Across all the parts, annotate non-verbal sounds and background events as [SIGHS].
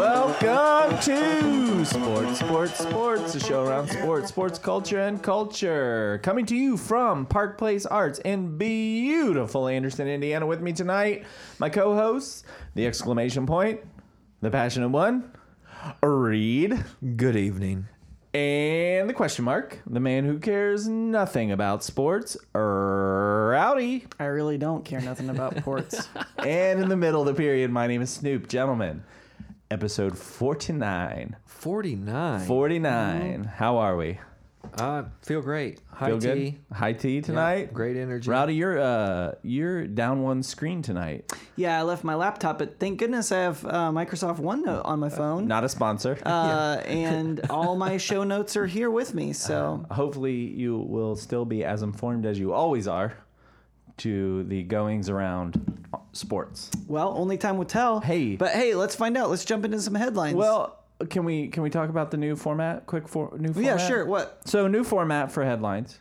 Welcome to Sports, Sports, Sports, a show around sports, sports culture, and culture. Coming to you from Park Place Arts in beautiful Anderson, Indiana. With me tonight, my co hosts, the exclamation point, the passionate one, Reed, Good evening. and the question mark, the man who cares nothing about sports, Rowdy. I really don't care nothing about [LAUGHS] ports. and in the middle of the period, my name is Snoop. Gentlemen, episode 49. 49. 49. How are we? I Ah, feel great. High Feel tea. good? High tea Yeah, tonight. great energy. Rowdy, you're uh you're down one screen tonight. yeah, I left my laptop, but thank goodness I have uh, Microsoft OneNote on Uh, my phone. Not a sponsor. Uh, [LAUGHS] and all my show notes are here with me. So Hopefully you will still be as informed as you always are to the goings around sports. Well, only time will tell. Hey. but hey, let's find out. Let's jump into some headlines. Well, can we can we talk about the new format? Quick for new format. Oh, yeah, sure. What? So new format for headlines.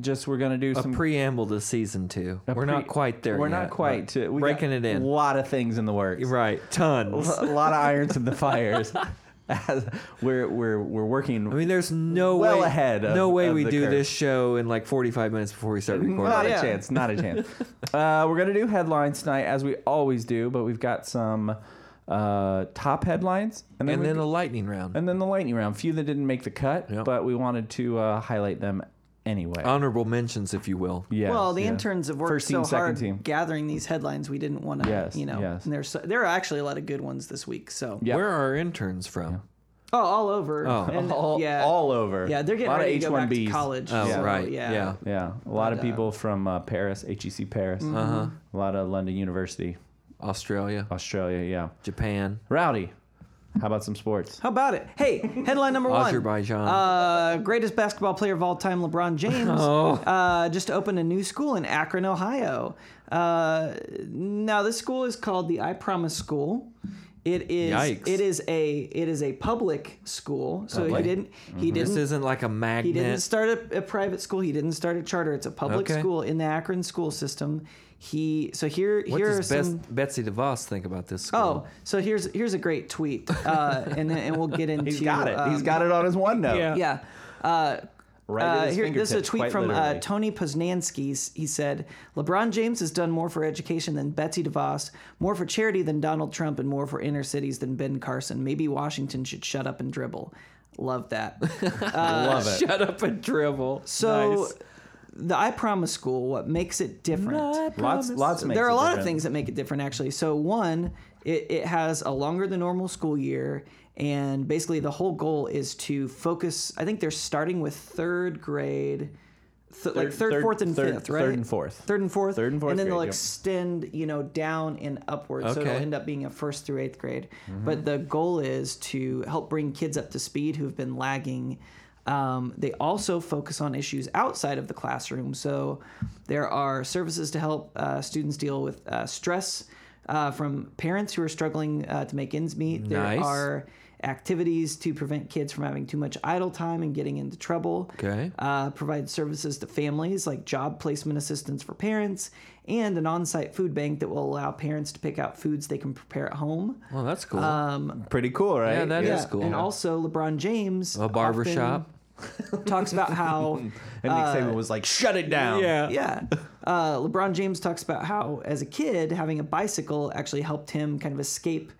Just we're gonna do A some preamble to season two. a We're pre- not quite there We're yet, not quite but to, we breaking got it A in. lot of things in the works. Right. Tons. a lot of irons in the fires. [LAUGHS] As we're we're we're working. I mean, there's no Well way, ahead of- no way of we the do curve. this show in like 45 minutes before we start recording. not Yeah. a chance. Not a chance. uh, we're gonna do headlines tonight, as we always do, but we've got some uh, top headlines, and then and we- then a lightning round. and then the lightning round. Few that didn't make the cut, Yep. but we wanted to uh, highlight them anyway. Honorable mentions, if you will. yes, well, the yeah. interns have worked First team, so second hard team. gathering these headlines. We didn't want to, Yes, you know. yes. And there's so, there are actually a lot of good ones this week. So Yep. Where are our interns from? oh, all over. Oh. [LAUGHS] and, all, yeah, all over. yeah. They're getting a lot ready of to go back H1Bs. to college. Oh, so, right. Yeah. yeah. Yeah, a lot of uh, Mm-hmm. people from uh, Paris, HEC Paris, uh-huh. a lot of London University, Australia, Australia. Yeah, Japan, Rowdy, how about some sports? How about it? Hey, headline number one. Azerbaijan. Uh, greatest basketball player of all time, [LAUGHS] LeBron James, Oh. uh, just opened a new school in Akron, Ohio. Uh, now this school is called the I Promise School. It is Yikes. it is a it is a public school. So Public? he didn't Mm-hmm. he This didn't isn't like a he didn't magnet. start a, a private school. He didn't start a charter. It's a public Okay. school in the Akron school system. He so here What here are does Bes- some Betsy DeVos think about this school? [LAUGHS] oh so here's here's a great tweet uh, and then- and we'll get [LAUGHS] into He's got it. He's um, got it on his one note. yeah. Uh, Right uh, at his here, this is a fingertips, tweet quite from uh, literally. Tony Poznanski. S- He said, "LeBron James has done more for education than Betsy DeVos, more for charity than Donald Trump, and more for inner cities than Ben Carson. Maybe Washington should shut up and dribble." Love that. [LAUGHS] Love it. Shut up and dribble. So, Nice. the I Promise School. What makes it different? Lots, lots. Makes there are a it lot of different. things that make it different actually so one it, it has a longer than normal school year and basically the whole goal is to focus i think they're starting with third grade th- like third, third- fourth and third- fifth right third and fourth. third and fourth Third and fourth and then they'll grade, yep. extend you know down and upward so it'll Okay. end up being a first through eighth grade Mm-hmm. but the goal is to help bring kids up to speed who've been lagging um, they also focus on issues outside of the classroom so there are services to help uh, students deal with uh, stress uh, from parents who are struggling uh, to make ends meet there Nice. are activities to prevent kids from having too much idle time and getting into trouble Okay. uh, provide services to families like job placement assistance for parents and an on-site food bank that will allow parents to pick out foods they can prepare at home. Well, that's cool. Um, Pretty cool, right? Yeah, that is cool. And also LeBron James a barber shop. often [LAUGHS] talks [LAUGHS] about how And Nick Saban was like, "Shut it down." uh, yeah. Uh, LeBron James talks about how, as a kid, having a bicycle actually helped him kind of escape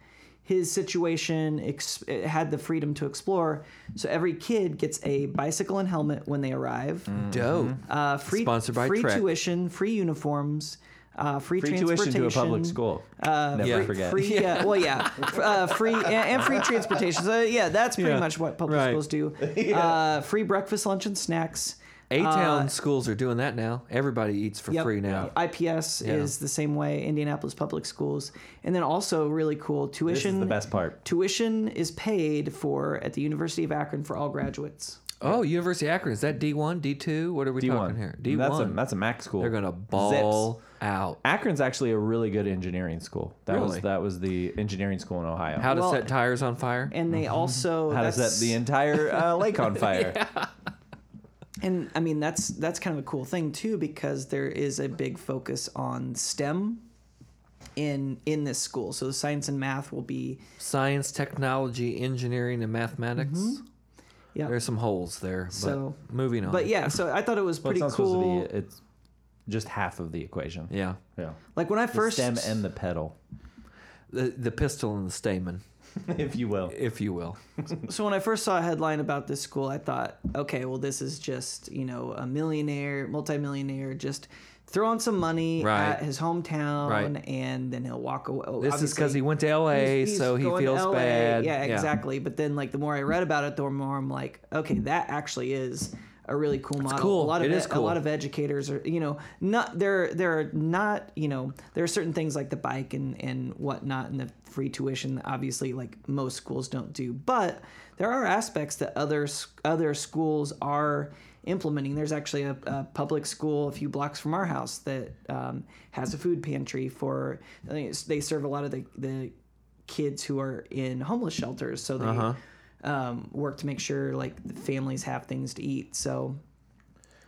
his situation, ex- had the freedom to explore. So every kid gets a bicycle and helmet when they arrive. Dope. Uh, free Mm. Sponsored by free Trek. tuition, free uniforms, uh, free, Free transportation. tuition to a public school. Never yeah. forget. Free, uh, well, yeah, F- uh, free and, and free transportation. So yeah, that's pretty Yeah. much what public Right. schools do. uh, free breakfast, lunch, and snacks. A town schools are doing that now. Everybody eats for Uh, Yep. free now. IPS is the same way. Indianapolis Public Schools, and then also really cool This tuition. is the best part. Tuition is paid for at the University of Akron for all graduates. Oh, University of Akron is that D one, D two? What are we D talking one here? D That's a one. that's a Mac school. They're gonna ball out. Akron's actually a really good engineering school. That was Really? that was the engineering school in Ohio. How to Well- set tires on fire? And they also Mm-hmm. How to set that's- the entire uh, lake [LAUGHS] on fire. And I mean that's that's kind of a cool thing too because there is a big focus on STEM in in this school. So science and math will be Science, technology, engineering, and mathematics. yeah. There's some holes there. But Mm-hmm. So- moving on. but yeah, so I thought it was Well, pretty it's not cool. supposed to be. It's just half of the equation. yeah, Yeah. Like when I The first stem and the pedal, the the pistol and the stamen, [LAUGHS] if you will. if you will. So when I first saw a headline about this school, I thought, okay, well, this is just you know a millionaire, multimillionaire, just throwing some money Right. at his hometown, Right. and then he'll walk away. Oh, This is because obviously, he went to L.A., he's- he's so he going to feels LA. bad. Yeah, exactly. But then like the more I read about it, the more I'm like, okay, that actually is a really cool model. cool. A lot of It is a lot cool. of educators are you know not there there are not you know there are certain things like the bike and and whatnot and the free tuition that obviously like most schools don't do but there are aspects that other s- other schools are implementing there's actually a, a public school a few blocks from our house that um, has a food pantry for I think it's- they serve a lot of the, the kids who are in homeless shelters so they um, work to make sure like the families have things to eat so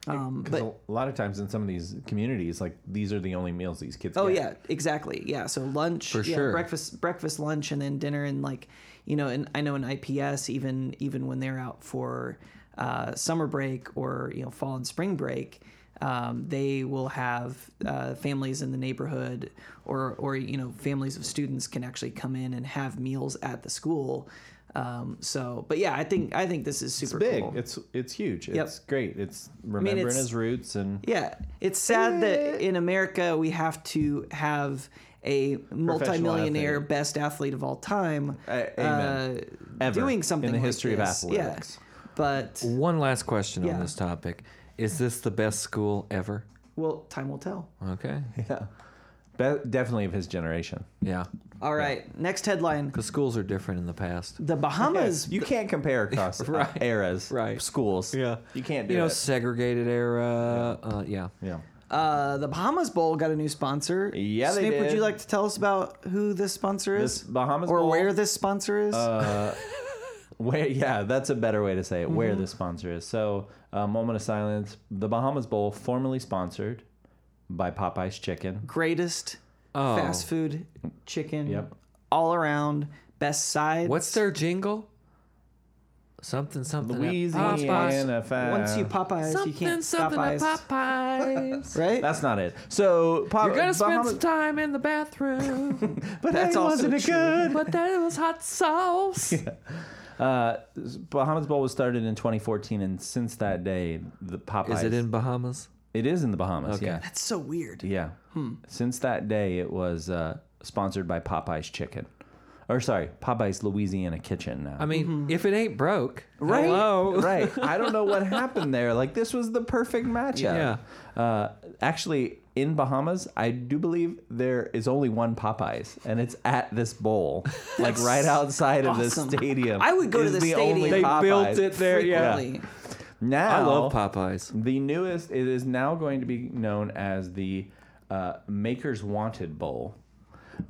um, but Because a lot of times in some of these communities, like these are the only meals these kids. Oh get. yeah, exactly. Yeah, so lunch, For yeah, sure. breakfast, breakfast, lunch, and then dinner, and like you know, and I know in IPS, even even when they're out for uh, summer break or you know fall and spring break, um, they will have uh, families in the neighborhood or or you know families of students can actually come in and have meals at the school. Um, so, but yeah, I think I think this is super It's big. cool. It's it's huge. It's great. It's remembering it's- his roots and Yeah, it's sad that in America we have to have a multimillionaire athlete. best athlete of all time uh, A- amen. Ever doing something in the like history of this. athletics. Yeah. But One last question Yeah. on this topic: Is this the best school ever? well, time will tell. Okay. yeah, [LAUGHS] Be- definitely of his generation. Yeah, All right, next headline: because schools are different in the past. The Bahamas. You can't compare [LAUGHS] across Right. uh, eras, Right. Schools. Yeah. you can't do You know, it. segregated era. Uh, yeah. yeah. Uh, the Bahamas Bowl got a new sponsor. Yeah, they Snape, would did. you like to tell us about who this sponsor is? This Bahamas or Bowl- Uh, where this sponsor is? [LAUGHS] Where, yeah, that's a better way to say it. Where the sponsor is. So, uh, moment of silence. The Bahamas Bowl, formerly sponsored by Popeye's Chicken. Greatest Oh. fast food chicken. Yep. All around best sides. What's their jingle? Something something. at Popeyes. Louisiana fast. Once you Popeyes, Something you can't stop something at eyes. [LAUGHS] Popeyes. Right? That's not it. So, Pop- You're gonna spend Bahamas, some time in the bathroom, [LAUGHS] but That's that's also wasn't it true. good. but that was hot sauce. Uh, Bahamas Bowl was started in 2014, and since that day, the Popeyes. Is it in Bahamas? It is in the Bahamas. Okay. Yeah. That's so weird. Yeah. Since that day, it was uh, sponsored by Popeye's Chicken, or sorry, Popeye's Louisiana Kitchen. Now. I mean, if it ain't broke, Mm-hmm. Right. [LAUGHS] Hello. right. I don't know [LAUGHS] what happened there. Like this was the perfect matchup. Yeah. Uh, actually, in Bahamas, I do believe there is only one Popeyes, and it's at this [LAUGHS] bowl, like right outside awesome. of the stadium. I would go to is the only stadium. They Popeyes. built it there, yeah. Frequently. Now I love Popeyes. The newest. It is now going to be known as the uh, Makers Wanted Bowl.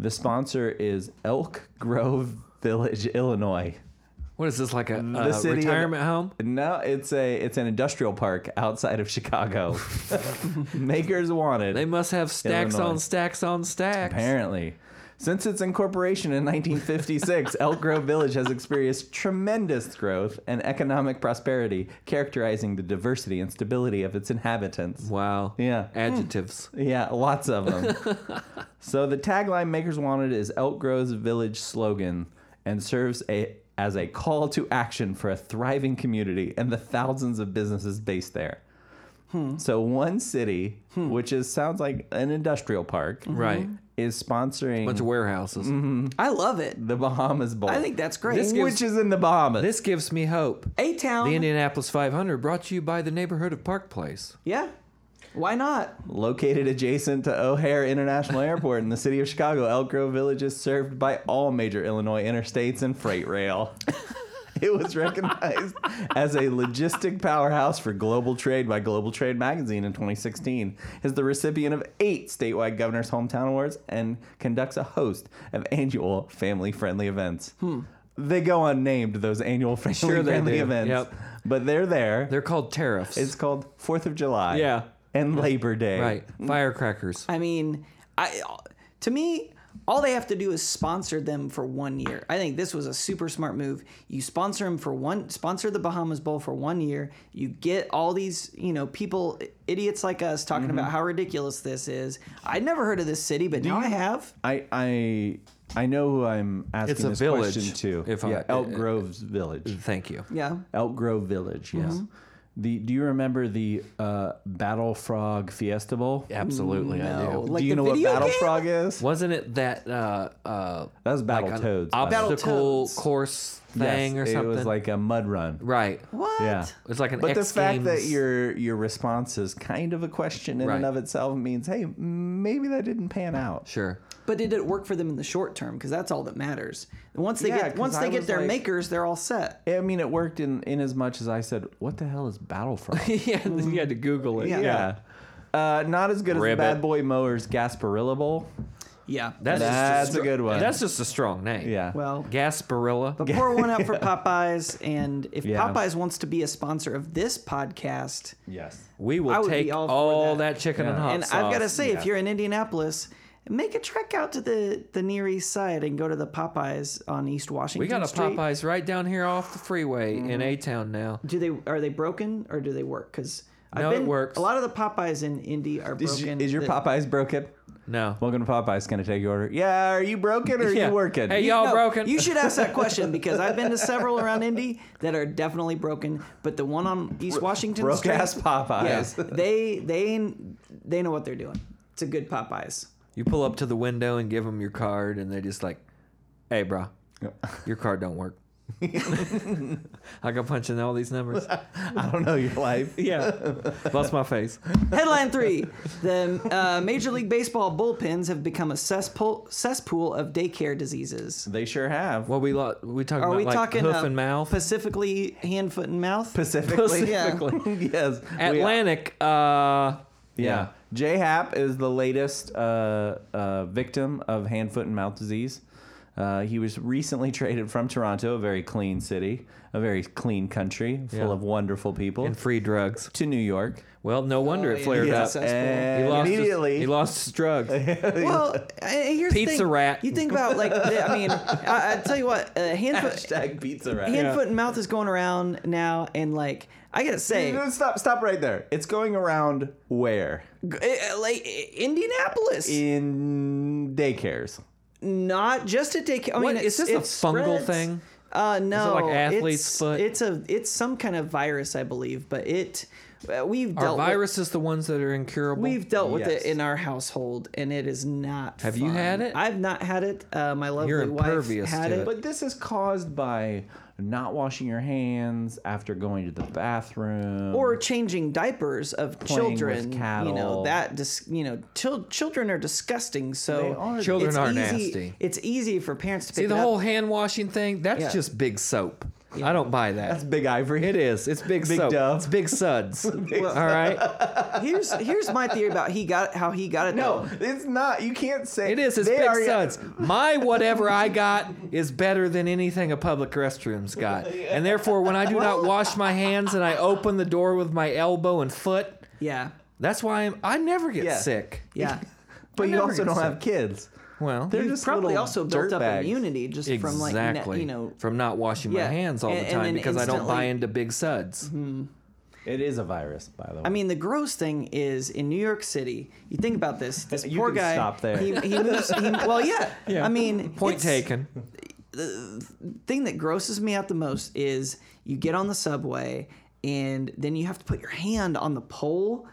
The sponsor is Elk Grove Village, Illinois. What is this like a, The a city of- retirement home? No, it's a it's an industrial park outside of Chicago. [LAUGHS] Makers Wanted. They must have stacks Illinois. on stacks on stacks. Apparently. Since its incorporation in 1956, Elk Grove Village has experienced tremendous growth and economic prosperity, characterizing the diversity and stability of its inhabitants. Wow. Yeah. Adjectives. Yeah, lots of them. [LAUGHS] so the tagline Makers Wanted is Elk Grove's village slogan and serves a as a call to action for a thriving community and the thousands of businesses based there. Hmm. So one city, which is sounds like an industrial park, Right. is sponsoring Bunch of warehouses. I love it. the Bahamas Bowl. I think that's great. This which is in the Bahamas. This gives me hope. A The town. Indianapolis 500 brought to you by the neighborhood of Park Place. Yeah. Why not? Located adjacent to O'Hare International Airport in the city of Chicago, Elk Grove Village is served by all major Illinois interstates and freight rail. [LAUGHS] it was recognized as a logistic powerhouse for global trade by Global Trade Magazine in 2016. Is the recipient of eight statewide Governor's Hometown Awards and conducts a host of annual family-friendly events. They go unnamed those annual Hmm. they family-friendly do. events, Yep. but they're there. They're called tariffs. it's called Fourth of July. Yeah. And Labor Day. right. Firecrackers. I mean, I to me, all they have to do is sponsor them for one year. I think this was a super smart move. You sponsor them for one, sponsor the Bahamas Bowl for one year. You get all these, you know, people, idiots like us, talking about how ridiculous this is. I'd never heard of this city, but now I Mm-hmm. you- have. I I I know who I'm asking It's a this village, question to. if I'm- yeah, Elk Grove's village. Thank you. Yeah. Elk Grove Village. Yes. Mm-hmm. The Do you remember the uh, Battle Frog Fiesta Bowl? Absolutely, I No. do. Like do you the know what video Battle game? Frog is? Wasn't it that uh uh That was like Battle an Toads. by the way. obstacle Battletoads. course Yes, thing or something? It was like a mud run. right. What? Yeah. It's like an But X the fact that Games- your your response is kind of a question in and Right. of itself means, hey, maybe that didn't pan out. sure. But did it work for them in the short term? Because that's all that matters. Once they Yeah, 'cause get once I they was get their like- makers, they're all set. I mean, it worked in in as much as I said, "What the hell is Battlefront?" yeah, you had to Google it. yeah. Uh, not as good as Ribbit. Bad Boy Mowers Gasparilla Bowl. Yeah. That's, just That's str- a good one. That's just a strong name. Yeah. well. Gasparilla. But pour [LAUGHS] one out for Popeyes, and if Yeah. Popeyes wants to be a sponsor of this podcast, Yes. We will I would be take all all, for that. that. chicken and Yeah. hot and sauce. I've got to say, yeah. if you're in Indianapolis, make a trek out to the the Near East Side and go to the Popeyes on East Washington. we got a Street. Popeyes right down here off the freeway in A Town now. Do they are they broken or do they work? Because No, I've it been works. a lot of the Popeyes in Indy are Is, broken. is your The- Popeyes broken? No. Welcome to Popeyes. Can I take your order? Yeah. Are you broken or are Yeah. you working? Hey, y'all No, broken? You should ask that question because [LAUGHS] I've been to several around Indy that are definitely broken, but the one on East Washington broke Street, ass Popeyes. yeah, [LAUGHS] they they they know what they're doing. It's a good Popeyes. You pull up to the window and give them your card, and they're just like, "Hey, bro, your card don't [LAUGHS] work." I go punch in all these [LAUGHS] numbers. I don't know your life. Yeah, bust my face. Headline three: The uh, Major League Baseball bullpens have become a cesspool cesspool of daycare diseases. They sure have. Well, we lo- we talking Are about we like talking hoof uh, and mouth? specifically hand, foot, and mouth? Specifically. [LAUGHS] Yeah. [LAUGHS] yes. we- Atlantic. uh, yeah. J Hap is the latest uh, uh, victim of hand, foot, and mouth disease. Uh, he was recently [LAUGHS] traded from Toronto, a very clean city, a very clean country, full Yeah. of wonderful people, and free drugs. to New York. Well, no wonder Oh, it yeah. flared Yeah. up. So- and he lost immediately. His, [LAUGHS] he lost his [LAUGHS] drugs. Well, uh, here's the Pizza thing. rat. You think about like the- I mean, I, I tell you what, uh, hand, foot, Hashtag pizza rat. hand, foot, and mouth is going around now, and like I gotta say, No, Stop! Stop right there. It's going around where g- uh, like i- Indianapolis, in daycares. not just a daycare. I What, mean, is it's- this a it fungal spreads. thing? Uh, no, like athlete's it's, foot? It's a it's some kind of virus, I believe, but it uh, we've Are dealt with, viruses the ones that are incurable? we've dealt with Yes. it in our household, and it is not. Have you fun. had it? I've not had it. Uh, my lovely You're wife impervious had to it. it. But this is caused by not washing your hands after going to the bathroom. or changing diapers of Playing with children. You know cattle. that dis- you know chil- children are disgusting. So They are. Children it's are easy- nasty. It's easy for parents to See pick the it whole up. hand washing thing. That's Yeah. just big soap. I don't buy that. That's Big Ivory. It is. It's big, Big soap. Dove. It's big suds. [LAUGHS] All right. Here's here's my theory about he got how he got it. No, though. it's not. You can't say It is. It's They big are- suds. My whatever I got is better than anything a public restroom's got. [LAUGHS] And therefore, when I do not wash my hands and I open the door with my elbow and foot, yeah, that's why I'm, I never get Yeah. sick. [LAUGHS] yeah. But I you never also get don't sick. have kids. Well, They're You've just probably little also built dirt up bags. immunity just from like exactly. ne- you know. from not washing my Yeah. hands all And- the and time then because I don't buy instantly- Mm-hmm. into big suds. It is a virus, by the way. I mean, the gross thing is in New York City. You think [LAUGHS] about this. This You poor can guy. stop there. He, he moves. He, well, yeah. I mean, Point it's- taken. thing that grosses me out the most is you get on the subway and then you have to put your hand on the pole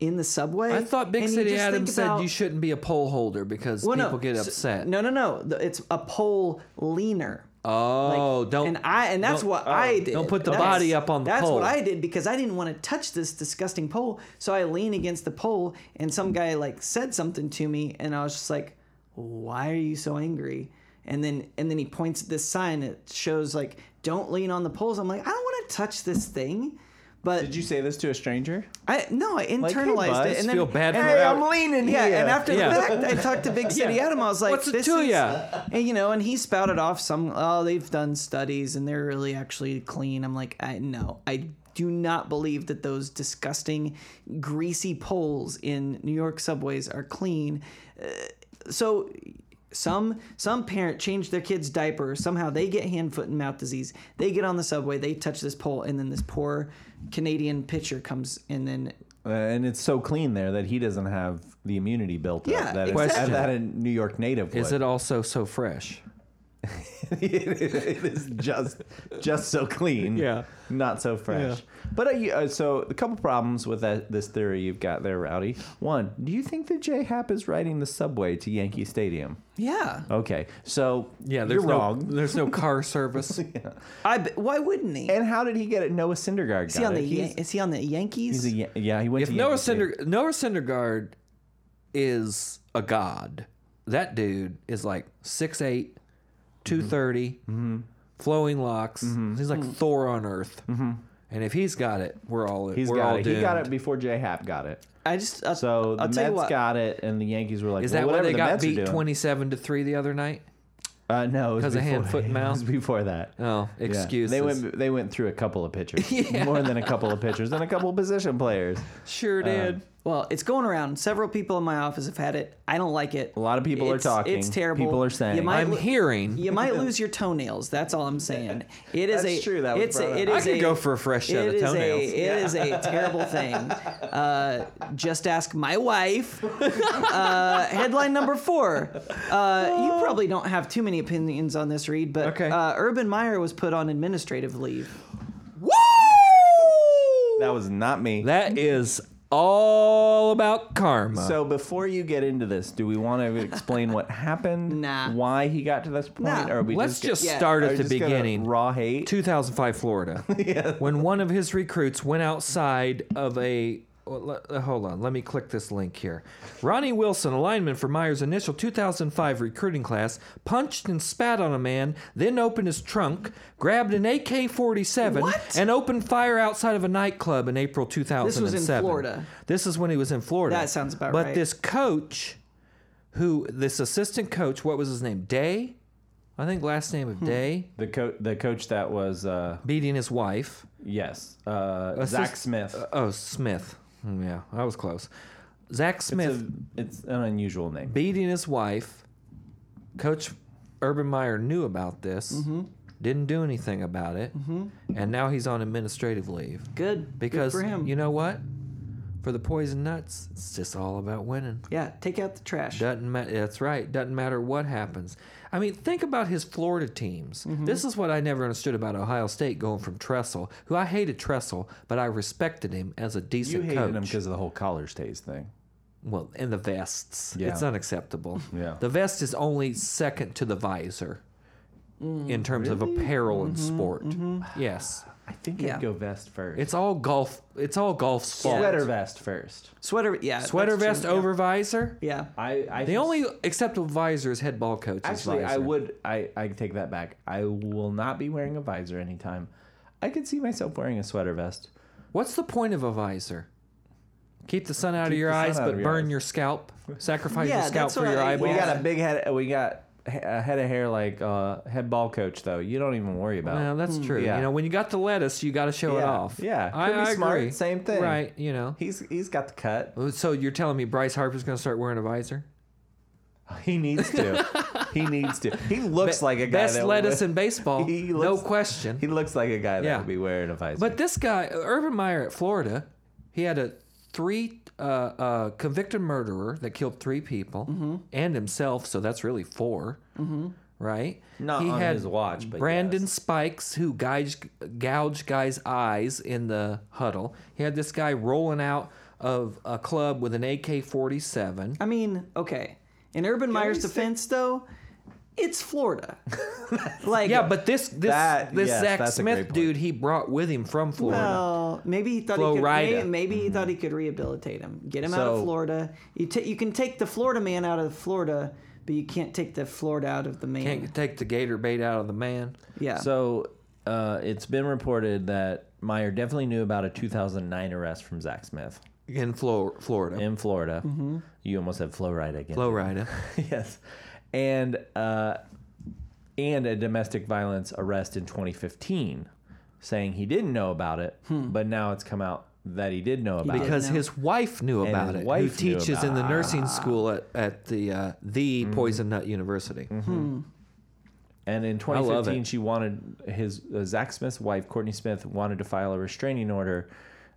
in the subway. I thought Big and you City just Adam think said about- you shouldn't be a pole holder because Well, no, people get s- upset. No, no, no. The- It's a pole leaner. oh, don't. And I and that's don't- oh, what I did. don't put the That's- body up on the That's pole. what I did because I didn't want to touch this disgusting pole, so I lean against the pole, and some guy like said something to me, and I was just like, "Why are you so angry?" And then and then he points at this sign that shows like, "Don't lean on the poles." I'm like, I don't want to touch this thing, but did you say this to a stranger? I no, I hey, internalized bud, it, and then feel bad and for I- our- I'm leaning yeah, here. and after Yeah. the fact, I talked to Big [LAUGHS] City Yeah. Adam. I was like, What's it "This to is," ya? [LAUGHS] and you know, and he spouted off some. Oh, they've done studies, and they're really actually clean. I'm like, I no, I do not believe that those disgusting, greasy poles in New York subways are clean. Uh, so Some some parent changed their kid's diaper. Somehow they get hand, foot, and mouth disease. They get on the subway. They touch this pole, and then this poor Canadian pitcher comes, and then Uh, and it's so clean there that he doesn't have the immunity built Yeah, up that, exactly. that a New York native would. Is it also so fresh? [LAUGHS] it is just just so clean. Yeah. Not so fresh. But uh, you- uh, so a couple problems with that this theory you've got there, Rowdy. One, do you think that J Hap is riding the subway to Yankee Stadium? yeah, Okay. So Yeah, you're there's no, wrong. [LAUGHS] There's no car service. I bet- why wouldn't he? And how did he get it? Noah Syndergaard Is he got on the it. Yan- He's- is he on the Yankees? he's a Yan- yeah, he went If to Noah Yankee Stadium. Cinder Noah Syndergaard is a god, that dude is like 6'8", 230, Mm-hmm. flowing locks. He's Mm-hmm. like Thor on Earth. And if he's got it, we're all Mm-hmm. He's we're got all it. doomed. He got it before J Hap got it. I just I'll, So the I'll tell you Mets what. got it, and the Yankees were like, Is well, that when whatever they the got Mets are beat doing. twenty seven to three the other night? Uh, no, because 'Cause of hand, [LAUGHS] foot, and It was mouth? before that. Oh, Yeah. excuses. They went. They went through a couple of [LAUGHS] pitchers, more than a couple of pitchers, and a couple of position players. uh, Sure did. Well, it's going around. Several people in my office have had it. I don't like it. A lot of people are It's- talking. It's terrible. People are saying. You might I'm lo- hearing. [LAUGHS] You might lose your toenails. That's all I'm saying. It is That's a true, that was it's a, brought it up. I is could a- go for a fresh set it of is a- toenails. it is a [LAUGHS] terrible thing. Uh, just ask my wife. [LAUGHS] Uh, headline number four. Uh, you probably don't have too many opinions on this, Reed, but Okay. uh, Urban Meyer was put on administrative leave. that was not me. That is all about karma. so before you get into this, do we want to explain what happened? [LAUGHS] Nah. Why he got to this point? Nah. Or are we Let's just, just yeah. start are at we the just gonna beginning. Raw hate. 2005 [LAUGHS] Florida, when one of his recruits went outside of a. well, le- uh, Hold on, let me click this link here. Ronnie Wilson, a lineman for Meyer's initial 2005 recruiting class, punched and spat on a man, then opened his trunk, grabbed an AK 47, What? and opened fire outside of a nightclub in April 2007. Florida. This is when he was in Florida. That sounds about but right. But this coach, who, this assistant coach, what was his name? Day? I think last name Hmm. of Day the coach. The coach that was uh, beating his wife. yes, uh, Zach Assist- Smith. Uh, oh, Smith. Mm, Yeah, I was close. Zach Smith It's, a- it's an unusual name. beating his wife. Coach Urban Meyer knew about this, Mm-hmm. didn't do anything about it, and now he's on administrative leave. Good Because Good for him. you know what? For the poison nuts, it's just all about winning. yeah, take out the trash. Doesn't matter. That's right. Doesn't matter what happens. I mean, think about his Florida teams. Mm-hmm. This is what I never understood about Ohio State going from Tressel, who I hated Tressel, but I respected him as a You decent hated coach. him because of the whole collars taste thing. well, and the vests. Yeah. It's unacceptable. Yeah. The vest is only second to the visor Mm, in terms of apparel and Mm-hmm, sport. Yes. I think Yeah. I'd go vest first. It's all golf. It's all golf's fault. sweater vest first. Sweater, yeah. Sweater that's vest true. over visor. Yeah. I, I The only acceptable visor is head ball coach's actually I visor. would I I take that back. I will not be wearing a visor anytime. I could see myself wearing a sweater vest. What's the point of a visor? Keep the sun out of Keep your the sun eyes, out but of your burn eyes. [LAUGHS] your scalp. Sacrifice Yeah, your scalp that's for what your I- eyeball. We Yeah. got a big head. We got a head of hair like uh, head ball coach though. You don't even worry about. Well, that's true. yeah. You know, when you got the lettuce, you got to show it Yeah, off. yeah. I, Could be I smart, agree. same thing. Right. You know. He's he's got the cut. So you're telling me Bryce Harper's going to start wearing a visor? He needs to. he needs to. He looks like a guy Best that [LAUGHS] lettuce would, in baseball, He no looks- question. He looks like a guy that Yeah. would be wearing a visor. But this guy, Urban Meyer at Florida, he had a three uh, uh, convicted murderer that killed three people Mm-hmm. and himself, so that's really 4 right? Not on his watch, but Brandon yes. Spikes, who gouged, gouged guys' eyes in the huddle. He had this guy rolling out of a club with an AK-47. I mean, okay. In Urban Meyer's we stick- defense, though, it's [LAUGHS] Florida. like, Yeah, but this this That- this yes, Zach that's a great Smith point. dude he brought with him from Florida. well, maybe he thought he Florida. Mm-hmm. could. may- Maybe, he thought he could rehabilitate him, get him out of So- Florida. You ta you can take the Florida man out of Florida, but you can't take the Florida out of the man. Can't take the gator bait out of the man. yeah. So uh, it's been reported that Meyer definitely knew about a 2009 arrest from Zach Smith In Flor- Florida. in Florida. Mm-hmm. You almost said Florida again. Florida. [LAUGHS] yes, and uh, and a domestic violence arrest in 2015, saying he didn't know about it, but now it's come out that he did know about. Hmm. did. because know. his wife knew And about his it. wife who knew teaches in about it. the Mm-hmm. nursing school at, at the uh, the Poison Nut University. And in love 2015, it. she wanted his uh, Zach Smith's wife, Courtney Smith, wanted to file a restraining order,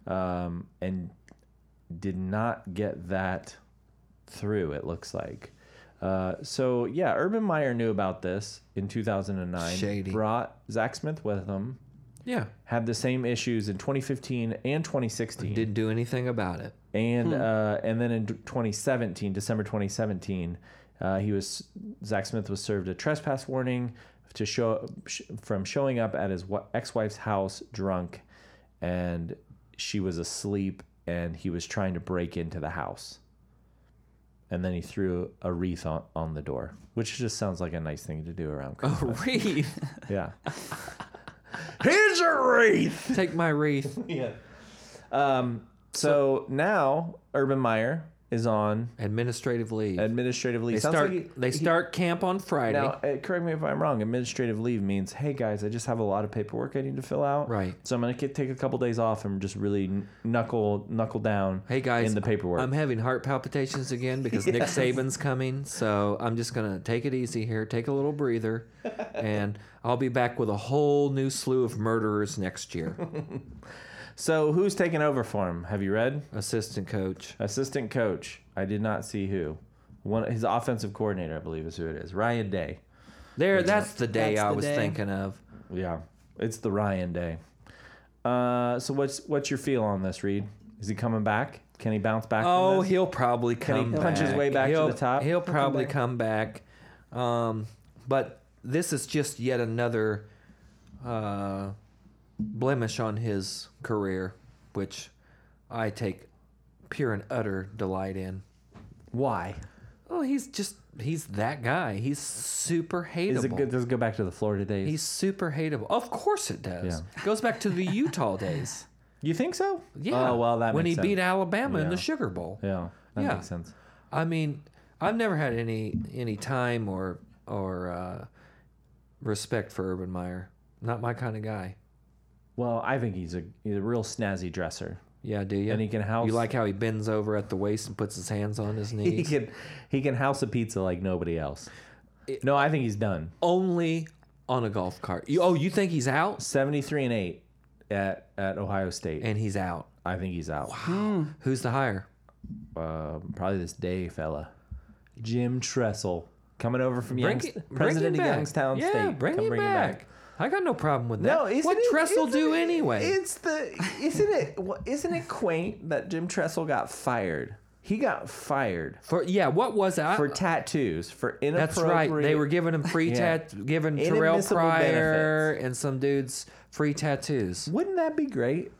um, and did not get that through. It looks like. Uh, so yeah, Urban Meyer knew about this in 2009. Shady. Brought Zach Smith with him. Yeah, Had the same issues in 2015 and 2016 didn't do anything [LAUGHS] about it. and uh, and then in 2017, December 2017, uh, he was Zach Smith was served a trespass warning to show sh- from showing up at his wa- ex-wife's house drunk, and she was asleep, and he was trying to break into the house, and then he threw a wreath on, on the door, which just sounds like a nice thing to do around Oh. Christmas. wreath. Yeah. [LAUGHS] Here's a wreath. Take my wreath. Yeah. Um, so, now Urban Meyer is on Administrative leave. administrative leave. they Sounds start. like he- they start camp on Friday. now, uh, correct me if I'm wrong. Administrative leave means, hey guys, I just have a lot of paperwork I need to fill out. Right. So I'm gonna get, take a couple days off and just really kn- knuckle knuckle down. hey guys, um, in the paperwork. I'm having heart palpitations again [LAUGHS] because Nick Saban's coming, so I'm just gonna take it easy here, take a little [LAUGHS] breather, and I'll be back with a whole new slew of murderers [LAUGHS] next year. so who's taking over for him? Have you read? Assistant coach. Assistant coach. I did not see who. One his offensive coordinator, I believe, is who it is. Ryan Day. There, that's the day That's I the was day. thinking of. Yeah, it's the Ryan day. Uh, so what's what's your feel on this, Reed? Is he coming back? Can he bounce back? Oh, from this? he'll probably come. he punch his way back to He'll- the top? He'll probably come back. Um, but this is just yet another uh, blemish on his career, which I take pure and utter delight in. why? Oh, he's just he's that guy. He's super hateable. Is it good? Does it go back to the Florida days? He's super hateable. Of course it does. Goes back to the Utah days. you think so? [LAUGHS] Yeah. Oh well, that when he makes beat sense. Alabama in Yeah. the Sugar Bowl. Yeah, that Yeah. makes sense. I mean, I've never had any any time or or uh, respect for Urban Meyer. Not my kind of guy. Well, I think he's a he's a real snazzy dresser. Yeah, do you? And he can house- You like how he bends over at the waist and puts his hands on [LAUGHS] his He knees. can he can house a pizza like nobody else. no, I think he's done. [LAUGHS] Only on a golf cart. You, oh, you think he's out? Seventy three and eight at at Ohio State. And he's out. I think he's out. Who's the hire? uh, probably this day fella, Jim Tressel, coming over from Youngs- it- President him of back. Youngstown yeah, State. Bring Come him back. I got no problem with that. No, isn't what it- Tressel isn't do it- anyway? It's the isn't it wha- isn't it quaint that Jim Tressel got fired? He got fired for yeah, what was that? for tattoos for inappropriate. That's right. They were giving him [LAUGHS] free Yeah. tat, giving Terrell Inadmissible Pryor and some dudes free tattoos. Wouldn't that be great?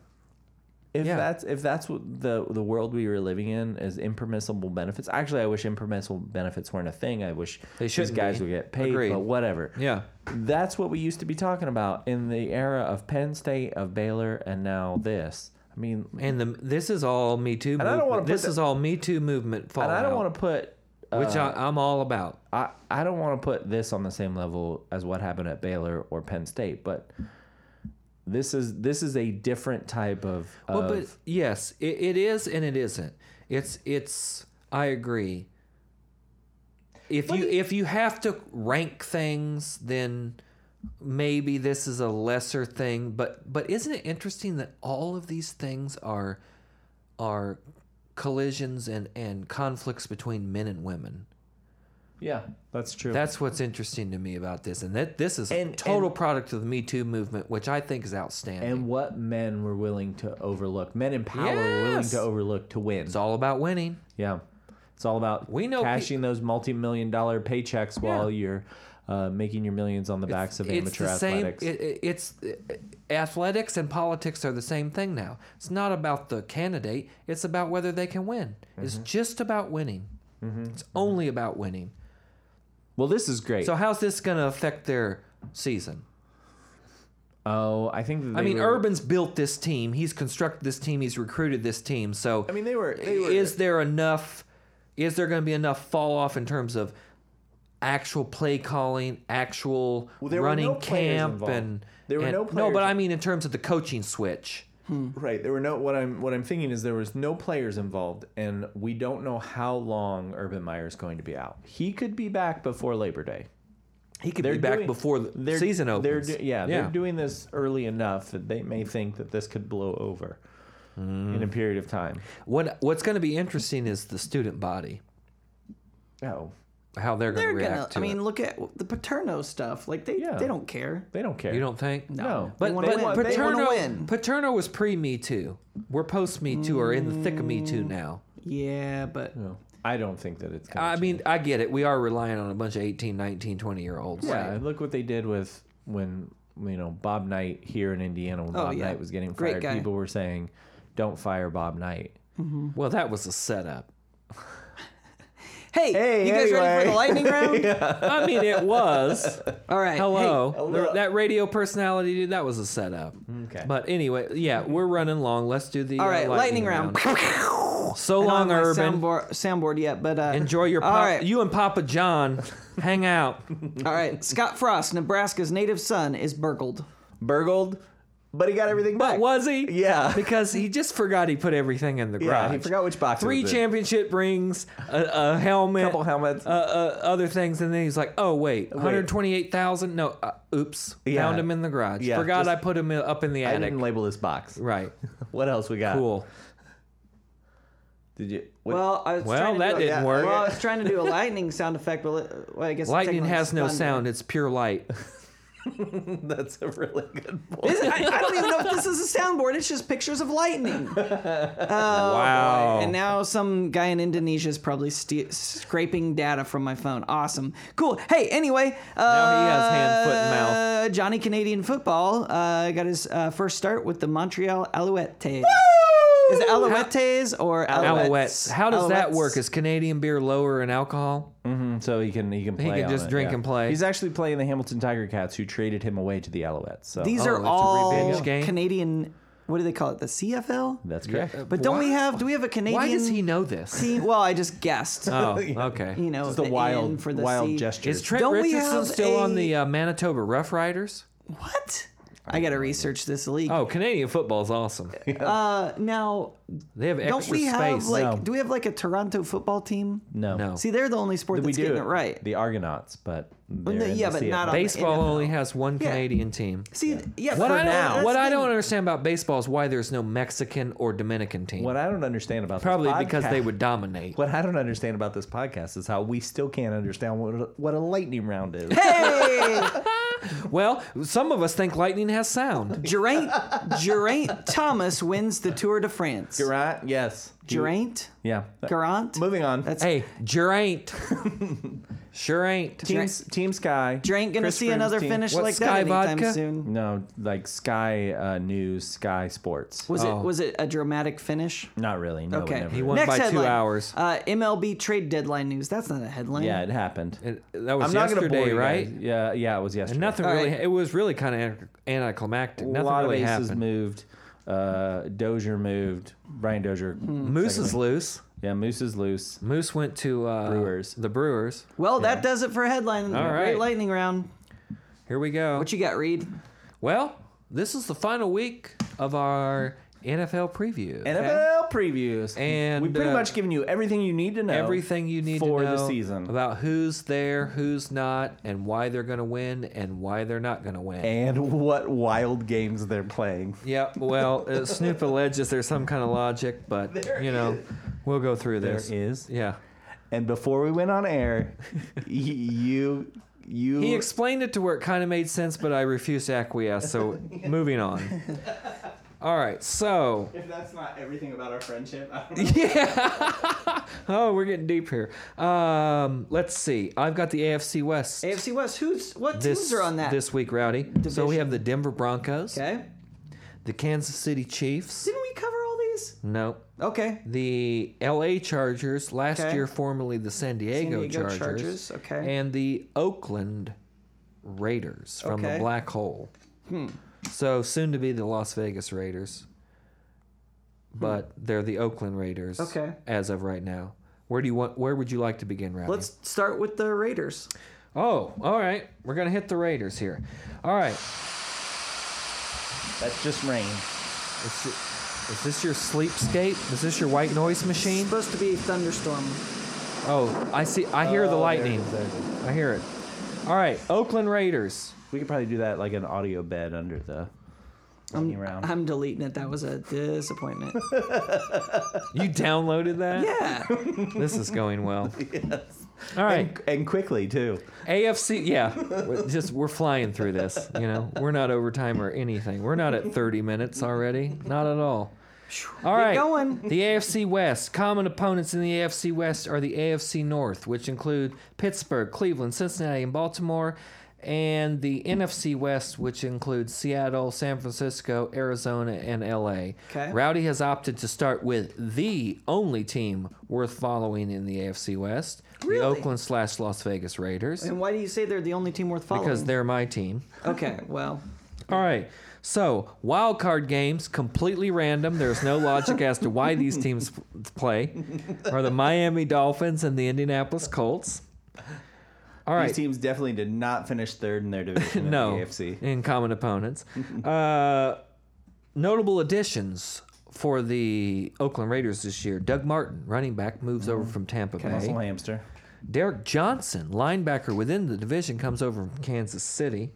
If Yeah. that's if that's what the the world we were living in is impermissible benefits. Actually, I wish impermissible benefits weren't a thing. I wish They these shouldn't guys be. would get paid, Agreed. but whatever. Yeah, That's what we used to be talking about in the era of Penn State, of Baylor, and now this. I mean, and the, this is all Me Too. I Movement. don't wanna put this the- is all Me Too movement fallout, and I don't want to put uh, which I, I'm all about. I, I don't want to put this on the same level as what happened at Baylor or Penn State, but this is this is a different type of. Well, but of- yes, it, it is and it isn't. It's it's. I agree. If you if you have to rank things, then maybe this is a lesser thing. But but isn't it interesting that all of these things are are collisions and and conflicts between men and women. yeah, that's true. That's what's interesting to me about this, and that this is a And- total product of the Me Too movement, which I think is outstanding. and what men were willing to overlook, men in power were willing Yes. to overlook to win. it's all about winning. Yeah, it's all about We know pe- cashing those multi-million dollar paychecks while you're uh, making your millions on the backs of amateur athletics. Same, it- it, it's uh, athletics and politics are the same thing now. It's not about the candidate; it's about whether they can win. It's Mm-hmm. just about winning. It's only about winning. well, this is great. So how's this going to affect their season? Oh, I think. That I they mean, er- were- Urban's built this team. He's constructed this team. He's recruited this team. So I mean, they were. They were is there enough? Is there going to be enough fall off in terms of actual play calling, actual there were running no players camp, involved. and There were and- no No, players- but I mean in terms of the coaching switch. Right. There were no what I'm what I'm thinking is there was no players involved and we don't know how long Urban Meyer is going to be out. He could be back before Labor Day. He could They're be back doing- before the They're- season opens. They're do, yeah, Yeah. they're doing this early enough that they may think that this could blow over in a Mm. period of time. What What's going to be interesting is the student body, Oh, how they're going to They're react gonna. to I mean, it. look at the Paterno stuff. Like they, Yeah. they don't care. they don't care. You don't think? No, No. They But, wanna but win. They wanna Paterno, win. Paterno was pre Me Too. We're post Me Too or in the thick of Me Mm. Too now. Yeah, but Mm. No. I don't think that it's. Gonna I change. mean, I get it. We are relying on a bunch of 18, 19, 20 year olds. yeah. and Look what they did with when you know Bob Knight here in Indiana when Oh, Bob yeah. Knight was getting Great fired. guy. People were saying, "Don't fire Bob Knight." Well, that was a setup. hey, Hey, you guys ready for anyway. the lightning round? [LAUGHS] I mean, it [LAUGHS] was. All right. Hello. Hey, Th- that radio personality, dude, that was a setup. Okay. But anyway, yeah, we're running long. Let's do the all uh, right, lightning, round. [LAUGHS] So I don't long, have my Urban. Soundboard, soundboard yet, but uh, Enjoy your pop. All right, You and Papa John hang [LAUGHS] out. all right. Scott Frost, Nebraska's native son, is burgled. Burgled, but he got everything back. Was he? Yeah. Because he just forgot he put everything in the garage. Yeah, he forgot which box. it Three was in. championship rings, a, a helmet, Couple helmets. uh, uh, other things, and then he's like, "Oh wait, 128,000? No, uh, oops, Yeah. found him in the garage. Yeah, Forgot just- I put him in- up in the I attic. didn't label this box. right, What else we got? [LAUGHS] cool. Did you? What, Well, I was Well, trying to that do a- didn't yeah, work. Well, I was trying to do a lightning sound effect, but li- well, I guess Lightning technically has no thunder. sound; it's pure light. [LAUGHS] that's a really good point. This- I, I don't even know if this is a soundboard. It's just pictures [LAUGHS] of lightning. Oh, wow. And now some guy in Indonesia is probably st- scraping data from my phone. Awesome. Cool. Hey, anyway. Uh, Now he has hand, foot, and mouth. uh, Johnny Canadian football uh, got his uh, first start with the Montreal Alouettes. Is it Alouettes or Alouettes? Alouettes. How does that Alouettes. work? Is Canadian beer lower in alcohol? Mm, So he can he can play. can on just it, drink yeah. and play. He's actually playing the Hamilton Tiger Cats, who traded him away to the Alouettes. So These Oh, are it's a all revenge game? Canadian. What do they call it? The CFL. that's correct. Yeah. But don't we Why- have? Do we have a Canadian? Why does he know this? [LAUGHS] team? Well, I just guessed. [LAUGHS] Oh, okay. you know, Just the a N wild for the wild C. gestures. Is Trent Don't we Richardson have still on a- the uh, Manitoba Rough Riders? What? I gotta research this league. Oh, Canadian football's awesome. Uh, now, They have extra don't we space. have like? No. Do we have like a Toronto football team? no, No. See, they're the only sport we that's do getting it right. The Argonauts, but no, they're in yeah, the but not CFL. on- baseball NFL. only has one Canadian team. See, yeah. What for I now. don't, what that's I the don't thing. understand about baseball is why there's no Mexican or Dominican team. What I don't understand about Probably this because podcast- they would dominate. What I don't understand about this podcast is how we still can't understand what a, what a lightning round is. Hey, [LAUGHS] Well, some of us think lightning [LAUGHS] has sound. Geraint, Geraint Thomas wins the Tour de France. Durant, yes. Geraint, Yeah. Geraint, Moving on. That's- hey, [LAUGHS] sure ain't. sure ain't. Team, Team Sky. Geraint gonna Chris see Froome's another team. finish What, like Sky that anytime Vodka? soon. No, like Sky uh, News, Sky Sports. Was Oh. it was it a dramatic finish? Not really. No, Okay. it never He is. won by two hours. Uh, MLB trade deadline news. That's not a headline. Yeah, it happened. It- Uh, that was I'm not going to yesterday, bore you right? right? Yeah, yeah, it was yesterday. Nothing All really. right. It was really kind of anticlimactic. A Nothing lot of really bases happened. moved. Uh, Dozier moved. Brian Dozier. Moose is loose. Yeah, Moose is loose. Moose went to uh, Brewers. The Brewers. Well, that does it for headline. All Great right. lightning round. Here we go. What you got, Reed? well, this is the final week of our NFL preview. NFL previews. And, we've pretty uh, much given you everything you need to know. Everything you need for to know the season. about who's there, who's not, and why they're going to win and why they're not going to win. and what wild games they're playing. yeah, well, uh, Snoop alleges there's some kind of logic, [LAUGHS] but you know, we'll go through There this. is. Yeah. And before we went on air, y- you you He explained it to where it kind of made sense, but I refuse to acquiesce. [LAUGHS] So moving on. All right. So [LAUGHS] If that's not everything about our friendship, I [LAUGHS] don't [LAUGHS] oh, we're getting deep here. Um, let's see. I've got the AFC West. AFC West. Who's what this teams are on that? this week, Rowdy. So we Division. have the Denver Broncos, okay. the Kansas City Chiefs. Didn't we cover all these? No, Okay. the L.A. Chargers. Last Okay. year, formerly the San Diego, Diego Chargers, Chargers, okay. and the Oakland Raiders from Okay. Hmm. the black hole. So soon to be the Las Vegas Raiders, but they're the Oakland Raiders. Hmm. Okay. as of right now. Where do you want? Where would you like to begin, Rowdy? Let's start with the Raiders. Oh, all right. We're gonna hit the Raiders here. All right. That's just rain. Is, it, is this your sleepscape? Is this your white noise machine? supposed to be a thunderstorm. Oh, I see. I Oh, hear the there it lightning. is, there it is. I hear it. All right, Oakland Raiders. We could probably do that like an audio bed under the running around. I'm deleting it. That was [LAUGHS] a disappointment. You downloaded that? yeah. This is [LAUGHS] going well. All right. and, and quickly too. AFC, yeah, We're just we're flying through this. You know, we're not overtime or anything. We're not at 30 minutes already. Not at all. All right, going. [LAUGHS] The AFC West. Common opponents in the AFC West are the AFC North, which include Pittsburgh, Cleveland, Cincinnati, and Baltimore, and the NFC West, which includes Seattle, San Francisco, Arizona, and LA. Okay. Rowdy has opted to start with the only team worth following in the AFC West, Really? the Oakland slash Las Vegas Raiders. And why do you say they're the only team worth following? Because they're my team. [LAUGHS] okay. Well, All right. So, wild card games, completely random. There's no logic as to why these teams p- play, are the Miami Dolphins and the Indianapolis Colts. All right. These teams definitely did not finish third in their division [LAUGHS] no. in the AFC. In common opponents. uh, notable additions for the Oakland Raiders this year Doug Martin, running back, moves Mm-hmm. over from Tampa Muscle Bay. hamster. Derek Johnson, linebacker within the division, comes over from Kansas City.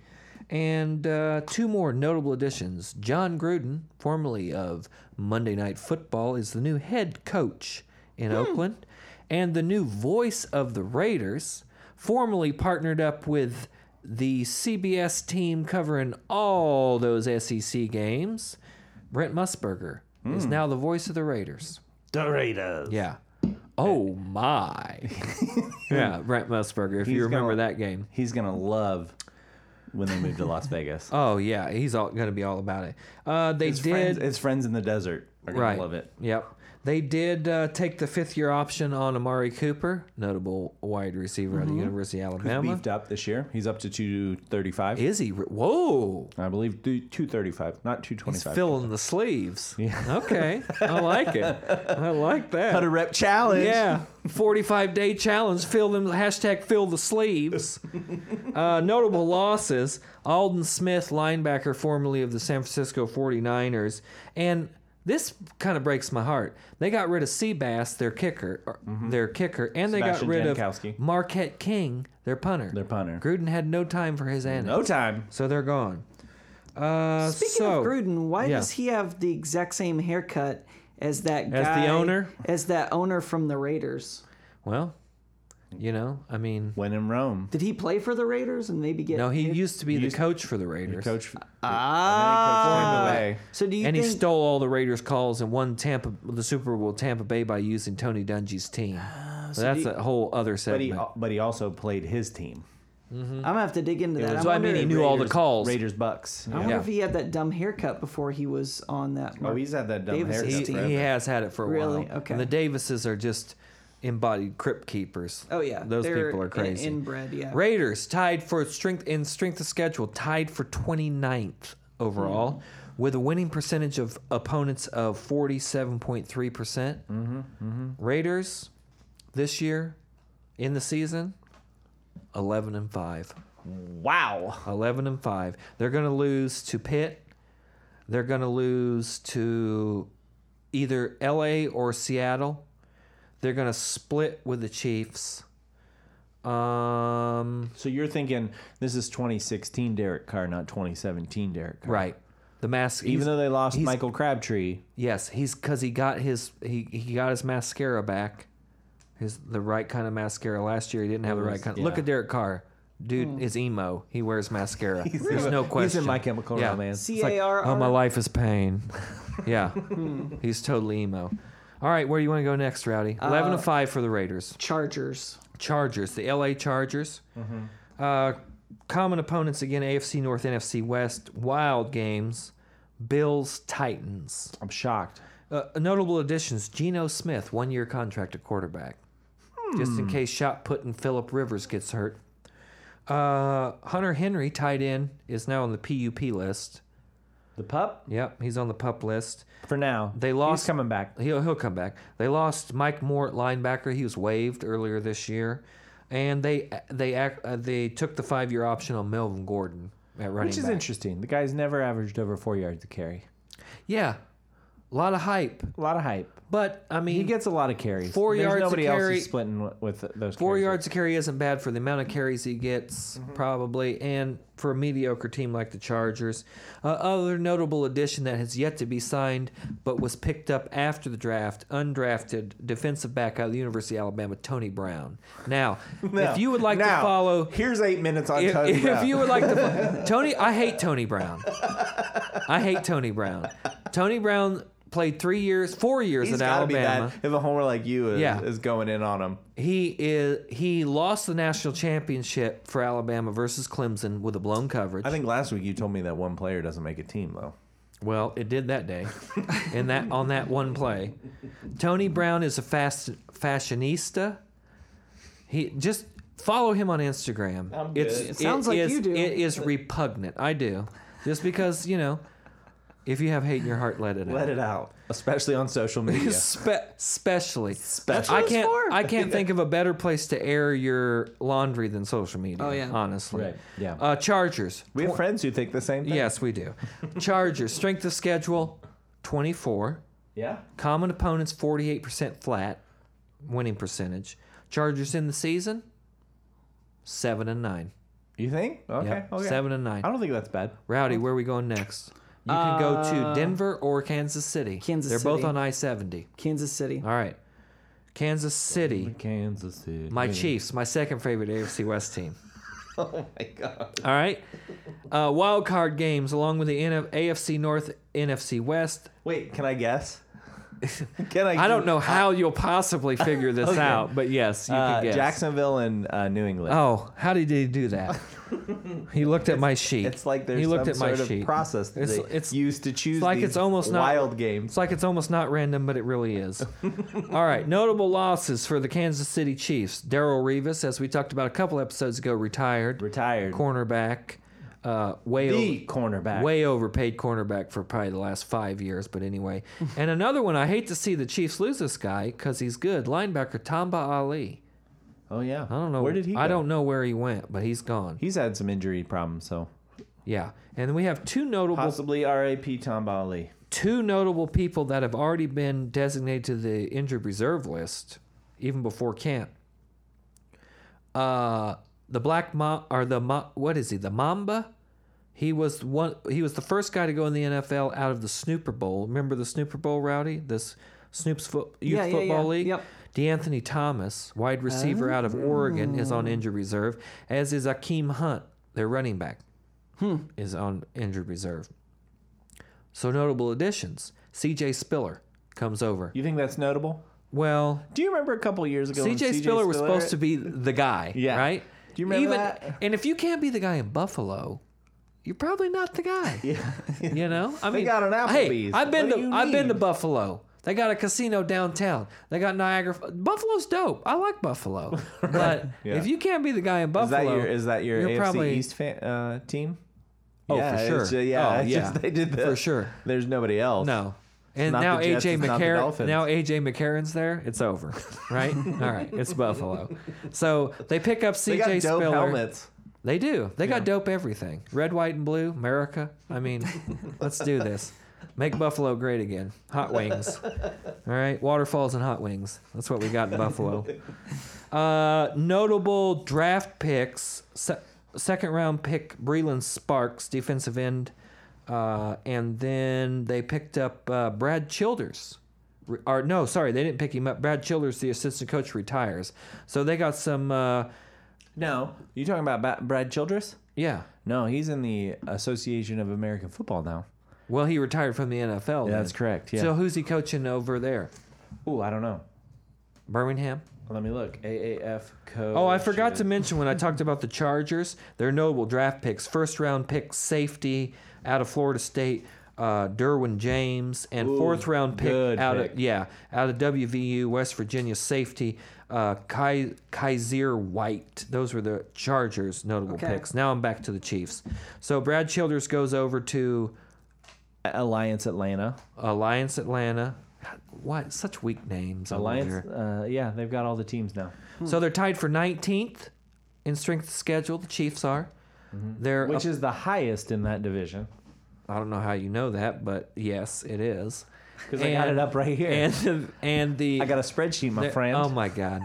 And uh, two more notable additions. John Gruden, formerly of Monday Night Football, is the new head coach in Hmm. Oakland. And the new voice of the Raiders, formerly partnered up with the CBS team covering all those SEC games, Brent Musburger, is now the voice of the Raiders. Hmm. The Raiders. Yeah. Oh my. yeah, Brent Musburger. If He's you remember gonna- that game. He's gonna love when they move to [LAUGHS] Las Vegas. Oh yeah, he's all gonna be all about it. Uh, they his, did friends, his friends in the desert are gonna right. love it. Yep. They did uh, take the fifth year option on Amari Cooper, notable wide receiver Mm-hmm. out of University of Alabama. Beefed up this year. He's up to two thirty five. Is he? re- Whoa. I believe two thirty five, not two twenty He's five. filling the sleeves. Okay. I like it. I [LAUGHS] like that. Cut a rep challenge. Yeah, 45 day challenge. Fill them. Hashtag fill [LAUGHS] the sleeves. Uh, notable losses: Alden Smith, linebacker formerly of the San Francisco 49ers, and this kind of breaks my heart. They got rid of Seabass, their kicker, or their kicker, and they Mm-hmm. Sebastian got rid Jankowski. of Marquette King, their punter. Their punter. Gruden had no time for his annex, No time. so they're gone. Uh, speaking so- of Gruden, why yeah. does he have the exact same haircut as that guy? As the owner? As that owner from the Raiders. Well, you know, I mean, When in Rome. Did he play for the Raiders and maybe get no, he used to be the used- coach for the Raiders. Coach. ah? Formula A. So do you and think he stole all the Raiders calls and won Tampa the Super Bowl Tampa Bay by using Tony Dungy's team. Oh, So that's a whole other But he, segment. but he also played his team. I'm gonna have to dig into that. was- I'm so I mean, he wondering- knew all the Raiders- calls. Raiders Bucks. I wonder Yeah. if he had that dumb haircut before he was on that. Oh, he's had that dumb Davis' haircut He, team. forever. he has had it for a Really? while. Okay. And the Davises are just embodied crypt keepers. Oh yeah, Those They're people are in- crazy. inbred, yeah. Raiders tied for strength in strength of schedule, tied for 29th overall, with a winning percentage of opponents of 47.3 percent. Raiders this year in the season, 11 and five. Wow. 11 and 5. They're going to lose to Pitt. They're going to lose to either LA or Seattle. They're going to split with the Chiefs. Um, So you're thinking this is 2016 Derek Carr, not 2017 Derek Carr. right. The mask Even though they lost he's- Michael Crabtree, Yes, he's cuz he got his he, he got his mascara back. His the right kind of mascara last year he didn't have the right kind. Look yeah. Mm. at Derek Carr. Dude is emo. He wears mascara. There's no [LAUGHS] question. he's in my chemical Yeah. romance. C A R Oh, my R. life is pain. [LAUGHS] [LAUGHS] yeah, Hmm. he's totally emo. All right, where do you want to go next, Rowdy? Eleven Uh, to five for the Raiders. Chargers. Chargers, the L.A. Chargers. Uh, common opponents again: AFC North, NFC West. Wild games: Bills, Titans. I'm shocked. Uh, notable additions: Geno Smith, one-year contract at quarterback, just in case shot put and Philip Rivers gets hurt. Uh, Hunter Henry, tight end, is now on the PUP list. The pup Yep, he's on the pup list. for now. They lost- He's coming back. He'll he'll come back. They lost Mike Moore at linebacker. He was waived earlier this year, and they they ac- uh, they took the five year option on Melvin Gordon at running Which is back. interesting. The guy's never averaged over four yards to carry. yeah, A lot of hype, A lot of hype. but I mean, He gets a lot of carries. Four There's yards a Nobody else carry- is splitting wi- with those. four carries. yards a carry isn't bad for the amount of carries he gets, Mm-hmm. probably, and for a mediocre team like the Chargers. Uh, other notable addition that has yet to be signed but was picked up after the draft, undrafted defensive back out of the University of Alabama, Tony Brown. [LAUGHS] Now, Now- if you would like now, to follow here's eight minutes on if, Tony if Brown. you would like to, [LAUGHS] fo- Tony, I hate Tony Brown. I hate Tony Brown. Tony Brown played three years, four years He's at got to be Alabama. bad if a homer like you is, Yeah. is going in on him. He is. He lost the national championship for Alabama versus Clemson with a blown coverage. I think last week you told me that one player doesn't make a team though. Well, it did that day, in that on that one play. Tony Brown is a fast fashionista. He just follow him on Instagram. I'm It's, good. It sounds like is- you do. It is repugnant. I do, just because you know, if you have hate in your heart, let it out. Let it out, especially on social media. [LAUGHS] Spe- specially. Special. I can't. for. I can't think of a better place to air your laundry than social media. Oh, yeah. honestly. Right, yeah. Uh, Chargers. we have friends who think the same thing. Yes, we do. Chargers strength of schedule, twenty four. Yeah. Common opponents forty eight percent flat, winning percentage. Chargers in the season, seven and nine. You think? Okay. Yep, okay. Seven and nine. I don't think that's bad. Rowdy, where are we going next? You can go to Denver or Kansas City. Kansas They're both City. on I seventy. Kansas City. All right. Kansas City. Kansas City. My Chiefs, my second favorite AFC West team. Oh my [LAUGHS] god. All right. Uh, wild card games, along with the NF- AFC North, NFC West. Wait, can I [LAUGHS] guess? can I? I don't know how you'll possibly figure this Okay. out, but yes, you Uh, can guess. Jacksonville and uh, New England. Oh, how did he [LAUGHS] do that? he looked at my sheet. It's like there's he looked some at my sort of sheet. process that It's- they it's- used to choose it's like these it's almost not- wild It's games. like it's almost not random, but it [LAUGHS] really is. All right, notable losses for the Kansas City Chiefs. Daryl Revis, as we talked about a couple episodes ago, retired. Retired. Cornerback. Uh, way the cornerback. Way overpaid cornerback for probably the last five years, but [LAUGHS] anyway. and another one, I hate to see the Chiefs lose this guy because he's good. Linebacker Tamba Ali. Oh yeah. I don't know Where did he? Go? I don't know where he went, but he's gone. He's had some injury problems, so Yeah, and we have two notable possibly R.A.P. Tom Bali. two notable people that have already been designated to the injured reserve list, even before camp. Uh, the black ma or the ma- what is he? The Mamba. He was one. He was the first guy to go in the NFL out of the Snooper Bowl. Remember the Snooper Bowl, Rowdy? This Snoop's foot, youth Yeah, yeah, football yeah. league. Yep. Oh. DeAnthony Thomas, wide receiver out of Oregon, is on injured reserve, as is Akeem Hunt, their running back, Hmm. is on injured reserve. So notable additions. CJ Spiller comes over. You Oh, think that's notable? Well, Do you remember a couple years ago? when CJ Spiller was supposed to be the guy, [LAUGHS] Yeah. right? Do you remember Even, that? And if you can't be the guy in Buffalo, you're probably not the guy. [LAUGHS] Yeah. You know, I They mean, got an hey, Applebee's. I've been What do to you I've been to need? Buffalo. They got a casino downtown. They got Niagara. F- Buffalo's dope. I [LAUGHS] like Buffalo, but Yeah. if you can't be the guy in Is that Buffalo, your is that your you're AFC probably- East fan, uh, team? Oh, yeah, for it's sure. ju- yeah, Oh, it's yeah. just they did that For sure. There's nobody else. No. And not now the Jets, AJ it's not the McCarron Dolphins. now AJ McCarron's there, it's over. [LAUGHS] Right? All right. It's Buffalo. So they pick up CJ they got dope Spiller. helmets. They do. They got dope everything. Red, white, and blue, America. I mean, let's do this. Make Buffalo great again. Hot wings. All right. Waterfalls and hot wings. That's what we got in Buffalo. Uh, notable draft picks. Se- second round pick Breland Sparks, defensive end. Uh, and then they picked up uh, Brad Childers. Re- Or no, sorry, they didn't pick him up. Brad Childers, the assistant coach, retires. So they got some. Uh, No, you talking about Ba- Brad Childress? yeah. No, he's in the Association of American Football now. Well, he retired from the NFL. Yeah, that's then. correct, yeah. So who's he coaching over there? Ooh, I don't know. Birmingham. Let me look. AAF code. Oh, I forgot to mention when I talked about the Chargers, their notable draft picks, first round pick safety out of Florida State, uh, Derwin James, and Ooh, fourth round pick good out pick. of yeah out of WVU West Virginia safety, uh, Kai, Kaiser White. Those were the Chargers notable Okay. picks. Now I'm back to the Chiefs. So Brad Childers goes over to uh, Alliance Atlanta. Alliance Atlanta. What such weak names? over Alliance. Hmm. there. Uh, yeah, they've got all the teams now. So they're tied for 19th in strength of schedule. The Chiefs are. They're Mm-hmm. Which up- is the highest in that division. I don't know how you know that, but yes, it is. because I got And- it up right here. and the, and the I got a spreadsheet, my their- friend. Oh [LAUGHS] my god!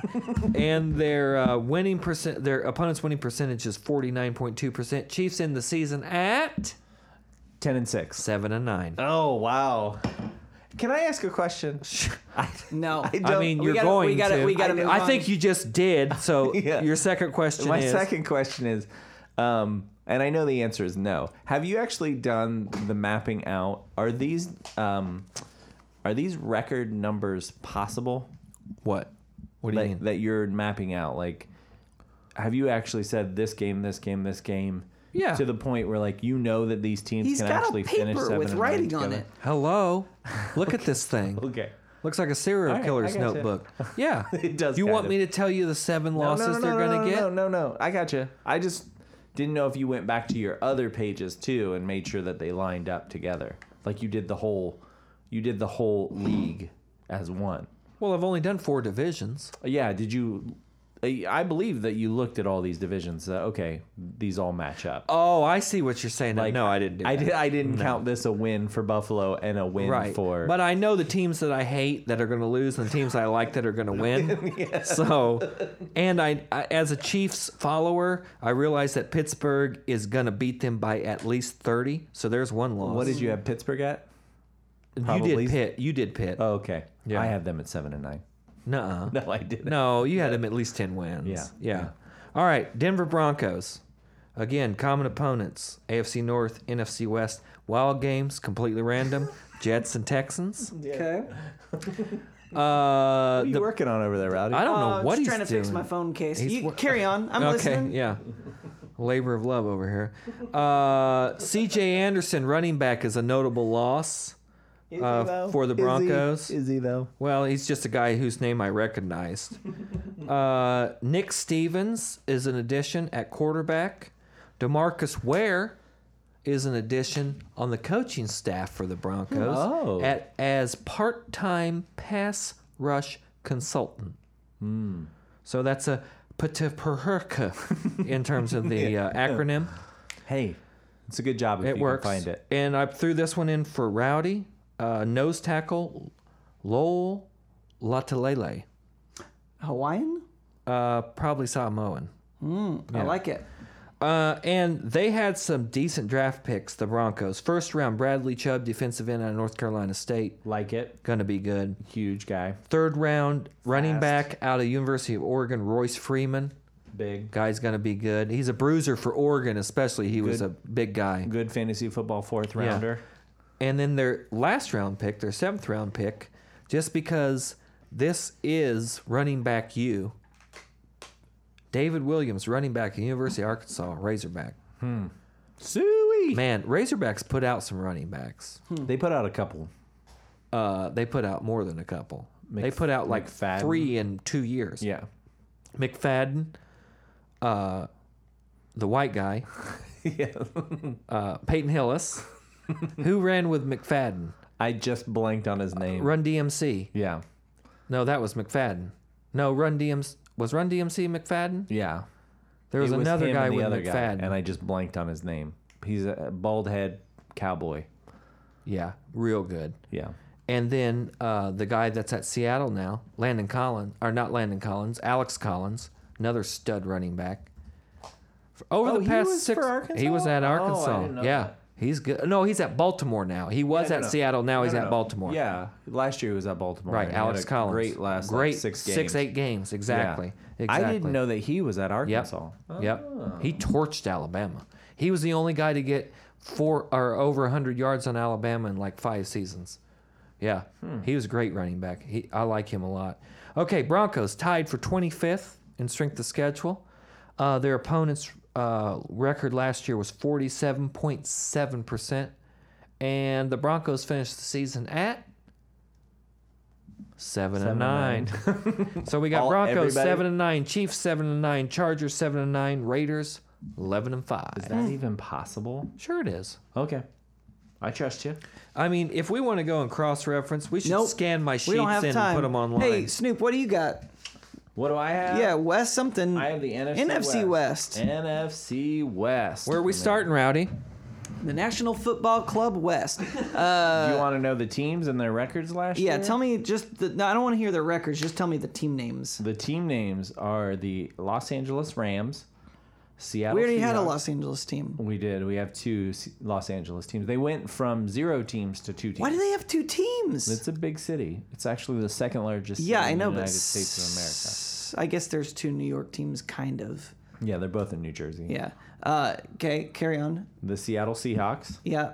and their uh, winning percent, their opponent's winning percentage is forty nine point two percent. Chiefs in the season at Ten and six. seven and nine. Oh wow. Can I ask a question? I, No. I don't. I mean, we you're gotta- we going gotta- to. we gotta move I, I think on. you just did. [LAUGHS] So Yeah. your second question my is second question is, um, and I know the answer is no. Have you actually done the mapping out? Are these um, are these record numbers possible? what? What do you mean? that, that you're mapping out like have you actually said this game this game this game Yeah. to the point where like you know that these teams He's can got actually a finish paper seven with and nine writing on together? it. Hello, look at this [LAUGHS] thing. okay Looks like a serial All right, killer's I gotcha. notebook. [LAUGHS] Yeah, It does You kind want of. me to tell you the seven losses no, no, they're no, gonna no, get? no no no i gotcha i just didn't know if you went back to your other pages too and made sure that they lined up together like you did the whole you did the whole league as one Well, I've only done four divisions. yeah did you I I believe that you looked at all these divisions. Uh, okay, these all match up. Oh, I see what you're saying. Like, no, I didn't. Do I that. did. I didn't count this a win for Buffalo and a win Right. for. But I know the teams that I hate that are going to lose and the teams I like that are [LAUGHS] going to win. So, and I, I, as a Chiefs follower, I realize that Pittsburgh is going to beat them by at least 30. So there's one loss. what did you have Pittsburgh at? you probably- did Pitt. You did Pitt. Oh, okay. Yeah. I had them at seven and nine. [LAUGHS] Nuh-uh. No, I didn't. No, you had them at least 10 wins. Yeah. Yeah. All right. Denver Broncos. Again, common opponents AFC North, NFC West. Wild games, completely random. Jets and Texans. Okay. Uh, What are you the- working on over there, Rowdy? I don't Uh, know what just he's trying to doing. fix my phone case. He's You wor- carry on. I'm okay, listening. yeah. Labor of love over here. Uh, C.J. Anderson, running back, is a notable loss. Is he, uh, though? for the Is he? Broncos. Is he, though? Well, he's just a guy whose name [LAUGHS] I recognized. Uh, Nick Stevens is an addition at quarterback. Demarcus Ware is an addition on the coaching staff for the Broncos Oh. at as part-time pass rush consultant. Hmm. So that's a [LAUGHS] PTPRK in terms of the uh, acronym. Hey, it's a good job if It you works. can find it. And I threw this one in for Rowdy, uh, nose tackle, Lowell Latalele. Hawaiian? Uh, probably Samoan. I like it. Uh, and they had some decent draft picks, the Broncos. First round, Bradley Chubb, defensive end out of North Carolina State. Like it. Gonna be good. Huge guy. Third round, Fast. running back out of University of Oregon, Royce Freeman. Big. Guy's gonna be good. He's a bruiser for Oregon, especially. He was a big guy. Good fantasy football fourth Yeah. rounder. And then their last round pick, their seventh round pick, just because this is running back you, David Williams, running back at University of Arkansas, Razorback. Suey. Man, Razorbacks put out some running backs. They put out a couple. Uh, they put out more than a couple. Mc- they put out like McFadden. three in two years. Yeah. McFadden, uh, the white guy, [LAUGHS] yeah. uh, [LAUGHS] Peyton Hillis, who ran with McFadden, I just blanked on Uh, his name. Run DMC. yeah. No, that was McFadden. No, Run DMC was Run DMC McFadden. Yeah. There was, It was another him guy and the with other guy, McFadden. and I just blanked on his name. He's a bald head cowboy. yeah, real good. Yeah. And then uh, the guy that's at Seattle now, Landon Collins, or not Landon Collins, Alex Collins, another stud running back. For- Over Oh, the he past was six, for Arkansas? he was at Oh, I Arkansas. didn't know yeah, that. he's good. No, he's at Baltimore now. He was no, at no. Seattle. Now No, Oh, he's no, at no. Baltimore. Yeah, last year he was at Baltimore. right. and he had Alex a Collins, Great last like, great six games. six eight games Yeah. exactly. exactly. I didn't know that he was at Yep. Arkansas. Yep. He torched Alabama. He was the only guy to get four or over 100 yards on Alabama in like five seasons. Yeah. He was a great running back. He, I like him a lot. Okay, Broncos tied for 25th in strength of schedule. Uh, their opponent's uh, record last year was 47.7%. And the Broncos finished the season at. Seven, and nine. [LAUGHS] so we got All- Broncos everybody- seven and nine, Chiefs seven and nine, Chargers seven and nine, Raiders eleven and five. Is that even possible? Sure, it is. Okay. I trust you. I mean, if we want to go and cross-reference, we should Nope. scan my We sheets in don't have and time. put them online. Hey, Snoop, what do you got? What do I have? yeah, West something. I have the NFC, NFC West. NFC West. Where are we starting, Rowdy? the National Football Club West. Do you want to know the teams and their records last year? uh, Yeah, tell me just the, no, I don't want to hear their records. Just tell me the team names. The team names are the Los Angeles Rams, Seattle. We already had a Seahawks- Los Angeles team. We did. We have two S- Los Angeles teams. They went from zero teams to two teams. Why do they have two teams? It's a big city. It's actually the second largest. Yeah, city I in know, the but United States s- I guess there's two New York teams, kind of. of America. Yeah, they're both in New Jersey. Yeah. Uh, okay, carry on. The Seattle Seahawks, Yeah.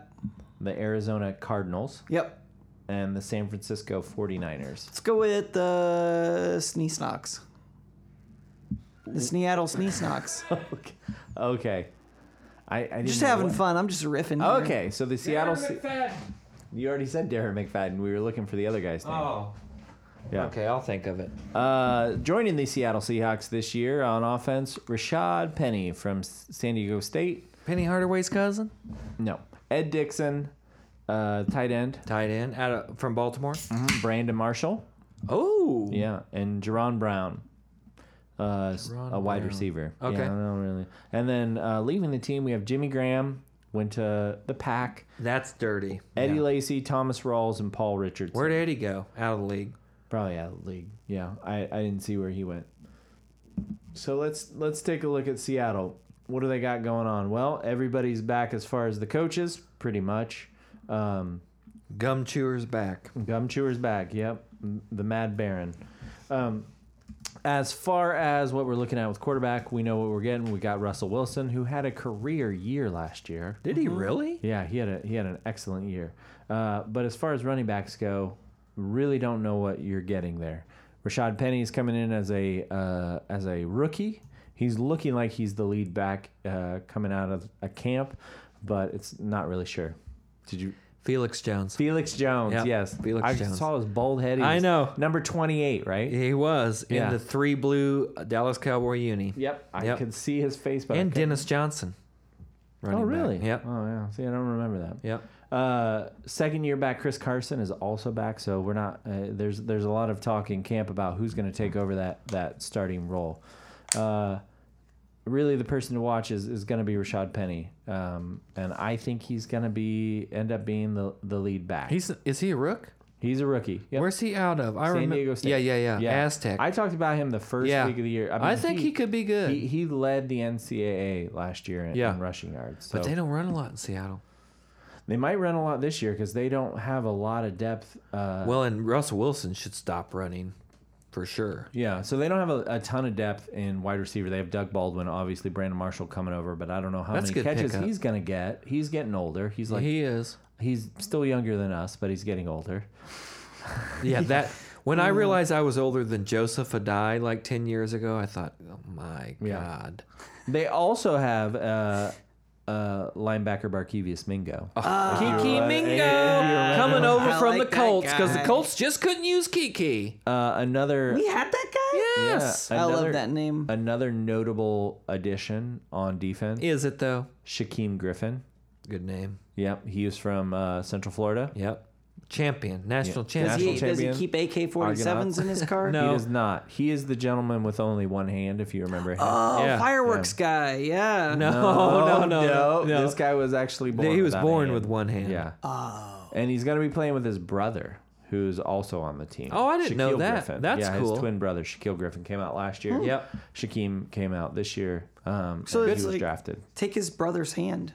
the Arizona Cardinals, Yep. and the San Francisco 49ers. Let's go with the Snee Snocks. The Seattle Snee Snocks. okay. Okay. I, I didn't just know having what- [LAUGHS] fun. I'm just riffing. here. Okay, so the Seattle. Se- you already said Darren McFadden. We were looking for the other guy's name. Oh. Yeah. Okay, I'll think of it. Uh, joining the Seattle Seahawks this year on offense, Rashad Penny from S- San Diego State. Penny Hardaway's cousin, No. Ed Dixon, uh, tight end. tight end out of, from Baltimore. Brandon Marshall. Oh, Yeah. And Jerron Brown. Uh, s- Jerron a wide Brown. receiver. Okay. Yeah, I don't really. And then uh, leaving the team, we have Jimmy Graham, went to the pack. that's dirty. Eddie Yeah. Lacy, Thomas Rawls, and Paul Richardson. Where'd Eddie go? Out of the league. Probably out of the league. Yeah, I, I didn't see where he went. So let's let's take a look at Seattle. What do they got going on? Well, everybody's back as far as the coaches, pretty much. Um, Gum chewers back. Gum Chewer's back. Yep, the Mad Baron. Um, as far as what we're looking at with quarterback, we know what we're getting. We got Russell Wilson, who had a career year last year. Did he really? Yeah, he had a he had an excellent year. Uh, but as far as running backs go, really don't know what you're getting there. Rashad Penny is coming in as a uh, as a rookie. He's looking like he's the lead back uh, coming out of a camp, but it's not really sure. Did you Felix Jones. Felix Jones? Yeah, yes, Felix I Jones. saw his bald head. He I was know. number twenty eight, right? he was Yeah. in the three blue Dallas Cowboy uni. Yep, I Yep. could see his face. But I And couldn't- Dennis Johnson. Oh, running back. really? Yep. Oh, yeah. See, I don't remember that. Yep. Uh, second year back, Chris Carson is also back, so we're not. Uh, there's there's a lot of talk in camp about who's going to take over that that starting role. Uh, really, the person to watch is, is going to be Rashad Penny, um, and I think he's going to be end up being the the lead back. He's is he a rook? he's a rookie. Yep. Where's he out of? I San remember. Diego State. Yeah, yeah, yeah, Aztec. I talked about him the first Yeah. week of the year. I think he could be good. He, he led the NCAA last year in, Yeah. in rushing yards. So. but they don't run a lot in Seattle. They might run a lot this year because they don't have a lot of depth. Uh, Well, and Russell Wilson should stop running, for sure. yeah, so they don't have a, a ton of depth in wide receiver. They have Doug Baldwin, obviously Brandon Marshall coming over, but I don't know how That's many good catches pickup. he's gonna get. He's getting older. He's like he is. [LAUGHS] he's still younger than us, but he's getting older. Yeah, that. [LAUGHS] When Mm. I realized I was older than Joseph Adai like ten years ago, I thought, oh my Yeah. god. They also have uh, uh, linebacker Barkevius Mingo. Oh. Uh, Kiki Mingo yeah. coming over I from like the that Colts because the guy. Colts just couldn't use Kiki. Uh, another We had that guy? Yes. Yeah. I Another- love that name. another notable addition on defense, Is it though? Shaquem Griffin. Good name. Yep, he was from uh, Central Florida. Yep. Champion, national Does champion. national he, does he champion. keep AK 47s in his car? He [LAUGHS] No. does not. He is the gentleman with only one hand, if you remember him. Oh, Yeah. fireworks guy. Yeah. [LAUGHS] No, Oh, no, no, no, no. Oh, This guy was actually born. he was without a born hand. with one hand. Yeah. Oh. And he's going to be playing with his brother, who's also on the team. Oh, I didn't know that. Griffin. That's yeah, cool. His twin brother, Shaquille Griffin, came out last year. Yep. Shaquem came out this year. Um, Hmm. So so he it's was like- drafted. Take his brother's hand.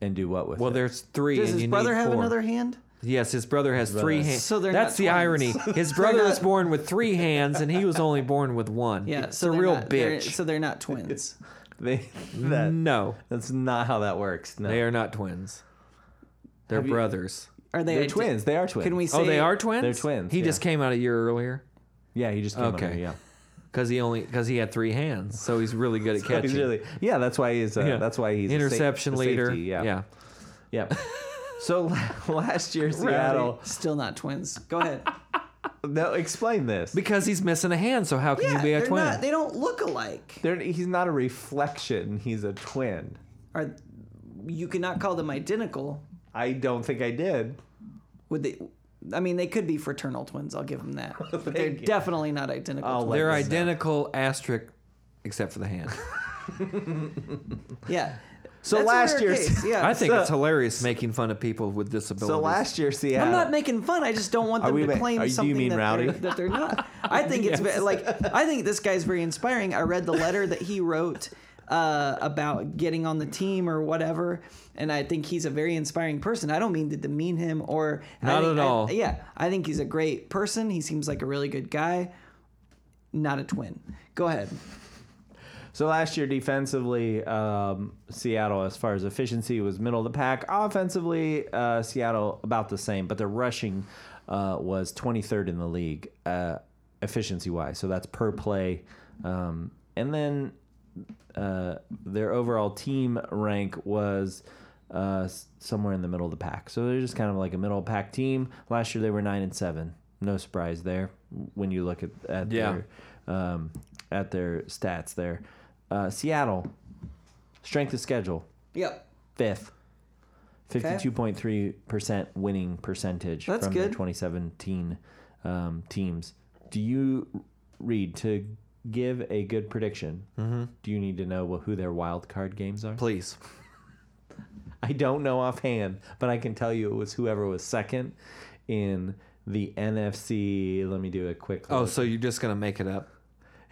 And do what with Well, it? [LAUGHS] there's three. Does and his you brother need have four. another hand? Yes, his brother has three hands. So they're That's not the twins. [LAUGHS] irony. His brother was not- born with three hands, and he was only born with one. Yeah. it's so a they're real not- they're- bitch. so they're not twins. They, that, no, that's not how that works. No. they are not twins. They're Have you- brothers. Are they They're ident- twins. They are twins. Can we say oh, they are twins. They're twins, He yeah. just came out a year earlier Yeah, he just came Okay. over, [LAUGHS] Yeah. because he only because he had three hands, so he's really [LAUGHS] good at He's catching. really- yeah, that's why he's. Uh, Yeah. That's why he's a sa- interception a leader. safety, yeah. Yep. So [LAUGHS] last year, Seattle. Still not twins. Go [LAUGHS] ahead. No, explain this. because he's missing a hand. So how can yeah, you be a they're twin? not. They don't look alike. They're, he's not a reflection. He's a twin. Are you cannot call them identical? I don't think I did. Would they? I mean, they could be fraternal twins. I'll give [LAUGHS] them that. But they're Thank you. definitely not identical. I'll twins. They're Like this, no. [LAUGHS] identical asterisk, except for the hand. Yeah. So That's a last rare year, case, yeah. I think So- it's hilarious making fun of people with disabilities. so last year, Seattle. I'm not making fun. I just don't want uh, Are them we to ma- claim are you- do you something mean that, rowdy? They're, that [LAUGHS] they're not. I think it's ve- like I think this guy's very inspiring. I read the letter that he wrote uh, about getting on the team or whatever, and I think he's a very inspiring person. I don't mean to demean him or I Not at think- I- all. yeah, I think he's a great person. He seems like a really good guy. Not a twin. Go ahead. So last year, defensively, um, Seattle, as far as efficiency, was middle of the pack. Offensively, uh, Seattle about the same, but their rushing uh, was 23rd in the league, uh, efficiency wise. So that's per play. Um, and then uh, their overall team rank was uh, s- somewhere in the middle of the pack. So they're just kind of like a middle of the pack team. Last year, they were 9 and 7. No surprise there when you look at, at Yeah. their um, at their stats there. Uh, Seattle, strength of schedule, Yep. fifth. 52.3% winning percentage That's from the good. 2017 um, teams. Do you, Reed, to give a good prediction, Mm-hmm. do you need to know who their wild card games are? please. I don't know offhand, but I can tell you it was whoever was second in the NFC. Let me do a quick. Oh, look. so you're just gonna make it up?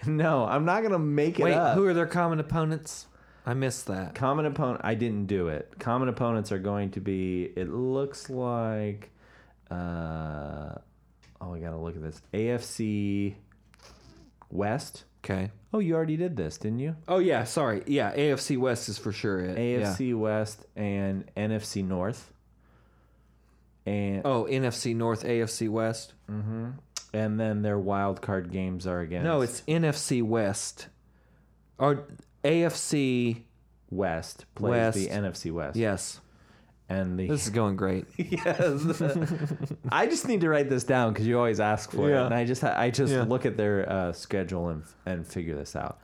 no, I'm not going to make it Wait, up. who are their common opponents? I missed that. Common opponent. I didn't do it. Common opponents are going to be. It looks like. Uh, oh, I gotta look at this. AFC West. Okay. Oh, you already did this, didn't you? Oh yeah, sorry. Yeah, AFC West is for sure it. AFC West and NFC North. And mm-hmm. Yeah. Oh, NFC North, AFC West. and then their wild card games are against. No, it's NFC West. Or AFC. West plays the West. NFC West. Yes, And the [LAUGHS] this is going great. yes. [LAUGHS] I just need to write this down because you always ask for it, Yeah. and I just I just Yeah. look at their uh, schedule and and figure this out.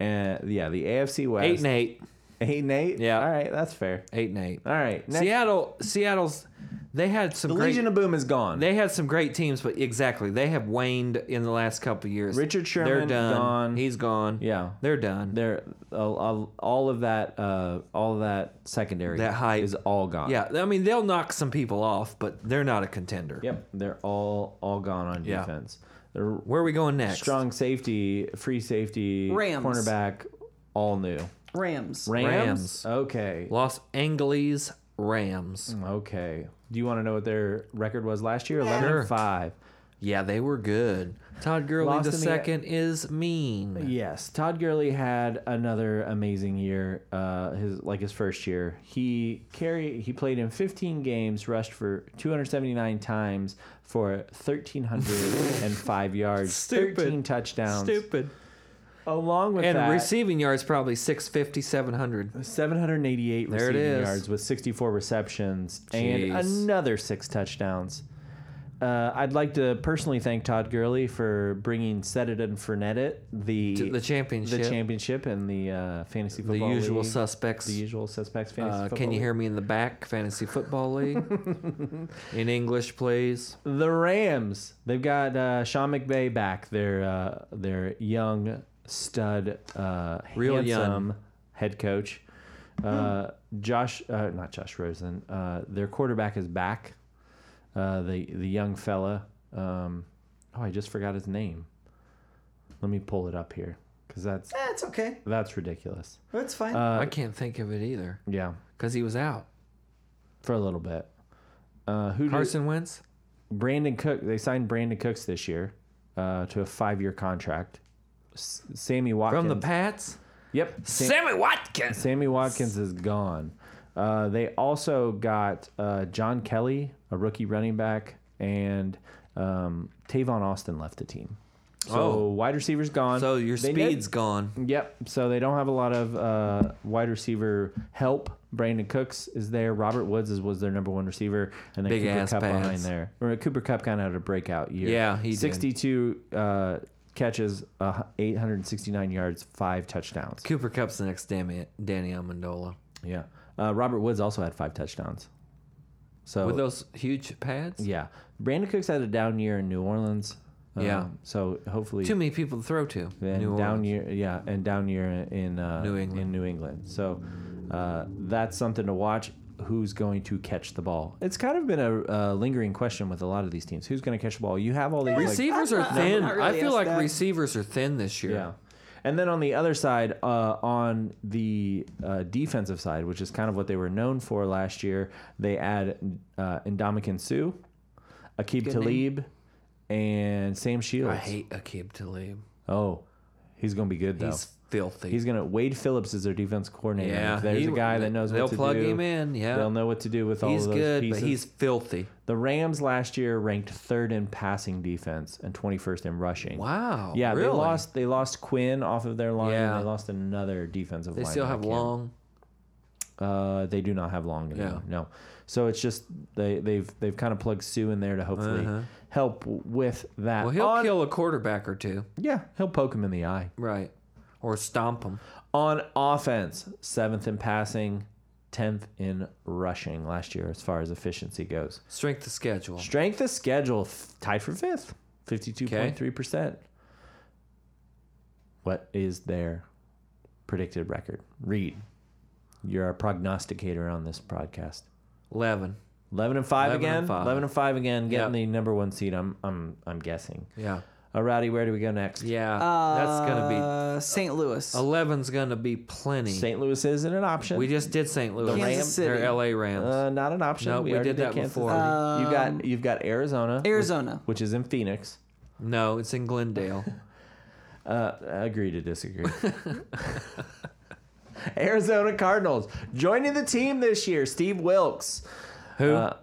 And yeah, the AFC West Eight and eight. eight and eight. Yeah. all right, that's fair. Eight and eight. All right, next, Seattle. Seattle's. They had some the great. Legion of Boom is gone. They had some great teams, but exactly, they have waned in the last couple of years. Richard Sherman, they're done. gone. He's gone. yeah, they're done. they're all- all, all of that uh, all of that secondary That hype. is all gone. yeah, I mean they'll knock some people off, but they're not a contender. yep, they're all all gone on Yeah. defense. They're Where are we going next? strong safety, free safety, Rams. cornerback, all new. Rams. Rams. Rams. Okay. Los Angeles Rams. Mm. Okay. Do you want to know what their record was last year? Eleven Sure. and five. Yeah, they were good. Todd Gurley Lost the in the- second is mean. Yes, Todd Gurley had another amazing year. Uh, his like his first year, he carry he played in 15 games, rushed for 279 times for [LAUGHS] 1,305 yards, Stupid. 13 touchdowns, along with And that, receiving yards probably 650, 700. 788 There it receiving is. yards with 64 receptions and Jeez. another six touchdowns. Uh, I'd like to personally thank Todd Gurley for bringing Set It and Fornet It, the, To the championship. the championship and the uh, Fantasy The Football usual League. suspects. The usual suspects fantasy uh, football. can you hear me in the back? Fantasy Football League. [LAUGHS] in English, please. League. the Rams? They've got uh, Sean McVay back. Their uh, their young stud, uh, Real young. Hmm. handsome head coach. Uh, Josh, uh, not Josh Rosen. Uh, their quarterback is back. Uh, the the young fella. Um, oh, I just forgot his name. Let me pull it up here because that's That's Eh, okay. that's ridiculous. That's fine. Uh, I can't think of it either Yeah, because he was out. for a little bit. Uh, who do- Carson Wentz? Brandon Cook. They signed Brandon Cooks this year uh, to a five-year contract. S- Sammy Watkins From the Pats? Yep. Sam- Sammy Watkins! Sammy Watkins is gone. Uh, they also got uh, John Kelly, a rookie running back, and um, Tavon Austin left the team. So Oh. wide receivers gone. So your They did- speed's gone. Yep. So they don't have a lot of uh, wide receiver help. Brandon Cooks is there. Robert Woods is, was their number one receiver, and then Big Cooper ass Cup behind pads. there. Or uh, Cooper Cup kind of had a breakout year. Yeah, he did. sixty-two uh, catches, uh, eight hundred sixty-nine yards, five touchdowns. Cooper Cup's the next Danny, Danny Amendola. Yeah. Uh, Robert Woods also had five touchdowns. So With those huge pads? yeah, Brandon Cooks had a down year in New Orleans. Um, Yeah. So hopefully, Too many people to throw to. and New down Orleans. year, yeah, and down year in uh, New England. In New England, so uh, that's something to watch. Who's going to catch the ball? It's kind of been a, a lingering question with a lot of these teams. Who's going to catch the ball? You have all these like, Receivers I'm are not- I'm thin. not I really feel asked like that. receivers are thin this year. Yeah. And then on the other side, uh, on the uh, defensive side, which is kind of what they were known for last year, they add uh, Indomitian Sue, Akib name. Talib, and Sam Shields. I hate Akib Talib. Oh, he's going to be good, though. He's He's, filthy. going to. Wade Phillips is their defense coordinator. yeah, If there's he- a guy that knows they'll what to plug do. him in. Yeah, They'll know what to do with all he's of those good, pieces. but he's filthy. the Rams last year ranked third in passing defense and 21st in rushing. Wow. Yeah, really? they lost. They lost Quinn off of their line. Yeah. and they lost another defensive. They lineman. still I have can't- long. Uh, they do not have long anymore. No, so it's just they they've they've kind of plugged Sue in there to hopefully help w- with that. Uh-huh. Well, he'll On- kill a quarterback or two, Yeah, he'll poke him in the eye. right? Or stomp him. On offense, seventh in passing, tenth in rushing last year as far as efficiency goes. Strength of schedule. Strength of schedule f- tied for fifth, fifty-two point three percent. What is their predicted record? Read. You're our prognosticator on this podcast. Eleven. Eleven and five 11 again. and five. Eleven and five again. Getting the Yeah. number one seed. I'm I'm I'm guessing. Yeah. Uh, Rowdy, where do we go next? Yeah. that's gonna Uh, St. Louis. be. Eleven's gonna be plenty. St. Louis isn't an option. we just did St. Louis. Kansas Rams. City. They're L.A. Rams. uh, not an option. No, we already did that Kansas before. City. Um, you got you've got Arizona. which- Arizona. which is in Phoenix. no, it's in Glendale. Uh, agree to [LAUGHS] disagree. [LAUGHS] Arizona Cardinals joining the team this year. Steve Wilkes, Who? uh,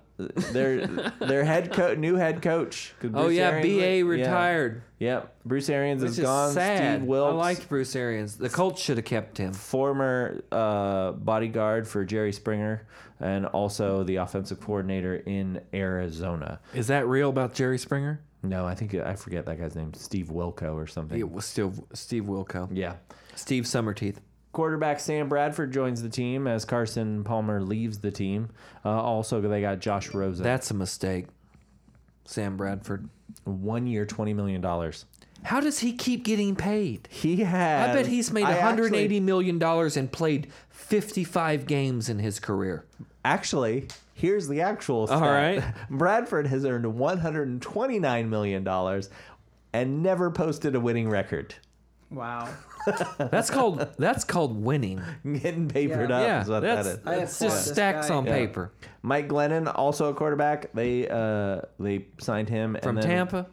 their their head co- new head coach. 'Cause [LAUGHS] oh Bruce yeah, Arians- B.A. yeah. retired. Yep, Bruce Arians Which is is gone. sad. Steve Wilkes, I liked Bruce Arians. The Colts should have kept him. former uh, bodyguard for Jerry Springer, and also the offensive coordinator in Arizona. Is that real about Jerry Springer? No, I think I forget that guy's name, Steve Wilco or something. It was still Steve Wilco. yeah. Steve Summerteeth. Quarterback Sam Bradford joins the team as Carson Palmer leaves the team. Uh, also, they got Josh Rosen, That's a mistake. Sam Bradford. one year, twenty million dollars. How does he keep getting paid? He has. I bet he's made I hundred and eighty million dollars and played fifty-five games in his career. Actually, actually, here's the actual. Stat. right. [LAUGHS] Bradford has earned one hundred and twenty-nine million dollars, and never posted a winning record. [LAUGHS] wow. That's called that's called winning. Getting papered Yeah. up yeah, is what that's, that is. I that's applaud just this stacks guy. on Yeah. paper. Mike Glennon, also a quarterback. They uh they signed him From and then, Tampa,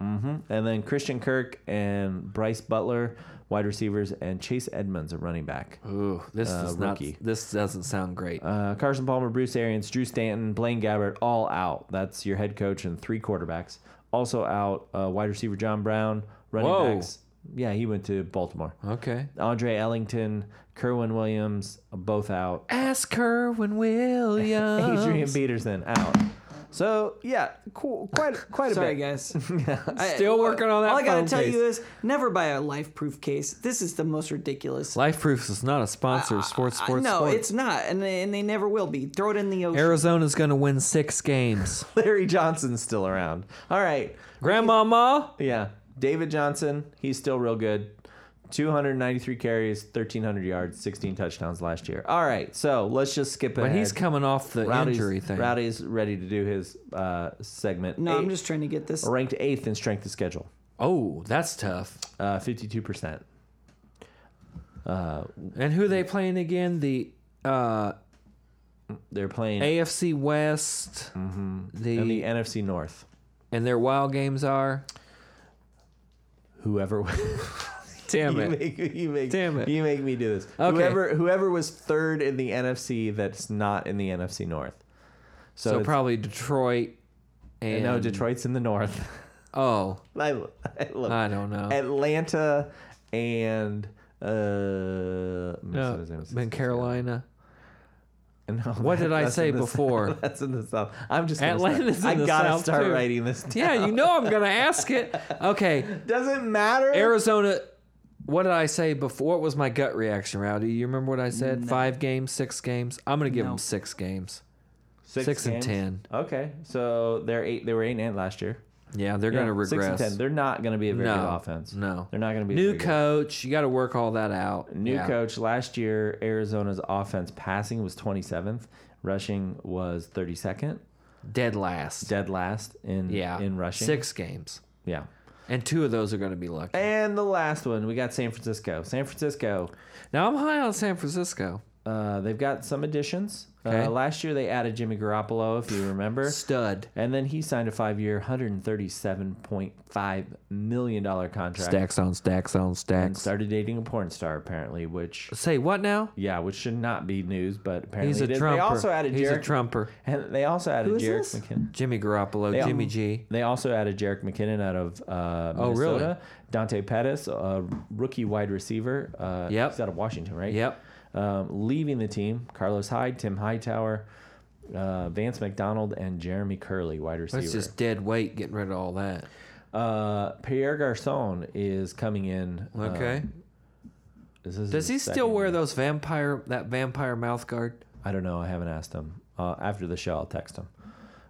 Mm-hmm. And then Christian Kirk and Bryce Butler, wide receivers, and Chase Edmonds, a running back. ooh, this Uh, is not. rookie. This doesn't sound great. Uh, Carson Palmer, Bruce Arians, Drew Stanton, Blaine Gabbert, all out. That's your head coach and three quarterbacks. Also out, uh, wide receiver John Brown, running Whoa. backs. Yeah, he went to Baltimore. okay. Andre Ellington, Kerwin Williams, both out. Ask [LAUGHS] her when Williams. Adrian Peterson out. So yeah, cool, quite quite a Sorry, bit. guys. [LAUGHS] Still working on that All I gotta phone tell case. you is never buy a life proof case. This is the most ridiculous. Life Proofs is not a sponsor of Sports Sports no, Sports. it's not, and they, and they never will be. Throw it in the ocean. Arizona's going to win six [LAUGHS] games. Larry Johnson's still around. All right, Grandmama. Yeah. David Johnson, he's still real good. 293 carries, 1,300 yards, 16 touchdowns last year. All right, so let's just skip ahead. But he's coming off the Rowdy's, injury thing. Rowdy's ready to do his uh, segment. No, I'm Eight- just trying to get this. ranked eighth in strength of schedule, Oh, that's tough. uh, 52%. And who they playing again? The uh, They're playing AFC West. The, in Mm-hmm. the NFC North. and their wild games are. Whoever [LAUGHS] Damn you it. make you make Damn it. you make me do this. Okay. Whoever whoever was third in the NFC that's not in the NFC North. So, So it's- probably Detroit. And no, Detroit's in the North. [LAUGHS] Oh, I, I love I don't know. Atlanta and uh no, no, and Carolina. No, [LAUGHS] What did I that's say in the before? South. [LAUGHS] That's in the south. I'm just gonna Atlanta's Start, in I the gotta South, start too. writing this. Down. [LAUGHS] Yeah, you know I'm going to ask it. Okay. Doesn't matter. Arizona. What did I say before? What was my gut reaction, Rowdy? You remember what I said? Five games, six games. I'm gonna give No. them six games. six and games? Okay, so they're eight. They were eight and eight last year. Yeah, they're going to Six and regress. 10. They're not going to be a very good no offense. No, They're not going to be a New very good- coach, you got to work all that out. New Yeah. coach last year, Arizona's offense passing was 27th, rushing was 32nd, dead last. dead last in yeah, in rushing. six games, yeah. and two of those are going to be lucky. And the last one, we got San Francisco. San Francisco, Now I'm high on San Francisco. uh, they've got some additions. Okay. Uh, last year they added Jimmy Garoppolo, if you remember, Stud. and then he signed a five-year, 137.5 million dollar contract. Stacks on stacks on And stacks. started dating a porn star apparently, which Say what now? yeah, which should not be news, but apparently He's it a is. trumper. They also added He's Jerick a trumper. And they also added Who is Jerick this? McKinnon. Jimmy Garoppolo, They all- Jimmy G. They also added Jarek McKinnon out of uh, Minnesota. Oh, really? Dante Pettis, a rookie wide receiver. Uh, Yep. He's out of Washington, right? Yep. Um, leaving the team, Carlos Hyde, Tim Hightower, uh, Vance McDonald, and Jeremy Curley, wide receiver. That's just dead weight getting rid of all that. uh, Pierre Garcon is coming in. uh, Okay. this is his Does he still second wear year. those vampire that vampire mouth guard? I don't know. I haven't asked him. Uh, after the show, I'll text him.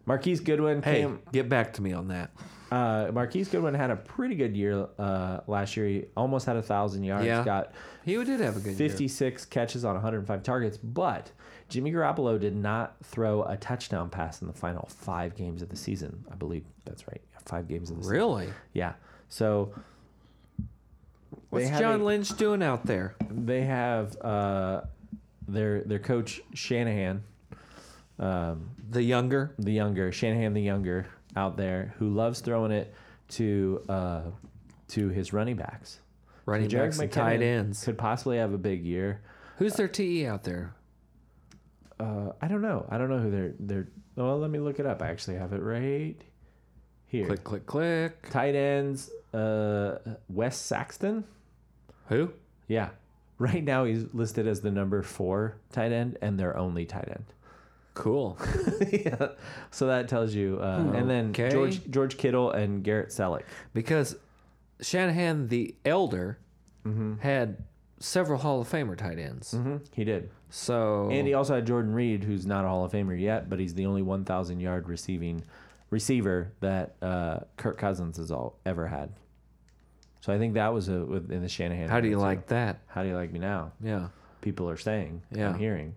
Marquise Goodwin Hey, came. get back to me on that. Uh, Marquise Goodwin had a pretty good year uh, last year. He almost had a thousand yards. Yeah. Got He did have a good year. 56 catches on 105 targets, but Jimmy Garoppolo did not throw a touchdown pass in the final five games of the season. I believe that's right. Yeah, Five games of the season. Really? Yeah. So What's have John a- Lynch doing out there? they have uh, their their coach Shanahan, um, The younger. the younger Shanahan the younger out there who loves throwing it to uh, to his running backs. running Jerick backs and tight McKinnon ends. could possibly have a big year. Who's their TE out there? Uh, I don't know. I don't know who they're they're. Well, let me look it up. I actually have it right here. Click, click, click. Tight ends, uh, Wes Saxton. Who? Yeah, right now he's listed as the number four tight end and their only tight end. [LAUGHS] Cool. yeah. So that tells you. Uh, And then Okay. George George Kittle and Garrett Selleck. Because Shanahan the elder Mm-hmm. had several Hall of Famer tight ends. hmm He did, So and he also had Jordan Reed, who's not a Hall of Famer yet, but he's the only 1,000 yard receiving receiver that uh, Kirk Cousins has all ever had. So I think that was a, within the Shanahan. how do you era, too. like that? How do you like me now? Yeah. People are saying. Yeah. I'm hearing.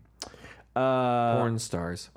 Uh, [LAUGHS] Porn stars.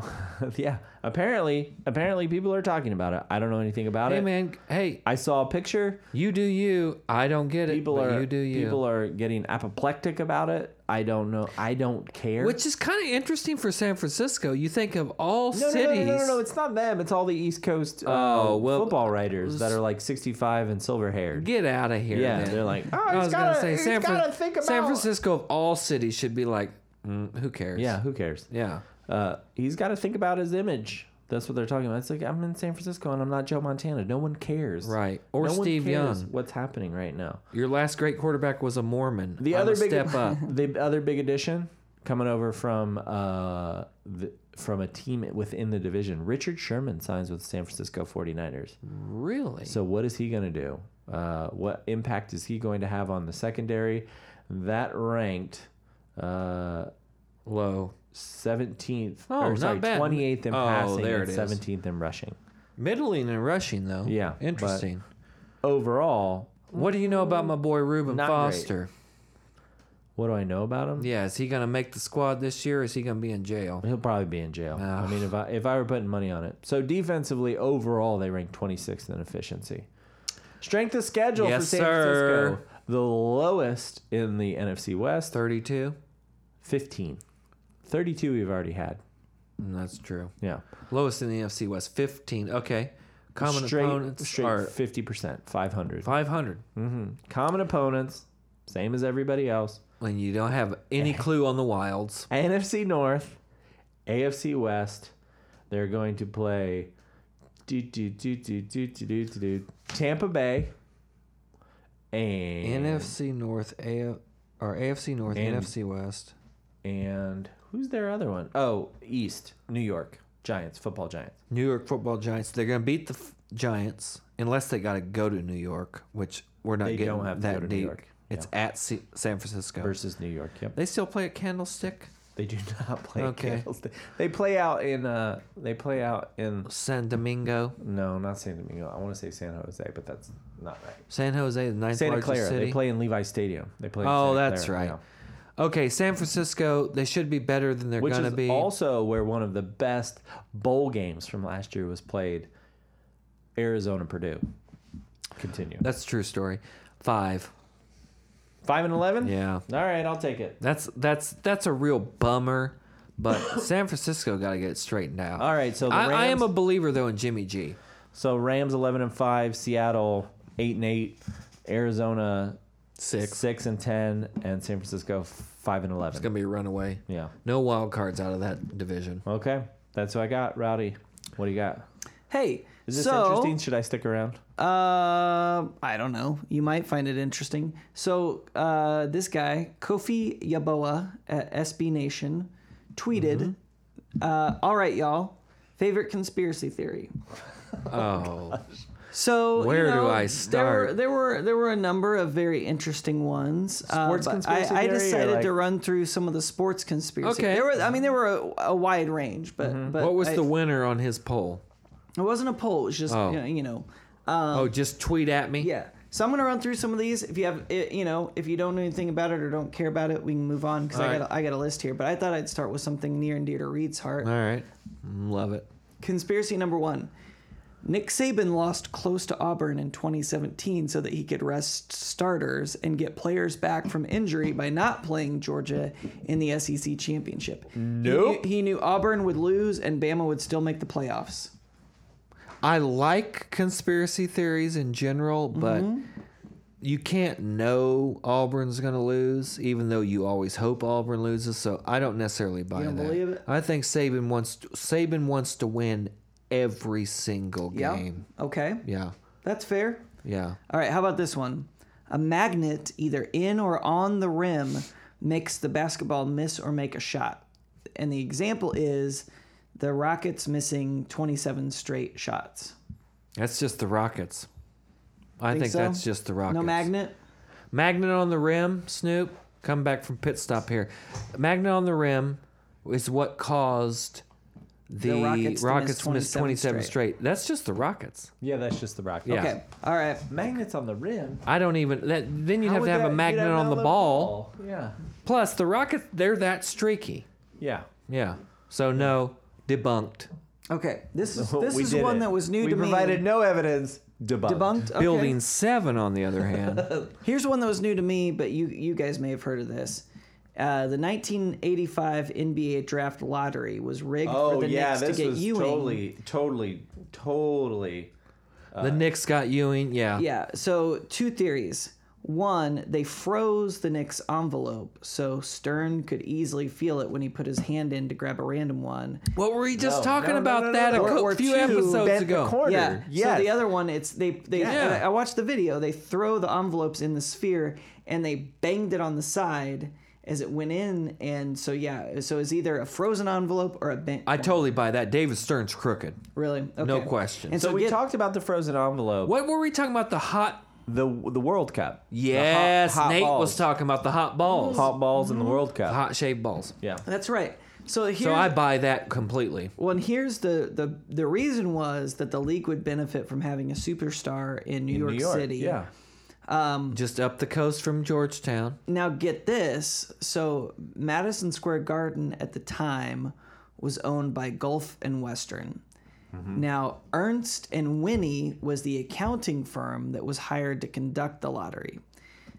yeah. Apparently, apparently people are talking about it. I don't know anything about Hey it. man, hey, I saw a picture. you do you. I don't get it. People but are you do you. people are getting apoplectic about it. I don't know. I don't care. Which is kind of interesting for San Francisco. You think of all no, no, cities. no, no, no, no, It's not them. It's all the East Coast uh, Oh, well, football writers that are like 65 and silver haired. Get out of here. Yeah, man. they're like, [LAUGHS] oh, I he's was gotta- gonna say he's San, Fran- gotta think about. San Francisco of all cities should be like, mm, who cares? Yeah, who cares? yeah. Uh, he's got to think about his image. That's what they're talking about. It's like I'm in San Francisco and I'm not Joe Montana. No one cares. Right. Or No one Steve cares Young. What's happening right now? Your last great quarterback was a Mormon. The I'm other a big [LAUGHS] [LAUGHS] step up. the other big addition coming over from uh the, from a team within the division. Richard Sherman signs with the San Francisco 49ers. Really? So what is he going to do? Uh, what impact is he going to have on the secondary? That ranked uh, Low. 17th Oh, or not sorry, bad. 28th in Oh, passing there and it is. 17th in rushing. Middling and rushing though. Yeah, but- Interesting. Overall, What do you know about my boy Reuben Not great. Foster? what do I know about him? Yeah, is he gonna make the squad this year or is he gonna be in jail? He'll probably be in jail. I Ugh. mean, if I if I were putting money on it. So defensively, overall, they rank 26th in efficiency. Strength of schedule for Yes, San sir. Francisco, the lowest in the NFC West, Thirty two? 15, 32 we've already had. Mm, That's true. Yeah, Lowest in the NFC West, fifteen. Okay. Common straight, opponents straight are fifty percent, five hundred. five hundred. Mm-hmm. Common opponents, same as everybody else. When you don't have [LAUGHS] any clue on the wilds. NFC North, AFC West. They're going to play do, do, do, do, do, do, do, do, do, Tampa Bay and NFC North A or AFC North, And- NFC West. and who's their other one? Oh, East, New York Giants, football Giants. New York Football Giants. They're going to beat the f- Giants unless they got to go to New York, which we're not They getting don't have to that go to New deep. York. It's at C- San Francisco. Versus New York. Yep. They still play at Candlestick. They do [LAUGHS] not play Okay. Candlestick. They play out in uh they play out in San Domingo, no, not San Domingo. I want to say San Jose, but that's not right. San Jose, the ninth Santa largest Clara. city. They play in Levi Stadium. They play. in oh, Santa that's Clara, right. yeah. Okay, San Francisco, they should be better than they're Which gonna is be. also where one of the best bowl games from last year was played. Arizona Purdue. Continue. That's a true story. Five. Five and eleven. Yeah. All right, I'll take it. That's that's that's a real bummer. [COUGHS] But San Francisco got to get it straightened out. All right, so the I, I am Rams- a believer though in Jimmy G. So Rams eleven and five, Seattle eight and eight, Arizona Six. six and ten, and San Francisco five and It's eleven. gonna be a runaway. Yeah. No wild cards out of that division. Okay, that's what I got, Rowdy. What do you got? Hey, Is this so, interesting? Should I stick around? Uh, I don't know. You might find it interesting. So, uh, this guy, Kofi Yaboa at SB Nation, tweeted, Mm-hmm. uh, All right, y'all, favorite conspiracy theory. Oh, So, you Where do know, I start? There were, there were there were a number of very interesting ones. uh, Sports but conspiracy I, I theory or decided like- to run through some of the sports conspiracy. Okay. Mm-hmm. There were, I mean, there were a, a wide range, but, but what was I- the winner on his poll? It wasn't a poll. It was just Oh. you know. You know oh, just tweet at me. Um, Yeah. So I'm gonna run through some of these. If you have, i- you know, if you don't know anything about it or don't care about it, we can move on because I All right. got a, I got a list here. But I thought I'd start with something near and dear to Reed's heart. All right, Mm, love it. Conspiracy number one: Nick Saban lost close to Auburn in 2017 so that he could rest starters and get players back from injury by not playing Georgia in the SEC championship. Nope. He, he knew Auburn would lose and Bama would still make the playoffs. I like conspiracy theories in general, but Mm-hmm. you can't know Auburn's going to lose, even though you always hope Auburn loses. So I don't necessarily buy don't that. believe it? I think Saban wants to, Saban wants to win every single Yeah. game. Okay. Yeah, That's fair. yeah. All right, how about this one? A magnet, either in or on the rim, makes the basketball miss or make a shot. And the example is the Rockets missing 27 straight shots. That's just the Rockets. I think, so? that's just the Rockets. No magnet? Magnet on the rim, Snoop. Come back from pit stop here. Magnet on the rim is what caused the, The Rockets Rockets, to to miss 27 straight. straight. That's just the Rockets. Yeah, that's just the Rockets. Yeah. Okay. All right. Magnets on the rim. I don't even. That, then you'd How have would to have that- a you'd magnet have on the another ball. ball. Yeah. Plus, the Rockets, they're that streaky. Yeah. Yeah. So, no, debunked. Okay. This is Well, [LAUGHS] this we is did one it. that was new we to me. provided no evidence. Debunked. debunked. Okay. Building seven, on [LAUGHS] the other Uh, hand. Here's one that was new to me, but you you guys may have heard of this. Uh, the 1985 NBA draft lottery was rigged Oh for the yeah, Knicks this to get was Ewing. totally, totally, totally. the Knicks got Ewing. Yeah. Yeah. So two theories. One, they froze the Knicks envelope, so Stern could easily feel it when he put his hand in to grab a random one. What were we No, just talking no, no, about no, no, that no. a Or- cou- or few two bent episodes the ago? corner. Yeah. Yes. So the other one, it's they they. Yeah. I watched the video. They throw the envelopes in the sphere and they banged it on the side as it went in, and so yeah, so it's either a frozen envelope or a bent. I totally buy that. David Stern's crooked. really okay. No question. And So, so, we get- talked about the frozen envelope. What were we talking about? The hot. The the World Cup. The hot- Yes, hot Nate balls. was talking about the hot balls, hot, hot balls in the Mm-hmm. World Cup. shaved balls. Yeah. That's right. So here, So I buy that completely. Well, and here's the, the the reason was that the league would benefit from having a superstar in New, York, New York. City. Yeah. Mm. Just up the coast from Georgetown. Now get this. So Madison Square Garden at the time was owned by Gulf and Western. Mm-hmm. Now Ernst and Winnie was the accounting firm that was hired to conduct the lottery.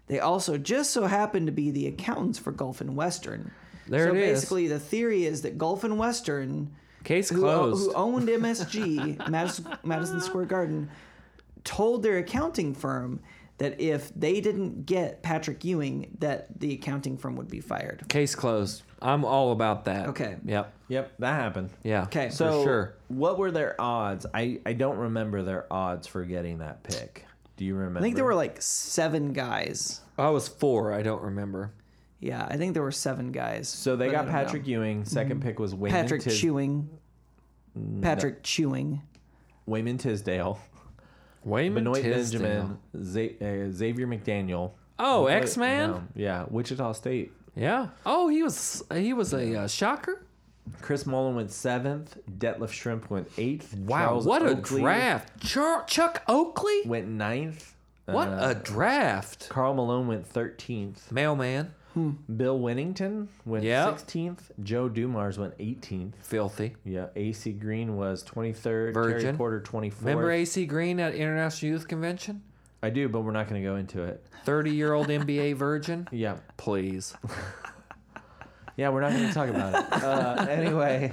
They also just so happened to be the accountants for Gulf and Western. There so it is. basically the theory is that Gulf and Western Case who, uh, closed. [LAUGHS] who owned MSG, Madison, Madison Square Garden, told their accounting firm that if they didn't get Patrick Ewing, that the accounting firm would be fired. Case closed. I'm all about that. Okay. Yep. Yep. That happened. Yeah. Okay. For So sure. what were their odds? I I don't remember their odds for getting that pick. Do you remember? I think there were like seven guys. I was four. I don't remember. Yeah, I think there were seven guys. So they but I got don't know. Mm-hmm. Patrick Ewing. 2nd pick was Wayman, Patrick Tis- Chewing. Patrick Chewing. Wayman Tisdale, Wayman Benoit Tisdale. Benjamin, Za- uh, Xavier McDaniel. Oh, Wait, X Man. no, yeah, Wichita State Yeah. Oh, he was he was a uh, shocker. Chris Mullen went seventh. Detlef Shrimp went eighth. Wow, Charles what a Oakley draft. Char- Chuck Oakley. Went ninth. What Uh, a draft. Carl Malone went thirteenth. Mailman. Bill Winnington went Yep. sixteenth. Joe Dumars went eighteenth. Filthy. Yeah, AC Green was twenty third. Terry Virgin. Porter twenty fourth. Remember AC Green at International Youth Convention? I do, but we're not going to go into it. 30 year old NBA [LAUGHS] virgin? Yeah, [LAUGHS] Please. yeah, we're not going to talk about it. Uh, anyway,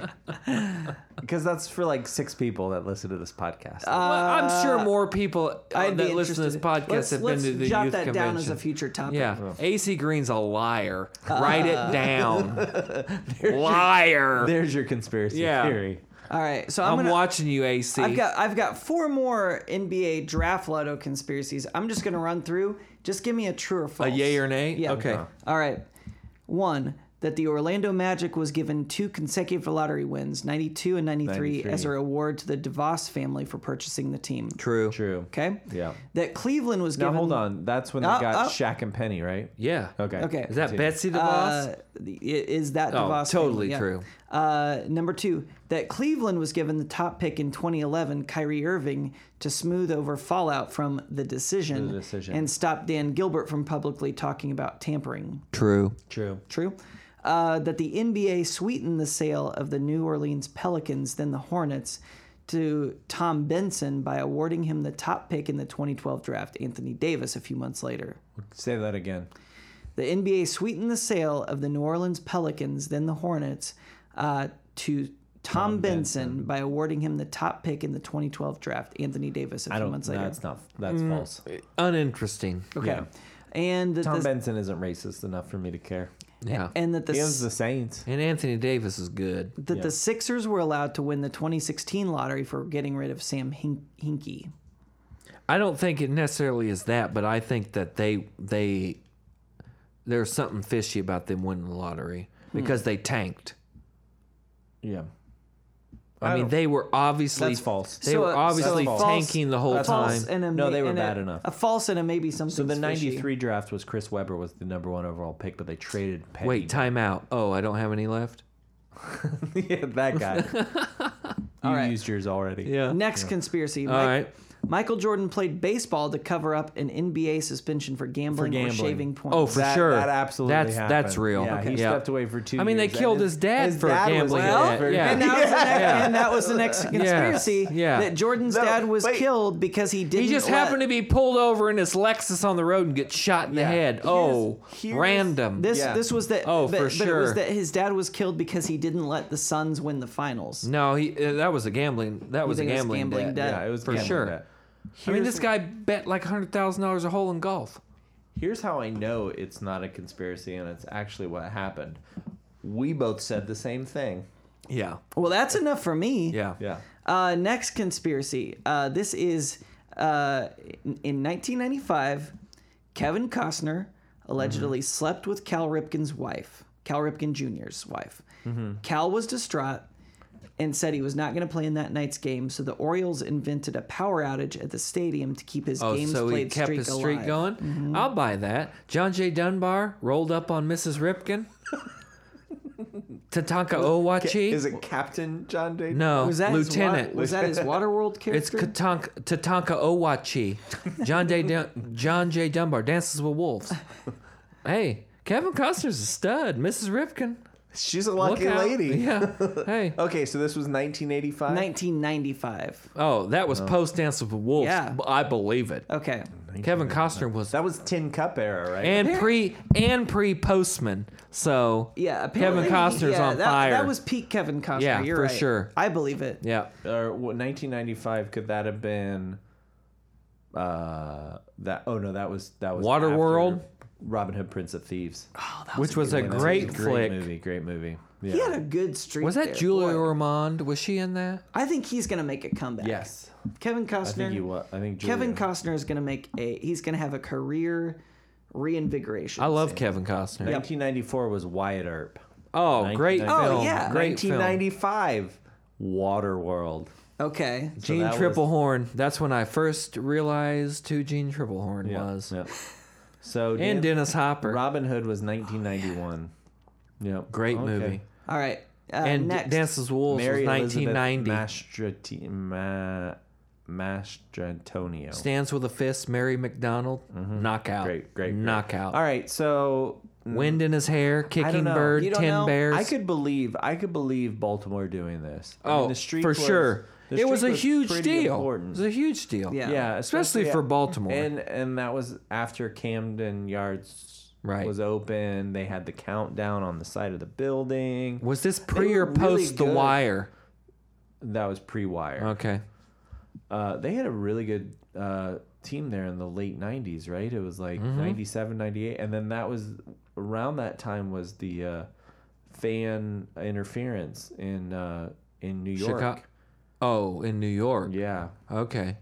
[LAUGHS] because that's for like six people that listen to this podcast. Uh, Well, I'm sure more people uh, I'd be that listen to this interested- podcast let's, have let's been to the jot youth that convention. down as a Uh, future topic. yeah, AC Green's a liar. Write [LAUGHS] it down. liar. There's your conspiracy Yeah. theory. All right. So I'm, I'm gonna, watching you, AC. I've got I've got four more NBA draft lotto conspiracies. I'm just gonna run through. Just give me a true or a false. yay or nay? Yeah. Okay. Uh-huh. All right. One, that the Orlando Magic was given two consecutive lottery wins, 92 and 93, 93. as a reward to the DeVos family for purchasing the team. True. True. Okay. Yeah. That Cleveland was Now given. hold on. That's when they Oh, got oh. Shaq and Penny, right? Yeah. Okay. Okay. Is that Continue. Betsy DeVos? Uh, i- is that Oh, DeVos? totally family, yeah. true. Uh, number two, that Cleveland was given the top pick in 2011, Kyrie Irving, to smooth over fallout from the decision, The decision. and stop Dan Gilbert from publicly talking about tampering. True. True. True. Uh, that the NBA sweetened the sale of the New Orleans Pelicans, then the Hornets, to Tom Benson by awarding him the top pick in the 2012 draft, Anthony Davis, a few months later. Say that again. The NBA sweetened the sale of the New Orleans Pelicans, then the Hornets, uh, to Tom, Benson, by awarding him the top pick in the 2012 draft, Anthony Davis, a I few don't. months later. That's not. That's Mm. false. Uninteresting. okay. And that Tom this, Benson isn't racist enough for me to care. Yeah. and that the He s- owns the Saints. And Anthony Davis is good. that the Sixers were allowed to win the 2016 lottery for getting rid of Sam Hin- Hinkie. I don't think it necessarily is that, but I think that they they there's something fishy about them winning the lottery because they tanked. Yeah. I, mean, don't- they were obviously That's false. They So, were uh, obviously so false- tanking the whole that's time. false. a No, ma- they were bad a, enough. A false and a maybe something. So the '93 draft was Chris Webber was the number one overall pick, but they traded. Penny. Wait, time out. Oh, I don't have any left. [LAUGHS] yeah, that [LAUGHS] guy. you right. used yours already. Yeah. Next conspiracy. All right. Michael Jordan played baseball to cover up an NBA suspension for gambling, gambling. or shaving points. Oh, for That- sure. That absolutely. That's happened. that's real. Yeah, he Yeah. stepped away for two. I mean, they years, killed and his dad for dad was gambling killed it. for- Yeah. And that, was the next, and that was the next conspiracy yeah. that Jordan's No, dad was wait. killed because he didn't. He just let- happened to be pulled over in his Lexus on the road and get shot in Yeah. the head. Here's- Oh, here's- random. This Yeah. this was that. Oh, but, for But it sure. was that his dad was killed because he didn't let the Suns win the finals. no, he uh, that was a gambling. That was a think it was gambling, gambling debt. debt? Yeah, it was For gambling sure. debt. I mean, this guy bet like hundred thousand dollars a hole in golf. Here's how I know it's not a conspiracy and it's actually what happened. We both said the same thing. Yeah, Well, that's enough for me. yeah, Yeah. Uh, next conspiracy. Uh, this is uh, in, in 1995. Kevin Costner allegedly Mm-hmm. slept with Cal Ripken's wife, Cal Ripken Jr.'s wife. Mm-hmm. Cal was distraught and said he was not going to play in that night's game, so the Orioles invented a power outage at the stadium to keep his Oh, games so he played kept streak his streak alive. Mm-hmm. going. I'll buy that. John J. Dunbar rolled up on Mrs. [LAUGHS] Ripken. Tatanka Owachi. Is it Captain John Day? no, Was that His, Lieutenant. wa- was that his Waterworld [LAUGHS] It's character? Katank, Tatanka Owachi. John J. Dun- John J. Dunbar dances with [LAUGHS] wolves. Hey, Kevin Costner's a stud. Mrs. Ripken. She's a Look lucky out. lady. Yeah. [LAUGHS] Hey. Okay, so this was 1985. 1995. Oh, that was post Dance with Wolves. Yeah. I believe it. Okay. Kevin Costner was that was Tin Cup era, right? and pre and pre Postman. So Yeah, Kevin apparently, Costner's yeah, on that, fire. That was peak Kevin Costner. Yeah, you're for right. sure. I believe it. yeah. or what, 1995 could that have been uh that oh no that was that was after Waterworld? Robin Hood Prince of Thieves Oh, which was a And that was great a flick. movie great movie yeah He had a good streak. Was that there, Julia boy. Ormond? Was she in that? I think he's gonna make a comeback. yes Kevin Costner. I think he was I think Julia. Kevin Costner is gonna make a. He's gonna have a career reinvigoration. I love Kevin Costner. 1994 was Wyatt Earp Oh, great 1995. film. Oh, yeah. Great film. 1995 Waterworld Okay. So Gene that was- Triplehorn. That's when I first realized who Gene Triplehorn was. yeah. So Dan- and Dennis Hopper. Robin Hood was 1991. Yep. Great Okay. movie. All right. Uh, And next. Dances with Wolves Mary was Elizabeth 1990. Mastrati- Ma- Mastrantonio. Stands with a fist. Mary McDonald. Knockout. Mm-hmm. Great, great, great. Knockout. All right, so Wind in his hair. I Kicking don't know. bird. You don't Ten know? bears. I could believe I could believe Baltimore doing this. I Oh, mean, the streak for was- sure. the It was streak a huge pretty deal. important. It was a huge deal. Yeah. yeah, Especially for Baltimore. And and that was after Camden Yards Right. was open. They had the countdown on the side of the building. was this They pre were or really post The good. Wire? That was pre-wire. Okay. Uh, they had a really good uh, team there in the late 90s, right? It was like Mm-hmm. 97, 98. And then that was around that time was the uh, fan interference in uh, in New York. Chicago. Oh, in New York. Yeah. Okay.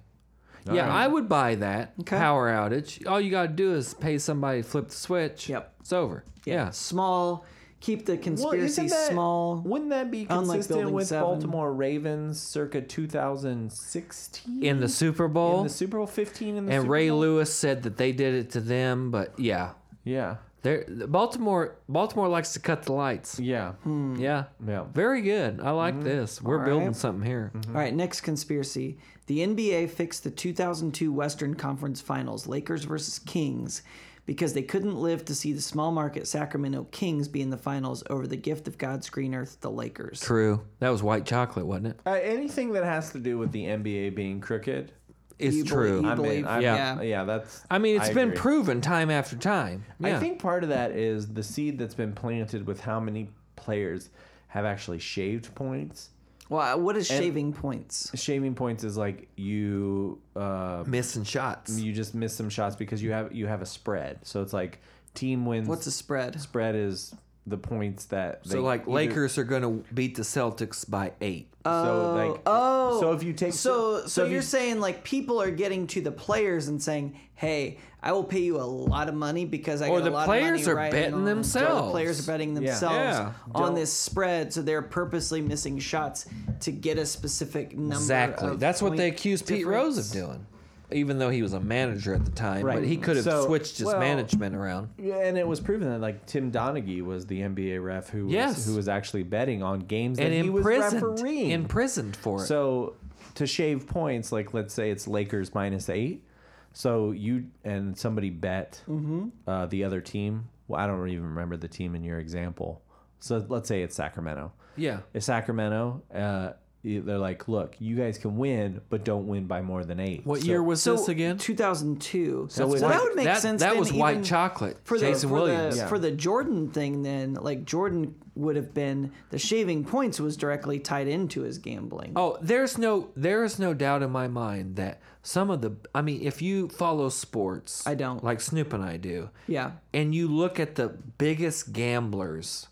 yeah, I would buy that power outage. All you gotta do is pay somebody to flip the switch. Yep. It's over. Yeah. Small. Keep the conspiracy small. Wouldn't that be Unlike consistent Building with Seven. Baltimore Ravens circa 2016? In the Super Bowl. In the Super Bowl 15 in the and Super Ray Bowl? Lewis said that they did it to them, but yeah. Yeah. They're, Baltimore Baltimore likes to cut the lights. Yeah. Yeah. Mm. Yeah. Mm. Very good. I like this. We're All building right. something here. All right, next conspiracy. The NBA fixed the 2002 Western Conference Finals, Lakers versus Kings, because they couldn't live to see the small market Sacramento Kings be in the finals over the gift of God's green earth, the Lakers. True. That was white chocolate, wasn't it? Uh, anything that has to do with the NBA being crooked, It's You believe- true. you I'm in. believe- I'm- yeah. yeah. That's. I mean, it's I been agree. proven time after time. Yeah. I think part of that is the seed that's been planted with how many players have actually shaved points. Well, what is shaving points? Shaving points is like you uh, missing shots. you just miss some shots because you have you have a spread. So it's like team wins. What's a spread? spread is the points that they So like either- Lakers are going to beat the Celtics by 8. So like oh. so if you take So, so, if you're you- saying like people are getting to the players and saying, "Hey, I will pay you a lot of money because I." Or got the a lot players of money are riding betting on- or themselves. The players are betting themselves Yeah. on Don't- this spread, so they're purposely missing shots to get a specific number. Exactly. of That's what they point accused Pete difference. Rose of doing. Even though he was a manager at the time, Right. but he could have So, switched his well- management around. Yeah, and it was proven that like Tim Donaghy was the NBA ref who was, Yes. who was actually betting on games that And he was imprisoned, refereeing. imprisoned for it. So to shave points, like let's say it's Lakers minus eight. So you and somebody bet Mm-hmm. uh, the other team. Well, I don't even remember the team in your example. So let's say it's Sacramento. yeah, If Sacramento, uh, they're like, look, you guys can win, but don't win by more than eight. What So- year was So this again? 2002. So, it- that would make that, sense. That then, was white even- chocolate. for the, Jason for Williams. The, Yeah. For the Jordan thing, then like Jordan would have been the shaving points was directly tied into his gambling. Oh, there's no there is no doubt in my mind that some of the I mean, if you follow sports, I don't. like Snoop and I do, Yeah, and you look at the biggest gamblers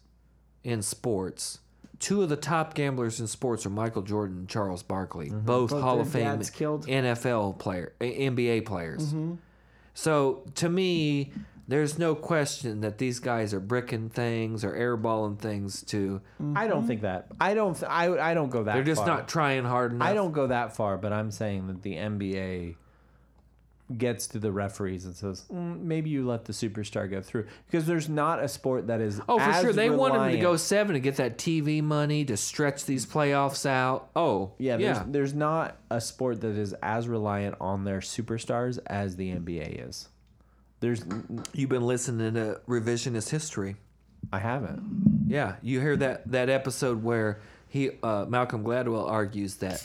in sports. Two of the top gamblers in sports are Michael Jordan and Charles Barkley, both, Hall Mm-hmm. their of Fame dads killed. Mm-hmm. NFL player, NBA players. So to me, there's no question that these guys are bricking things or airballing things to. I don't think that. I don't. Th- I I don't go that. Mm-hmm. They're just far. not trying hard enough. I don't go that far, but I'm saying that the NBA gets to the referees and says, mm, maybe you let the superstar go through because there's not a sport that is Oh, for as sure. They want him to go reliant- seven to get that TV money to stretch these playoffs out. Oh, Yeah, there's, yeah. there's not a sport that is as reliant on their superstars as the NBA is. There's, You've been listening to revisionist history. I haven't. Yeah, you hear that that episode where he uh, Malcolm Gladwell argues that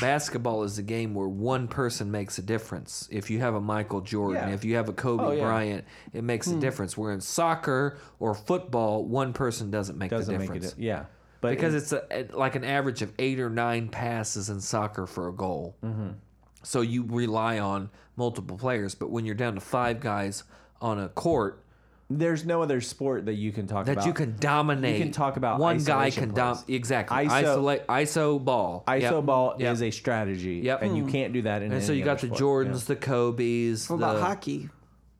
basketball is a game where one person makes a difference. If you have a Michael Jordan, Yeah. if you have a Kobe Oh, yeah. Hmm. Bryant, it makes a difference. Where in soccer or football, one person doesn't make Doesn't the make difference. it. Yeah, but because it's a, like an average of eight or nine passes in soccer for a goal. Mm-hmm. So you rely on multiple players, but when you're down to five guys on a court, there's no other sport that you can talk that about you can dominate. You can talk about one guy isolation can dom plays. exactly ISO isolate ISO ball. ISO Yep. ball Yep. is a strategy, Yep. Mm. and you can't do that in. And so any you got other the sport. Jordans, the Kobe's, what the about hockey?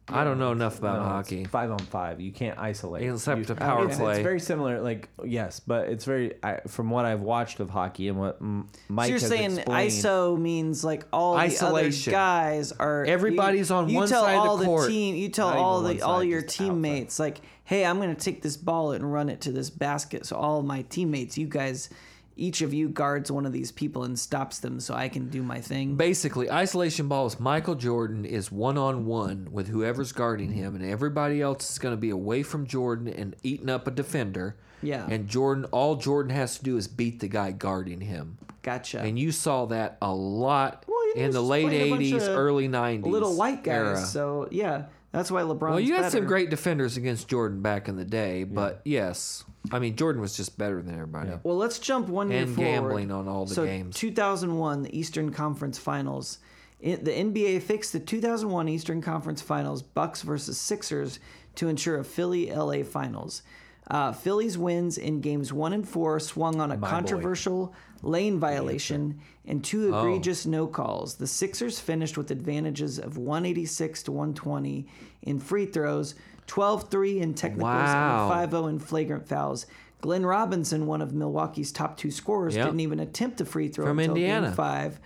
I don't know enough about No, it's hockey. Five on five. You can't isolate. Except You- the power it's, play. It's very similar. Like yes, but it's very I, from what I've watched of hockey and what M- Mike So you're has saying explained, ISO means like all Isolation. the other guys are Everybody's you- on you one tell side of the all court. team, you tell Not all even the one all side, your just outside. teammates like, hey, I'm gonna take this ball and run it to this basket. So all my teammates, you guys, each of you guards one of these people and stops them so I can do my thing. Basically, isolation ball is Michael Jordan is one on one with whoever's guarding him, and everybody else is going to be away from Jordan and eating up a defender. Yeah. And Jordan, all Jordan has to do is beat the guy guarding him. gotcha. And you saw that a lot Well, yeah, in the he's late playing a bunch 80s, of early 90s. Little white guys. era. So yeah, that's why LeBron. Well, you had some great defenders against Jordan back in the day, but yes. I mean, Jordan was just better than everybody. Well, let's jump one year And forward. gambling on all the so games. 2001, the Eastern Conference Finals. I- the NBA fixed the 2001 Eastern Conference Finals, Bucks versus Sixers, to ensure a Philly-LA Finals. Uh, Philly's wins in games one and four swung on a controversial lane violation and Oh. two egregious no calls. The Sixers finished with advantages of 186 to 120 in free throws, 12 3 in technicals, Wow. and 5 0 in flagrant fouls. Glenn Robinson, one of Milwaukee's top two scorers, Yep. didn't even attempt a free throw From until Indiana. game five.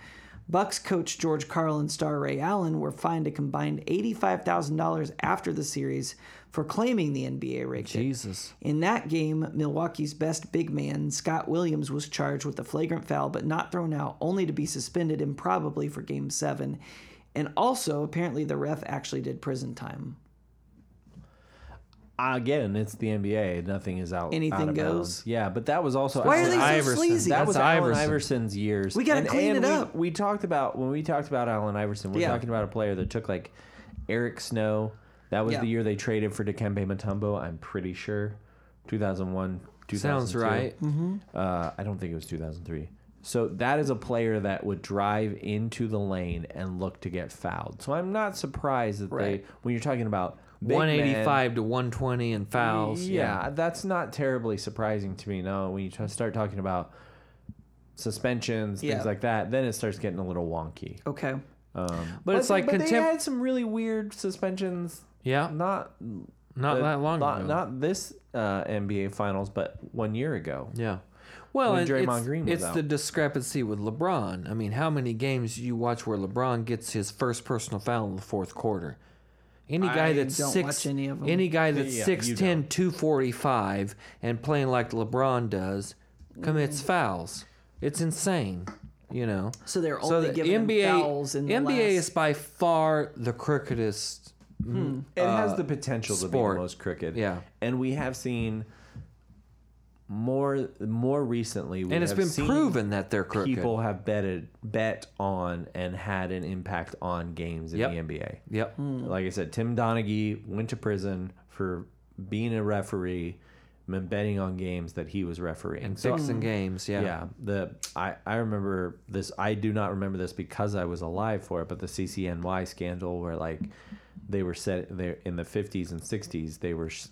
Bucks coach George Carl and star Ray Allen were fined a combined eighty-five thousand dollars after the series for claiming the NBA rigged it. Jesus. In that game, Milwaukee's best big man Scott Williams was charged with a flagrant foul, but not thrown out, only to be suspended improbably for Game Seven. And also, apparently, the ref actually did prison time. again, it's the NBA. Nothing is out. Anything out of goes? bounds. Yeah, but that was also. Why are Allen they so Iverson. sleazy? That That's was Allen Iverson. Iverson's years. We gotta And- clean and it we- up. We talked about when we talked about Allen Iverson. We're Yeah. talking about a player that took like Eric Snow. That was Yeah. the year they traded for Dikembe Mutombo. I'm pretty sure, 2001. 2002. Sounds right. Uh, I don't think it was 2003. So that is a player that would drive into the lane and look to get fouled. So I'm not surprised that Right. they, when you're talking about big men- 185 to 120 in fouls. yeah, that's not terribly surprising to me. No, when you t- start talking about suspensions, Yeah. things like that, then it starts getting a little wonky. Okay. But, it's like but they contempt. had some really weird suspensions. Yeah. Not Not the- that long not, ago. Not this uh, NBA Finals, but one year ago. Yeah. Well, When and Draymond it's, Green was it's out. the discrepancy with LeBron. I mean, how many games do you watch where LeBron gets his first personal foul in the fourth quarter? Any guy I that's don't six, watch any of 'em. guy that's Yeah, you 6'10", 245, and playing like LeBron does commits fouls. It's insane, you know. So they're only giving him fouls in the NBA last- is by far the crookedest. It has the potential to be uh, sport. the most crooked. Yeah. and we have seen more more recently. We And it's have been seen proven that they're crooked. People have betted bet on and had an impact on games in Yep. Mm. the NBA. Yep. Like I said, Tim Donaghy went to prison for being a referee and betting on games that he was refereeing. And So, fixing games, yeah. yeah, the I, I remember this. I do not remember this because I was alive for it, but the CCNY scandal where like they were set there in the 50s and 60s, they were sh-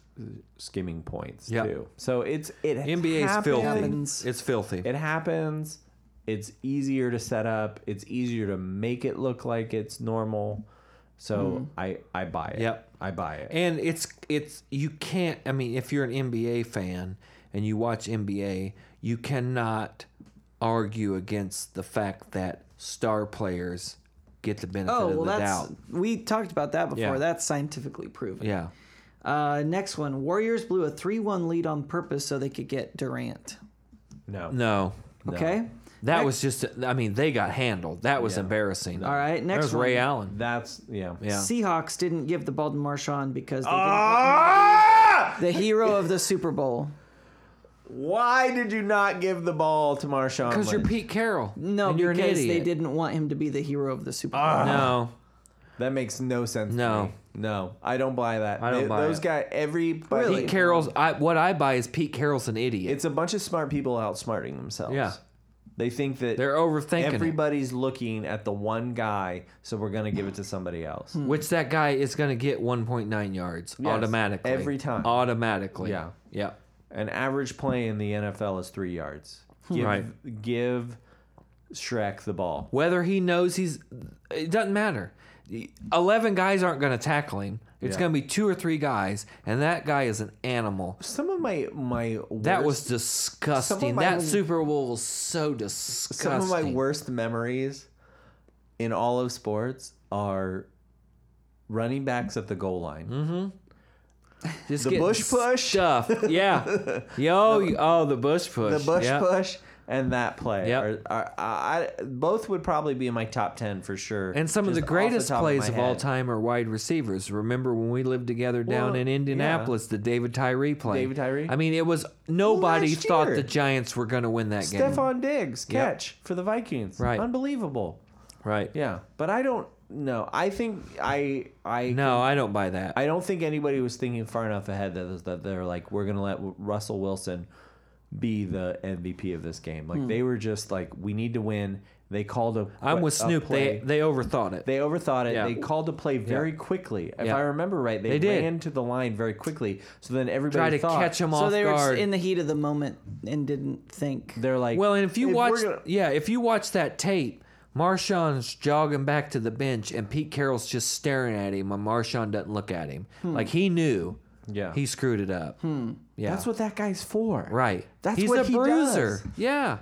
skimming points Yeah. too. So it's it NBA's happens. filthy. It's filthy. It happens. It's easier to set up. It's easier to make it look like it's normal. So I I buy it. Mm-hmm. Yep. I buy it. And it's it's you can't. I mean, if you're an NBA fan and you watch NBA, you cannot argue against the fact that star players get the benefit Oh of well, the that's doubt. we talked about that before. Yeah. That's scientifically proven. Yeah, Uh, next one. Warriors blew a 3 1 lead on purpose so they could get Durant. no. no, Okay? that was just. I mean, they got handled. That was embarrassing. All right, next There's Ray one. Allen. That's yeah. Yeah. Seahawks didn't give the ball to Marshawn because they Ah! didn't, the hero of the Super [LAUGHS] Bowl. Why did you not give the ball to Marshawn? Because you're Lynch? Pete Carroll. No, and you're an because idiot. they didn't want him to be the hero of the Super Bowl. Ah. No, that makes no sense. No. to me. no, I don't buy that. I don't They- buy those it. guys. Everybody. Pete Carroll's. I, what I buy is Pete Carroll's an idiot. It's a bunch of smart people outsmarting themselves. Yeah. They think that They're overthinking it. Everybody's looking at the one guy, so we're gonna give it to somebody else. Which that guy is going to get 1.9 yards automatically. every time. Automatically. Yeah. Yeah. An average play in the NFL is three yards. Give, Hmm. Right. give Shrek the ball. Whether he knows he's. It doesn't matter. 11 guys aren't going to tackle him. It's Yeah. going to be two or three guys, and that guy is an animal. Some of my my worst, That was disgusting. my- That Super Bowl was so some disgusting. of my worst memories in all of sports are running backs at the goal line. Just the getting bush push. stuff. [LAUGHS] Yeah. Yo. you- oh, the bush push. The bush yeah. push and that play Yep. are, are, I, I- both would probably be in my top 10 for sure. And some of the Just off greatest top plays my of, all head. time are wide receivers. Remember when we lived together down Well, in yeah. Indianapolis, the David Tyree play. David Tyree. I mean, it was nobody last thought year? the Giants were going to win that game. Stephon Diggs catch for the Vikings. Right. Unbelievable. Right. Yeah. But I don't know. I think I I No, I don't buy that. I don't think anybody was thinking far enough ahead that that they're like we're gonna let Russell Wilson be the MVP of this game. Like they were just like we need to win. They called a. Hmm. I'm with a Snoop. They play. they overthought it. They overthought it. Yeah. They called a play very quickly. If Yeah. I remember right, they, They did. ran to the line very quickly. So then everybody Try to thought, catch him So off they were guard. just in the heat of the moment and didn't think. They're like, well, and if you we're watch, gonna- yeah, if you watch that tape, Marshawn's jogging back to the bench, and Pete Carroll's just staring at him, and Marshawn doesn't look at him. Like he knew. Hmm. Yeah. Hmm. He screwed it up. Yeah. that's what that guy's for, Uh, Right. That's he's what a he bruiser. does. Yeah.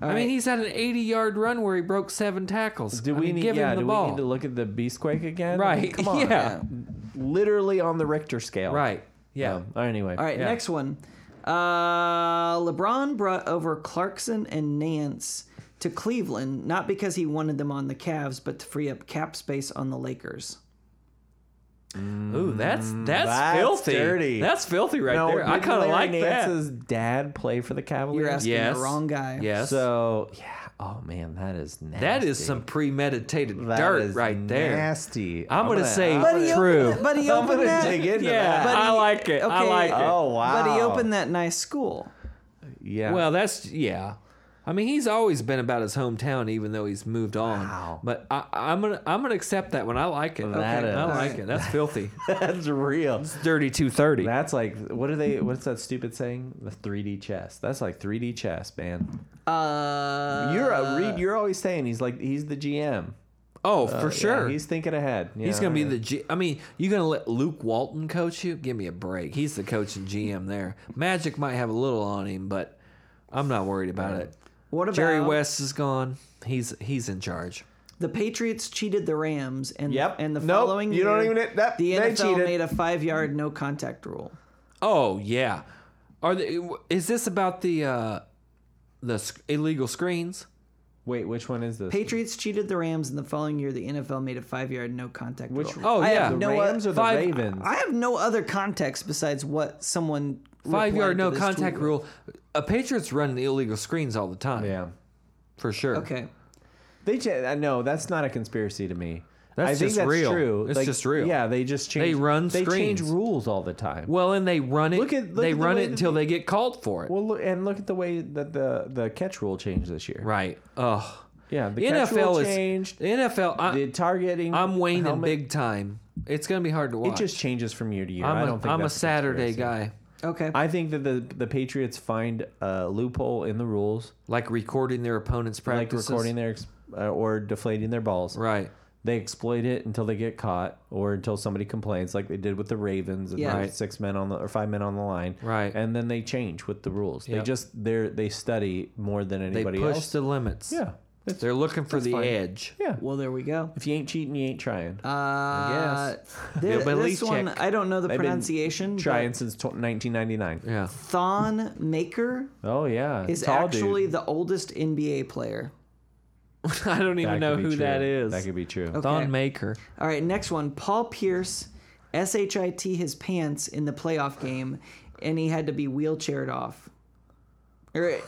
I mean, he's had an 80 yard run where he broke seven tackles. Do I we mean, need? give yeah. him the do ball? we need to look at the Beastquake again? I mean, Right. Come on. Yeah. Literally on the Richter scale. Right. Yeah. Um, anyway. All right, Yeah. next one. Uh, LeBron brought over Clarkson and Nance to Cleveland, not because he wanted them on the Cavs, but to free up cap space on the Lakers. Ooh, that's that's, Um, mm, that's filthy. dirty. That's filthy right there. I didn't kind of Larry like that. Nance's dad play for the Cavaliers. You're asking Yes. the wrong guy. Yes. So yeah. Oh man, that is nasty. that is some premeditated That dirt is right there. Nasty. I'm gonna say- I'm But he True. [LAUGHS] opened, but he I'm opened gonna that. dig into Yeah, that. I like it. I okay, like it. Oh wow. But he opened that nice school. Yeah. [LAUGHS] Well, that's yeah. I mean, he's always been about his hometown, even though he's moved on. Wow. But I, I'm gonna I'm gonna accept that one. I like it. That I is- like it. That's filthy. that's real. Dirty two thirty. That's like what are they? What's that stupid saying? The 3D chess. That's like 3D chess, man. Uh, You're a Reed. You're always saying he's like he's the GM. Oh, for Yeah, sure. he's thinking ahead. Yeah, He's gonna be yeah. the G. I mean, you gonna let Luke Walton coach you? Give me a break. He's the coach and GM there. Magic might have a little on him, but I'm not worried about it. What about Jerry West is gone. He's he's in charge. The Patriots cheated the Rams, and Yep. and the Nope, following you don't year, even- that- the they NFL cheated. made a five-yard no-contact rule. Oh yeah. Are they, is this about the uh, the sc- illegal screens? Wait, which one is this? Patriots cheated the Rams, and the following year, the NFL made a five-yard no-contact rule. Which- Oh I yeah. have the no o- Rams or the five- Ravens? I have no other context besides what someone Five replied yard to no this contact tweet. rule. A Patriots run the illegal screens all the time. yeah. for sure. Okay, They cha- uh, no, that's not a conspiracy to me. That's I think just that's real. true. It's just real. Yeah, they just change. They run They change screens. rules all the time. Well, Well, and they run it. Look at- look they at the run way it that until they get called for it. look, and look at the way that the the catch rule changed this year. Right. Ugh. Yeah, the catch rule NFL is changed. NFL. the I, targeting. I'm waning helmet- big time. It's gonna be hard to watch. It just changes from year to year. I'm I a- don't think I'm a that's Saturday conspiracy. guy. okay. I think that the the Patriots find a loophole in the rules, Like recording their opponent's practices. like recording their ex- uh, or deflating their balls. Right. They exploit it until they get caught or until somebody complains, like they did with the Ravens and Yeah. there was Right. six men on the or five men on the line. Right. and then they change with the rules. They Yep. just they they study more than They anybody push else. the limits. yeah, It's- They're looking for the fine. edge. yeah. well, there we go. If you ain't cheating, you ain't trying. Uh, I guess. Yeah, but at this least one, check. I don't know the They've been pronunciation. trying but since t- 1999. Yeah. [LAUGHS] Thon Maker Oh yeah, is Tall dude. actually the oldest NBA player. I don't even That know could be who that true. is. That could be true. Don Okay. Maker. All right, next one. Paul Pierce shit his pants in the playoff game, and he had to be wheelchaired off. Or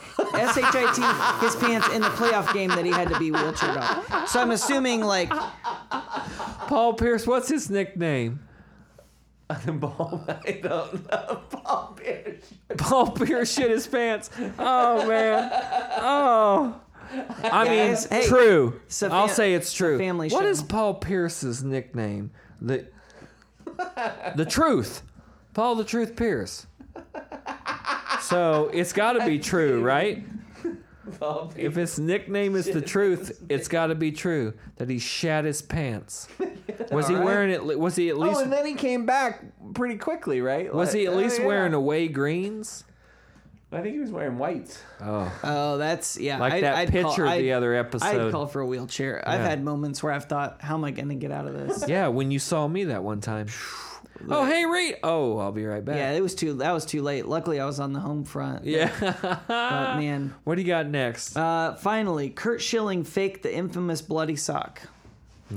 shit his pants in the playoff game that he had to be wheelchaired off. So I'm assuming like Paul Pierce. What's [LAUGHS] his nickname? I don't know. Paul Pierce. Paul Pierce shit his pants. Oh man. Oh. I Guys, mean, hey, true. it's a I'll fam- say it's true. family what show. is Paul Pierce's nickname? The The Truth. Paul the Truth Pierce. So it's got to [LAUGHS] be true, right? Paul Pierce. [LAUGHS] If his nickname is the truth, it's got to be true that he shat his pants. Was he All right. wearing it? Was he at least? oh, and then he came back pretty quickly, right? was he at Like, least oh, yeah. wearing away greens? I think he was wearing whites. Oh, Oh, that's yeah. like I'd- that I'd call- picture I'd- the other I'd episode. call for a wheelchair. I've Yeah. had moments where I've thought, how am I going to get out of this? [LAUGHS] [LAUGHS] yeah, when you saw me that one [SIGHS] time. oh, hey Reed. Oh, I'll be right yeah, back. it was too. That was too late. Luckily, I was on the home front. Yeah. But man, [LAUGHS] what do you got next? uh, finally, Kurt Schilling faked the infamous bloody sock.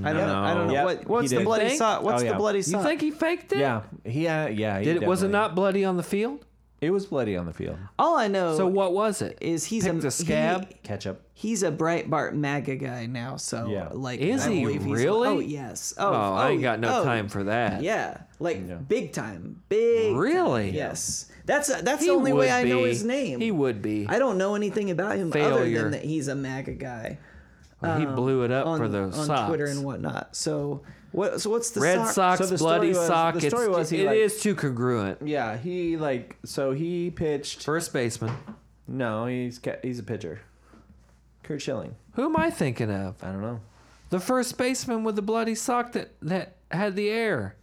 I don't know. I don't know Yep, what. he What's the did. bloody Think? sock? What's Oh, the yeah. bloody you sock? think he faked it? Yeah, he uh, yeah. He Did it? Was it definitely- not bloody on the field? It was bloody on the field. All I know So what was it? is he's picked a, a Um, scab? he- Ketchup. he's a Breitbart MAGA guy now. So Yeah. like, Is I he believe he's- really? Oh yes. Oh, Oh, I ain't got no oh, time for that. Yeah, like big time, big. Really? time, Yes, that's uh, that's the only way would I know be. his name. He would be. I don't know anything about him other Failure. than that he's a MAGA guy Well, he blew it up Um, on, for the on socks. Twitter and whatnot. So what? So what's the Red Sox, sock? So the story bloody was- sock. the it's- story was he, it like- is too congruent. Yeah, he like so he pitched. First baseman. No, he's ca- he's a pitcher. Kurt Schilling. Who am I thinking of? I don't know. The first baseman with the bloody sock that that had the air.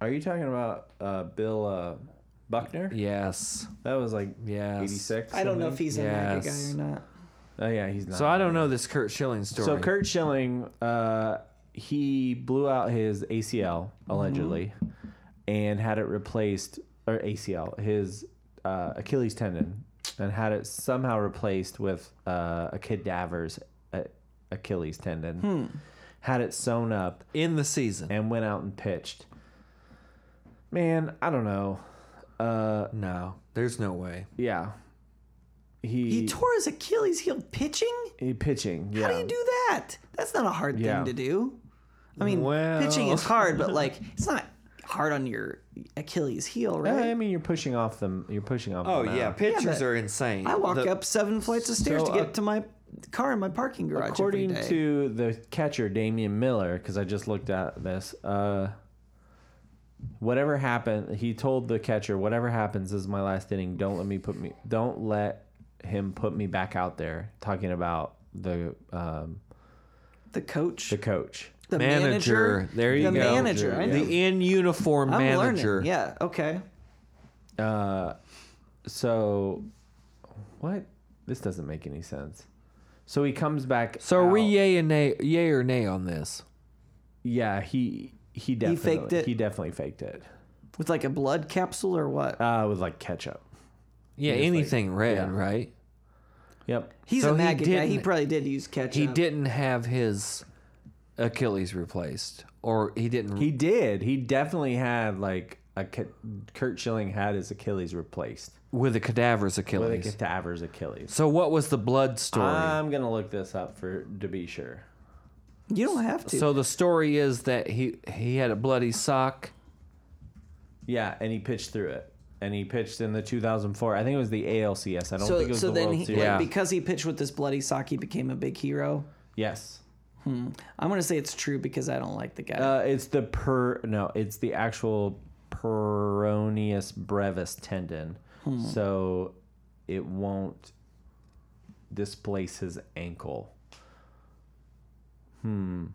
Are you talking about uh, Bill uh, Buckner? Yes. That was like Yes. eighty six. I don't know if he's a MAGA guy Yes. or not. Oh yeah, he's not. So I don't know this Kurt Schilling story. So Kurt Schilling, uh, he blew out his ACL Mm-hmm. allegedly, and had it replaced or ACL his uh, Achilles tendon, and had it somehow replaced with uh, a cadaver's uh, Achilles tendon. Hmm. Had it sewn up in the season. and went out and pitched. Man, I don't know. Uh, No, there's no way. yeah, he He tore his Achilles heel pitching. he pitching. Yeah, How do you do that? That's not a hard Yeah. thing to do. I mean, Well. pitching is hard, but like it's not hard on your Achilles heel, Yeah, right? I mean, you're pushing off them. You're pushing off. [LAUGHS] Oh the mound. yeah, pitchers but are insane. I walk The- up seven flights of stairs So, to uh, get to my car in my parking garage. According every day. to the catcher Damian Miller, because I just looked at this, uh, whatever happened, he told the catcher, "Whatever happens this is my last inning. Don't let me put me. Don't let him put me back out there." Talking about the um, the coach, the coach. the manager. There you the go. manager. I know. The in uniform I'm manager. learning. Yeah. Okay. Uh, So, what? This doesn't make any sense. So he comes back. So are we out. yay and nay, yay or nay on this? Yeah, he he definitely faked it? He definitely faked it With like a blood capsule or what? uh, with like ketchup. Yeah, just like- anything red, yeah. right? Yep. He's so he a MAGA guy. He didn't- probably did use ketchup. He didn't have his Achilles replaced, or he didn't. He did. He definitely had like a ca- Kurt Schilling had his Achilles replaced with a cadaver's with a Ah, Achilles. cadaver's Achilles. so what was the blood story? I'm gonna look this up for to be sure. You don't have to. so the story is that he he had a bloody sock. Yeah, and he pitched through it, and he pitched in the 2004. I think it was the ALCS. I don't think it so, was so the then World he, Series. Yeah. like, because he pitched with this bloody sock, he became a big hero. Yes, I'm gonna say it's true because I don't like the guy. uh, it's the per no, it's the actual peroneus brevis tendon. Hmm. So it won't displace his ankle. Hmm.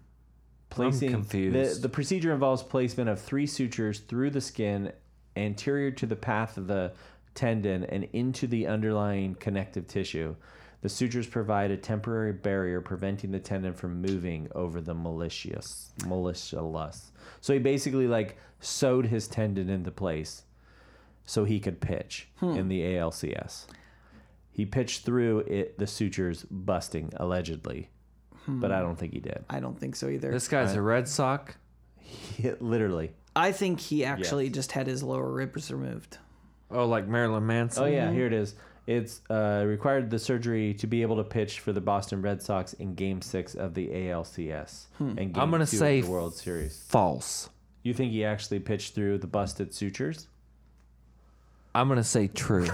placing confused. The, the procedure involves placement of three sutures through the skin anterior to the path of the tendon and into the underlying connective tissue the sutures provide a temporary barrier preventing the tendon from moving over the malicious malicious so he basically like sewed his tendon into place so he could pitch in the ALCS he pitched through it the sutures busting allegedly but i don't think he did [LAUGHS] I don't think so either. This guy's a red sock. Yeah, literally. I think he actually just had his lower ribs removed. Oh, like Marilyn Oh Manson. yeah, here it is. It's uh, required the surgery to be able to pitch for the Boston Red Sox in Game Six of the ALCS and Game I'm gonna Two say of the World Series. False. You think he actually pitched through the busted sutures? [LAUGHS] I'm gonna say true.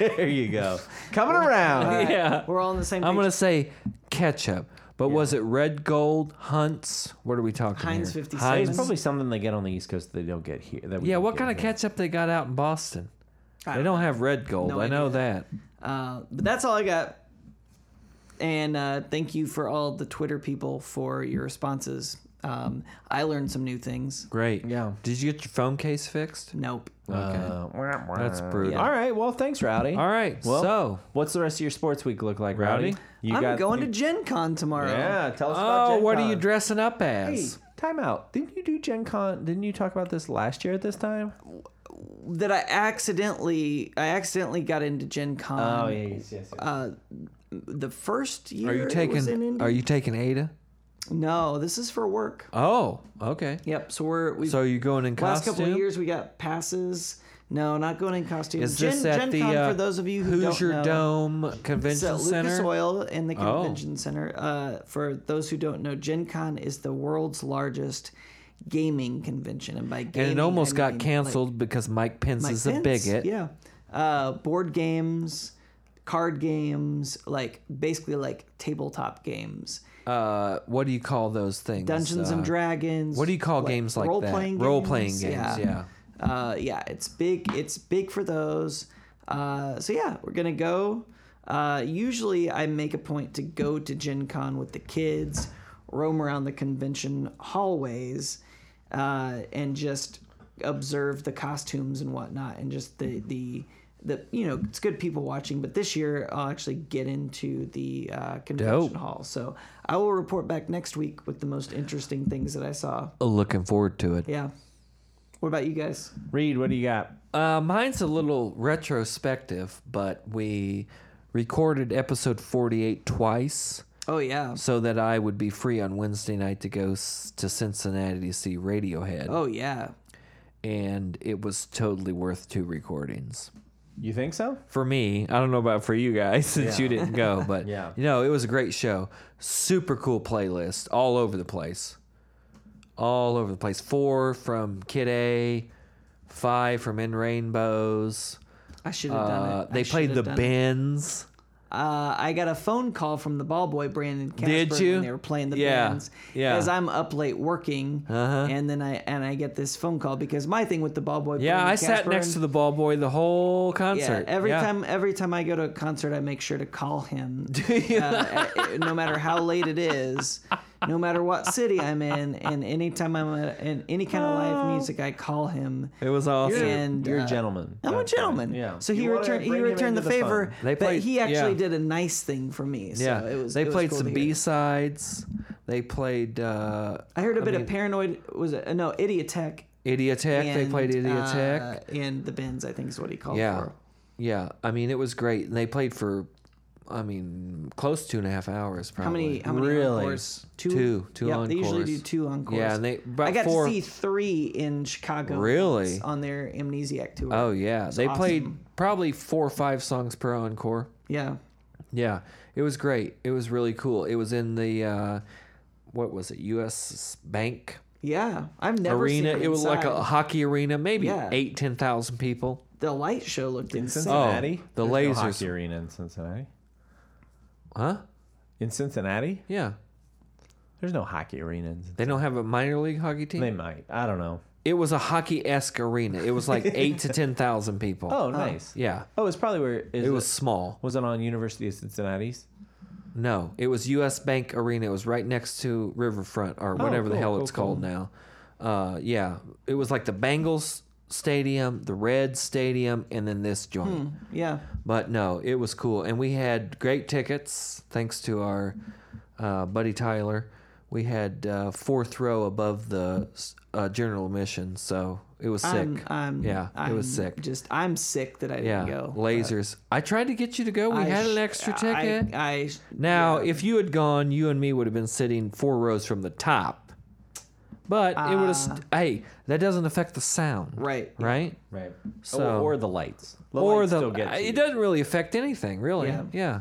there you go. [LAUGHS] Coming around. [LAUGHS] [LAUGHS] yeah. We're all on the same. Page. I'm gonna say ketchup. But was it red gold hunts? What are we talking Heinz here? 57. It's probably something they get on the East Coast that they don't get here. That we Yeah, don't what get kind of here. ketchup they got out in Boston? I They don't don't have red gold. No I know that. Uh, but that's all I got. And uh, thank you for all the Twitter people for your responses. Um, I learned some new things. Great. Yeah. Did you get your phone case fixed? Nope. Uh, That's brutal. All right. Well, thanks, Rowdy. All right. Well, so what's the rest of your sports week look like, Rowdy? Rowdy? You I'm got- going to Gen Con tomorrow. Yeah. Tell us about Oh, Gen what are Con. you dressing up Hey, as? time out. Didn't you do Gen Con? Didn't you talk about this last year at this time? That I accidentally I accidentally got into Gen Con. yes, yes. yes. Uh, the first year. Oh, Are you it was in taking Indy. Are you taking Ada? No, this is for work. Oh, okay. Yep. So we're we. So have are you going in last costume? couple of years we got passes. No, not going in costume. Is Gen, this at Gen the Con, uh, for those of you who Hoosier don't know, Dome It's Convention at Lucas Center? Oil in the Oh. convention center. Uh, for those who don't know, Gen Con is the world's largest gaming convention, and by gaming, and it almost I got mean, canceled because Mike Pence like, is Mike a Pence, bigot. Yeah, uh, board games, card games, like basically like tabletop games, Uh, what do you call those things? Dungeons and Uh, Dragons. What do you call games like that? role-playing Role-playing games, games, yeah. Uh, yeah, it's big. It's big for those. Uh, so yeah, we're gonna go. Uh, usually, I make a point to go to Gen Con with the kids, roam around the convention hallways, uh, and just observe the costumes and whatnot, and just the the the you know it's good people watching. But this year, I'll actually get into the uh, convention Dope. hall. So I will report back next week with the most interesting things that I saw. Looking forward to it. Yeah. What about you guys? Reed, what do you got? Uh, mine's a little retrospective, but we recorded episode 48 twice Oh yeah. so that I would be free on Wednesday night to go s- to Cincinnati to see Radiohead. Oh yeah. And it was totally worth two recordings. You think so? for me. I don't know about for you guys [LAUGHS] since you didn't go, but Yeah. you know, it was a great show. Super cool playlist all over the place. All over the place. Four from Kid A, five from In Rainbows. I should have done Uh, it. I they played should've the done it. Bends. Uh, I got a phone call from the ball boy Brandon Casper Did you? when they were playing the Yeah. bands. Yeah. Because I'm up late working, Uh-huh. and then I and I get this phone call because my thing with the ball boy. Yeah, Brandon I sat Casper next and- to the ball boy the whole concert. Yeah, every Yeah. time every time I go to a concert, I make sure to [LAUGHS] call him, uh, uh, no matter how late it is, no matter what city I'm in, and anytime I'm at, in any kind of live Oh. music, I call him. It was awesome. and You're uh, a gentleman. I'm a That's right. gentleman. Yeah. So he You wanna returned. He bring him returned into the the favor, fun. They but played- he actually yeah. did a nice thing for me. So yeah, it was. they it was played cool to some hear. B sides. They played uh, I heard a bit of paranoid. Was it uh, no Idiotech? Idiotech. they and, played Idiotech. uh, and the bins. I think is what he called Yeah. for. Yeah. I mean, it was great. And they played for, I mean, close to two and a half hours, How probably. many? How many Really? encores? Two- two Yep, They usually encores. do two encores. Yeah, and they- about I got four- to see three in Chicago. Really? once on their Amnesiac tour. Oh, yeah. They awesome. played probably four or five songs per encore. yeah. Yeah. It was great. It was really cool. It was in the, uh, what was it, U.S. Bank Yeah, I've never arena. Seen It was like a inside. hockey arena, maybe Yeah. eight, ten thousand people. the light show looked In insane. Cincinnati? Oh, the There's lasers. No hockey arena in Cincinnati. Huh? In Cincinnati? Yeah. There's no hockey arena in Cincinnati. They don't have a minor league hockey team. They might. I don't know. It was a hockey esque arena. It was like eight to 10,000 people. [LAUGHS] Oh, nice. Yeah. Oh, it's probably where is It was small. Was it on University of Cincinnati's? No, it was U.S. Bank Arena. It was right next to Riverfront or whatever the Oh, cool, hell cool, it's called now. Uh, yeah, it was like the Bengals Stadium, the Red Stadium, and then this Hmm. joint. Yeah. But no, it was cool, and we had great tickets thanks to our uh, buddy Tyler. We had uh, fourth row above the uh, general admission, so it was sick. I'm, I'm, yeah, I'm it was sick. Just, I'm sick that I Yeah, didn't go. lasers. I tried to get you to go. We I had an sh- extra I- ticket. I, sh- Now, yeah. if you had gone, you and me would have been sitting four rows from the top. But it would have. St- hey, that doesn't affect the sound, Ah. right, Right? Right. So- or, or the lights. The or lights the still get to you. it doesn't really affect anything, really. Yeah, Yeah.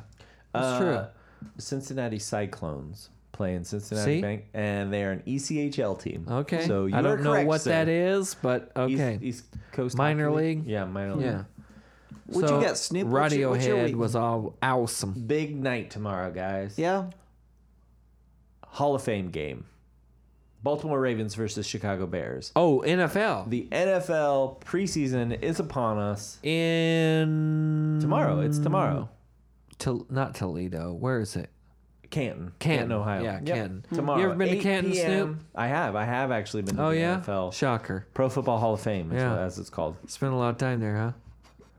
that's Uh, true. Cincinnati Cyclones play in Cincinnati See? Bank, and they are an E ECHL team. Okay, So you I are don't know correct, what sir. that is, but East- okay, East, Coast Minor Hockey league? Yeah, minor league. yeah. What you so, got, Snoop? What's your- what's your Radiohead week? was all awesome. Big night tomorrow, guys. yeah, Hall of Fame game. Baltimore Ravens versus Chicago Bears. Oh, NFL The NFL preseason is upon us. in Tomorrow, it's tomorrow. Mm. Tol- not Toledo. Where is it? Canton. Canton, Ohio. yeah, Canton. You Tomorrow. ever been to 8 Canton, PM. Snoop? I have. I have actually been to Oh the yeah, NFL. shocker. Pro Football Hall of Fame, Yeah. yeah. as it's called. Spent a lot of time there,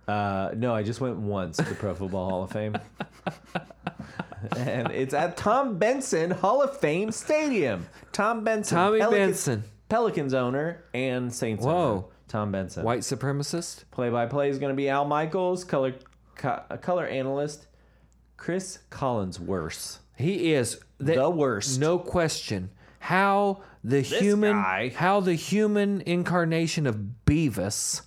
huh? Uh, no, I just went once to Pro Football Hall of Fame. and it's at Tom Benson Hall of Fame Stadium. Tom Benson. Tommy Benson. Pelicans owner and Saints owner. Whoa. Tom Benson. White supremacist. Play-by-play is going to be Al Michaels, color co- color analyst Chris Collinsworth. He is The worst. No question. How the human, guy. how the human incarnation of Beavis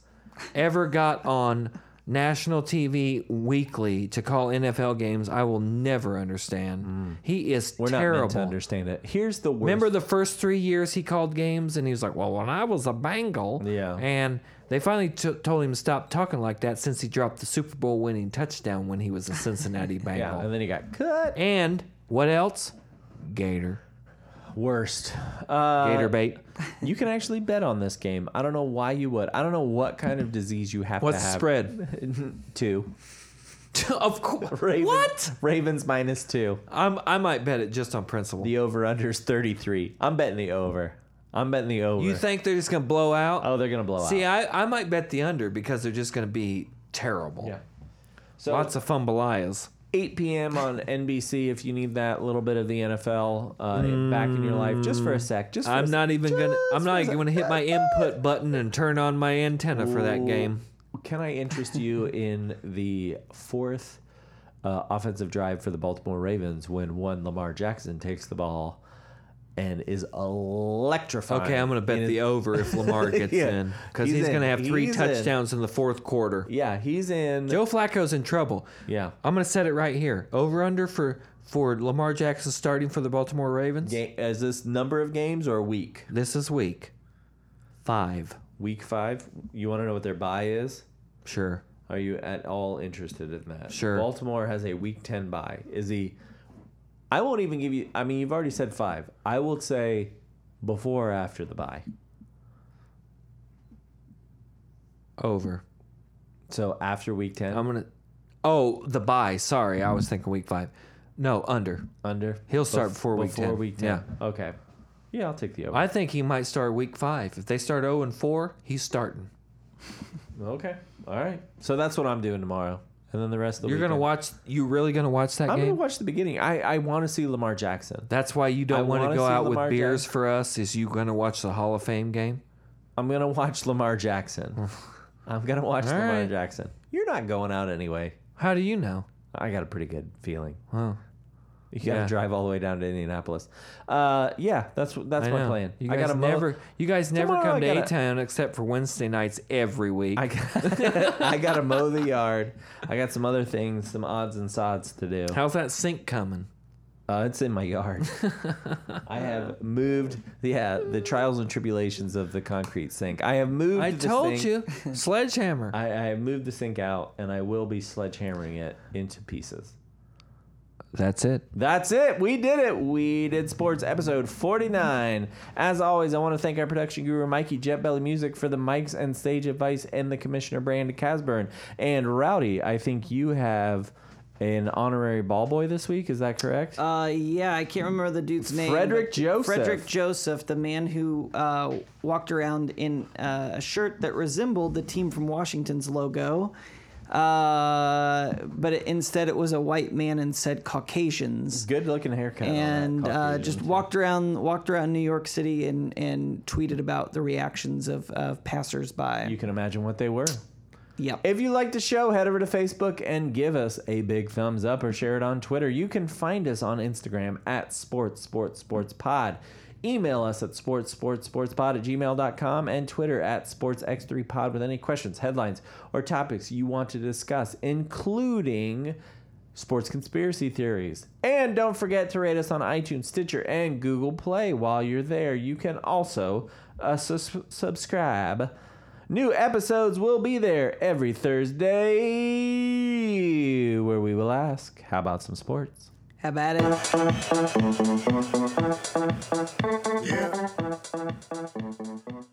ever got on national TV weekly to call NFL games, I will never understand. He is Mm. We're not meant to terrible. understand it. Here's the worst. Remember the first three years he called games, and he was like, "Well, when I was a Bengal, Yeah. And they finally t- told him to stop talking like that since he dropped the Super Bowl winning touchdown when he was a Cincinnati [LAUGHS] Bengal. yeah, and then he got cut. And what else? Gator. Worst. Uh, Gator bait. You can actually bet on this game. I don't know why you would. I don't know what kind of disease you have What's to the have. spread? [LAUGHS] Two. [LAUGHS] [LAUGHS] of course. Ravens, What? Ravens minus two. I'm, I might bet it just on principle. The over under is 33. I'm betting the over. I'm betting the over. you think they're just going to blow out? oh, they're going to blow See, out. I, I might bet the under because they're just going to be terrible. Yeah. So Lots of fumbleias. 8 p.m. on NBC if you need that little bit of the NFL uh, back in your life just for a sec. Just for a I'm sec. not even going to I'm Just not for a even going to hit my input button and turn on my antenna for that game. Can I interest [LAUGHS] you in the fourth uh, offensive drive for the Baltimore Ravens when one Lamar Jackson takes the ball and is electrified? Okay, I'm going to bet the over if Lamar gets [LAUGHS] Yeah. in cuz He's he's, going to in. have 3 He's in. touchdowns in the fourth quarter. Yeah, he's in. Joe Flacco's in trouble. Yeah. I'm gonna set it right here. Over under for for Lamar Jackson starting for the Baltimore Ravens. Ga- Is this number of games or week? This is week five. Week five. You want to know what their bye is? Sure. Are you at all interested in that? Sure. Baltimore has a week 10 bye. Is he. I won't even give you. I mean, you've already said five. I will say before or after the bye. Over. So after week 10, I'm gonna. Oh, the bye. Sorry, I was thinking week five. No, under. under. He'll start before week before 10. week 10. Okay. Yeah, I'll take the over. I think he might start week five. If they start 0 and four, he's starting. okay. All right. So that's what I'm doing tomorrow. And then the rest of the You're weekend. gonna watch. You really gonna watch that I'm game? going to watch the beginning. I, I want to see Lamar Jackson. That's why you I don't want wanna to go see out Lamar with beers for us. Is you gonna watch the Hall of Fame game? I'm going to watch Lamar Jackson. I'm going to watch All Lamar right. Jackson. You're not going out anyway. How do you know? I got a pretty good feeling. Huh. You got to Yeah. drive all the way down to Indianapolis. Uh, yeah, that's that's I my know. plan. You I guys got to never. you guys never Tomorrow I come to gotta- A Town except for Wednesday nights every [LAUGHS] week. I got, [LAUGHS] I got to mow the yard. I got some other things, some odds and sods to do. How's that sink coming? [LAUGHS] Uh, it's in my yard. I [LAUGHS] have moved. Yeah, the trials and tribulations of the concrete sink. I have moved. I the told sink- you, [LAUGHS] sledgehammer. I, I have moved the sink out, and I will be sledgehammering it into pieces. That's it. That's it. We did it. We did sports episode 49. As always, I want to thank our production guru, Mikey Jetbelly Music, for the mics and stage advice, and the commissioner, Brand Casburn. And Rowdy, I think you have an honorary ball boy this week. Is that correct? Uh, yeah, I can't remember the dude's name. Frederick but Joseph. Frederick Joseph, the man who uh, walked around in uh, a shirt that resembled the team from Washington's logo, uh, but it, instead it was a white man and said Caucasians. Good looking haircut. on that And uh, Caucasian just too. walked around, walked around New York City, and, and tweeted about the reactions of, of passersby. You can imagine what they were. yep. If you like the show, head over to Facebook and give us a big thumbs up or share it on Twitter. You can find us on Instagram at sports sports sports pod. Email us at sports sports sports pod at gmail.com and Twitter at sportsx3pod with any questions, headlines, or topics you want to discuss, including sports conspiracy theories. And don't forget to rate us on iTunes, Stitcher, and Google Play. While you're there, you can also uh, sus- subscribe. New episodes will be there every Thursday, where we will ask, How about some sports? How about it? Yeah.